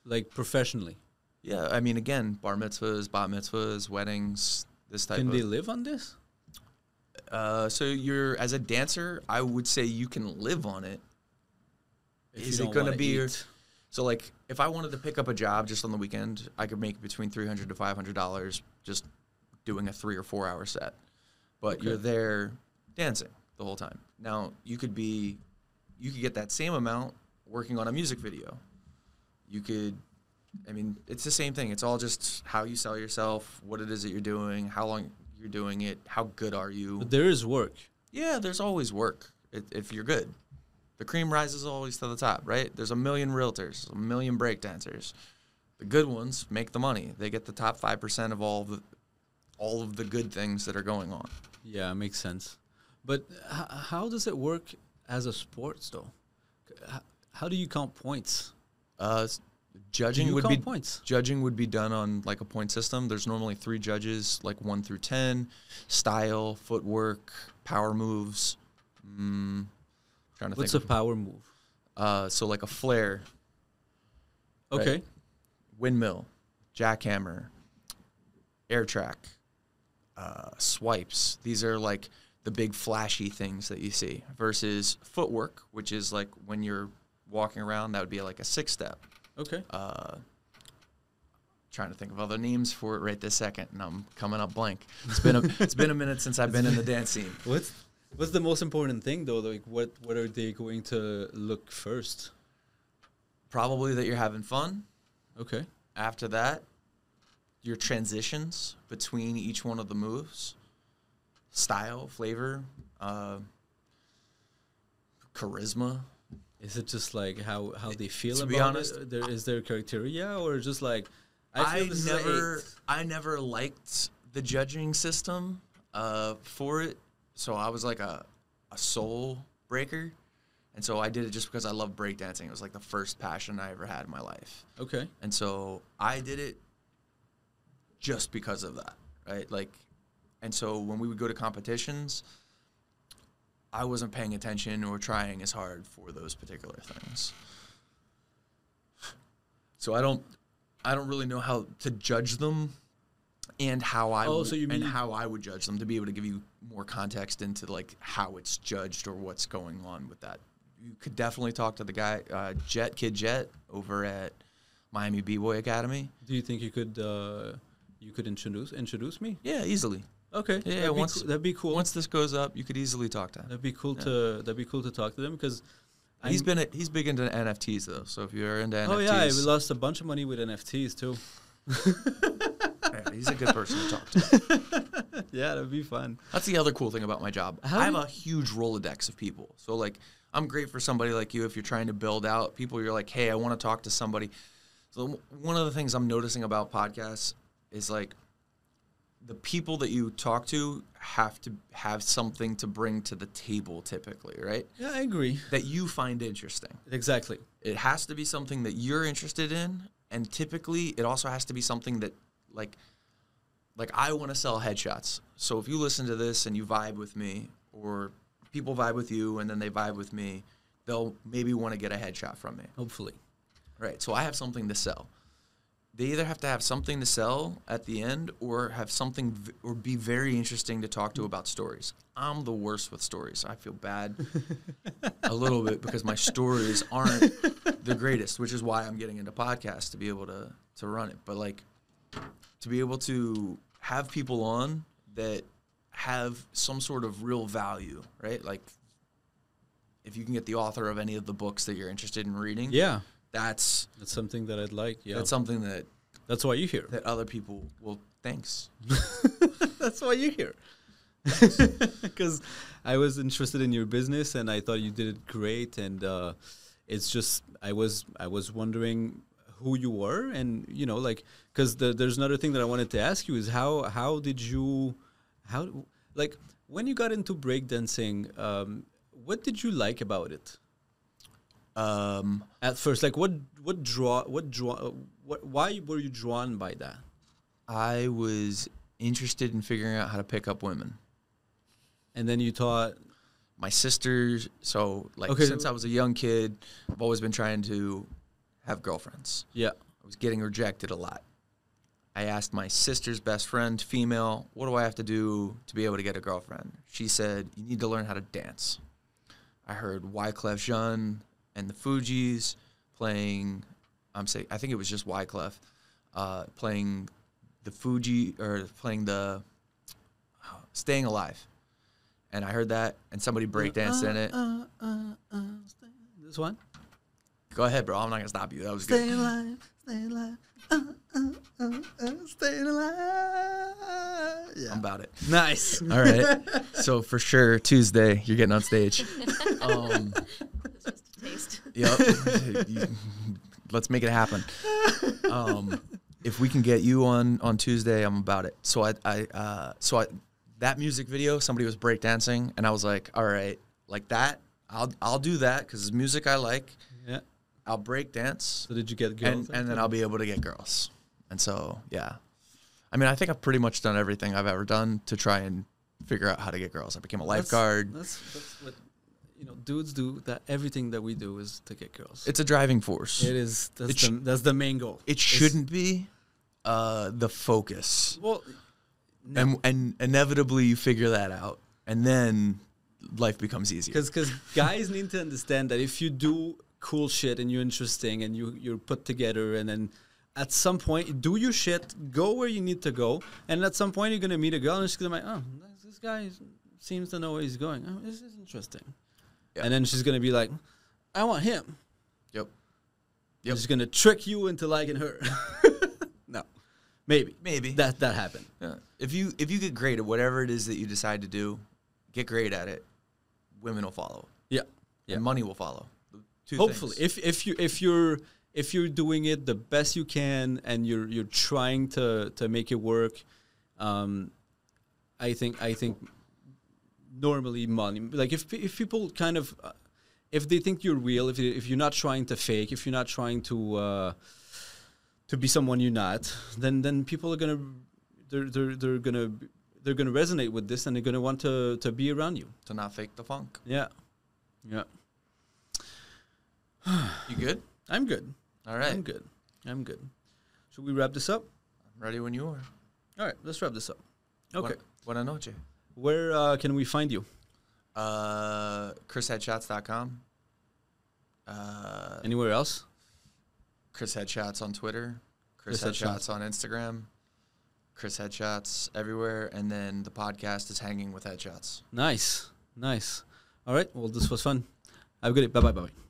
A: Like professionally?
B: Yeah, I mean, again, bar mitzvahs, bat mitzvahs, weddings, this type
A: Can
B: of.
A: they live on this?
B: uh, so you're as a dancer, I would say you can live on it.
A: If
B: Is
A: you
B: it
A: don't
B: gonna
A: wanna
B: be your-
A: eat?
B: So like, if I wanted to pick up a job just on the weekend, I could make between three hundred to five hundred dollars just doing a three or four hour set. But you're there dancing the whole time. Now you could be, you could get that same amount working on a music video. You could, I mean, it's the same thing. It's all just how you sell yourself, what it is that you're doing, how long you're doing it, how good are you.
A: But there is work.
B: Yeah, there's always work if, if you're good. The cream rises always to the top, right? There's a million realtors, a million breakdancers. The good ones make the money. They get the top five percent of all the all of the good things that are going on.
A: Yeah, it makes sense. But h- how does it work as a sports though? H- how do you count points?
B: Uh, s-
A: Do
B: judging
A: you
B: would
A: count
B: be
A: points?
B: judging would be done on like a point system. There's normally three judges, like one through ten, style, footwork, power moves. Mm, trying to
A: What's a
B: think.
A: power move?
B: Of, uh, so like a flare, Right.
A: Okay.
B: windmill, jackhammer, air track, uh, swipes. These are like the big flashy things that you see versus footwork, which is like when you're walking around, that would be like a six step.
A: Okay.
B: Trying to think of other names for it right this second, and I'm coming up blank. It's been a it's been a minute since I've been in the dance scene.
E: What's
A: What's the most important thing though? Like what what are they going to look first?
B: Probably that you're having fun.
A: Okay.
B: After that, your transitions between each one of the moves, style, flavor, uh, charisma.
A: Is it just like how how they feel
B: to
A: about
B: be honest,
A: it? There, is there criteria or just like
B: I,
A: feel this is a
B: never,
A: eight?
B: I never liked the judging system uh, for it, so I was like a, a soul breaker, and so I did it just because I love breakdancing. It was like the first passion I ever had in my life.
A: Okay.
B: And so I did it just because of that, right? Like, and so when we would go to competitions, I wasn't paying attention or trying as hard for those particular things. So I don't, I don't really know how to judge them, and how I
A: Oh,
B: would-
A: so you mean-
B: and how I would judge them to be able to give you more context into like how it's judged or what's going on with that. You could definitely talk to the guy uh, Jet Kid Jet over at Miami B Boy Academy.
A: Do you think you could uh, you could introduce introduce me?
B: Yeah, easily.
A: Okay.
B: Yeah,
A: that'd,
B: once-
A: be cool. that'd be cool.
B: Once this goes up, you could easily talk to him.
A: that'd be cool to that'd be cool to talk to them because
B: He's been a, he's big into NFTs though, so if you're into NFTs,
A: Oh yeah, I lost a bunch of money with NFTs too.
B: yeah, he's a good person to talk to.
A: yeah, that'd be fun.
B: That's the other cool thing about my job. I have a huge Rolodex of people, so like I'm great for somebody like you if you're trying to build out people. You're like, hey, I want to talk to somebody. So one of the things I'm noticing about podcasts is like the people that you talk to have to have something to bring to the table, typically, right?
A: Yeah, I agree.
B: That you find interesting.
A: Exactly.
B: it has to be something that you're interested in and typically it also has to be something that like like I want to sell headshots. So if you listen to this and you vibe with me or people vibe with you and then they vibe with me, they'll maybe want to get a headshot from me.
A: Hopefully.
B: Right. So I have something to sell. They either have to have something to sell at the end or have something v- or be very interesting to talk to about stories. I'm the worst with stories. I feel bad a little bit because my stories aren't the greatest, which is why I'm getting into podcasts to be able to to run it. But like to be able to have people on that have some sort of real value, right? Like if you can get the author of any of the books that you're interested in reading,
A: Yeah,
B: that's
A: that's something that I'd like. Yeah,
B: that's
A: that's,
B: something that
A: why you're here.
B: that other people will thanks.
A: That's why you're here. Because I was interested in your business and I thought you did it great. And uh, it's just I was I was wondering who you were and you know like because the, there's another thing that I wanted to ask you is how how did you how like when you got into breakdancing um, what did you like about it
B: Um,
A: at first like what what draw what draw what why were you drawn by that
B: I was interested in figuring out how to pick up women.
A: And then you taught.
B: My sisters, so like
A: Okay.
B: since I was a young kid, I've always been trying to have girlfriends.
A: Yeah.
B: I was getting rejected a lot. I asked my sister's best friend, female, what do I have to do to be able to get a girlfriend? She said, you need to learn how to dance. I heard Wyclef Jean and the Fugees playing, I'm saying, I think it was just Wyclef, uh, playing the Fuji or playing the uh, Staying Alive. And I heard that and somebody breakdanced in it.
A: Uh-uh. This one.
B: Go ahead, bro. I'm not going to stop you. That was good.
A: Stay alive. Stay alive. Uh, uh, uh, uh, stay alive. Yeah.
B: I'm about it.
A: Nice.
B: All right. So for sure, Tuesday, you're getting on stage. Um,
C: It's just a taste.
B: yep. You- Let's make it happen. Um, if we can get you on on Tuesday, I'm about it. So I, I uh, so I, that music video, somebody was breakdancing, and I was like, all right, like that, I'll I'll do that because it's music I like.
A: Yeah.
B: I'll break dance,
A: So did you get
B: and
A: girls?
B: and then I'll be able to get girls. And so yeah, I mean, I think I've pretty much done everything I've ever done to try and figure out how to get girls. I became a
A: That's-
B: lifeguard.
A: That's, that's what you know. Dudes do that. Everything that we do is to get girls.
B: It's a driving force.
A: It is. That's,
B: It sh-
A: the, that's the main goal.
B: It shouldn't be uh, the focus,
A: Well,
B: and and inevitably you figure that out, and then life becomes easier.
A: because because guys need to understand that if you do cool shit and you're interesting and you you're put together and then at some point do your shit go where you need to go and at some point you're gonna meet a girl and she's gonna be like oh this- this guy is- seems to know where he's going oh, this is interesting
B: Yeah.
A: and then she's gonna be like I want him
B: Yep.
A: yep. she's gonna trick you into liking her no maybe
B: Maybe.
A: that that happened
B: Yeah. If you if you get great at whatever it is that you decide to do, get great at it. Women will follow,
A: yeah
B: and money will follow. Two
A: hopefully
B: things.
A: if if you if you're if you're doing it the best you can and you're you're trying to to make it work um i think i think normally money like if pe- if people kind of uh, if they think you're real if, you, if you're not trying to fake if you're not trying to uh to be someone you're not then then people are gonna they're they're, they're gonna they're gonna resonate with this and they're gonna want to to be around you
B: to not fake the funk.
A: yeah yeah
B: You good?
A: i'm good
B: All right.
A: I'm good. I'm good. Should we wrap this up?
B: Ready when you are.
A: All right, let's wrap this up. Mm-hmm. Okay.
B: Buena- Buena noche.
A: Where uh, can we find you?
B: Uh, ChrisHeadshots.com. Uh,
A: Anywhere else?
B: Chris Headshots on Twitter,
A: Chris
B: Chris, Headshots. on Instagram, Chris Headshots everywhere, and then the podcast is hanging with Headshots.
A: Nice. Nice. All right. Well, this was fun. Have a good day. Bye bye. Bye bye.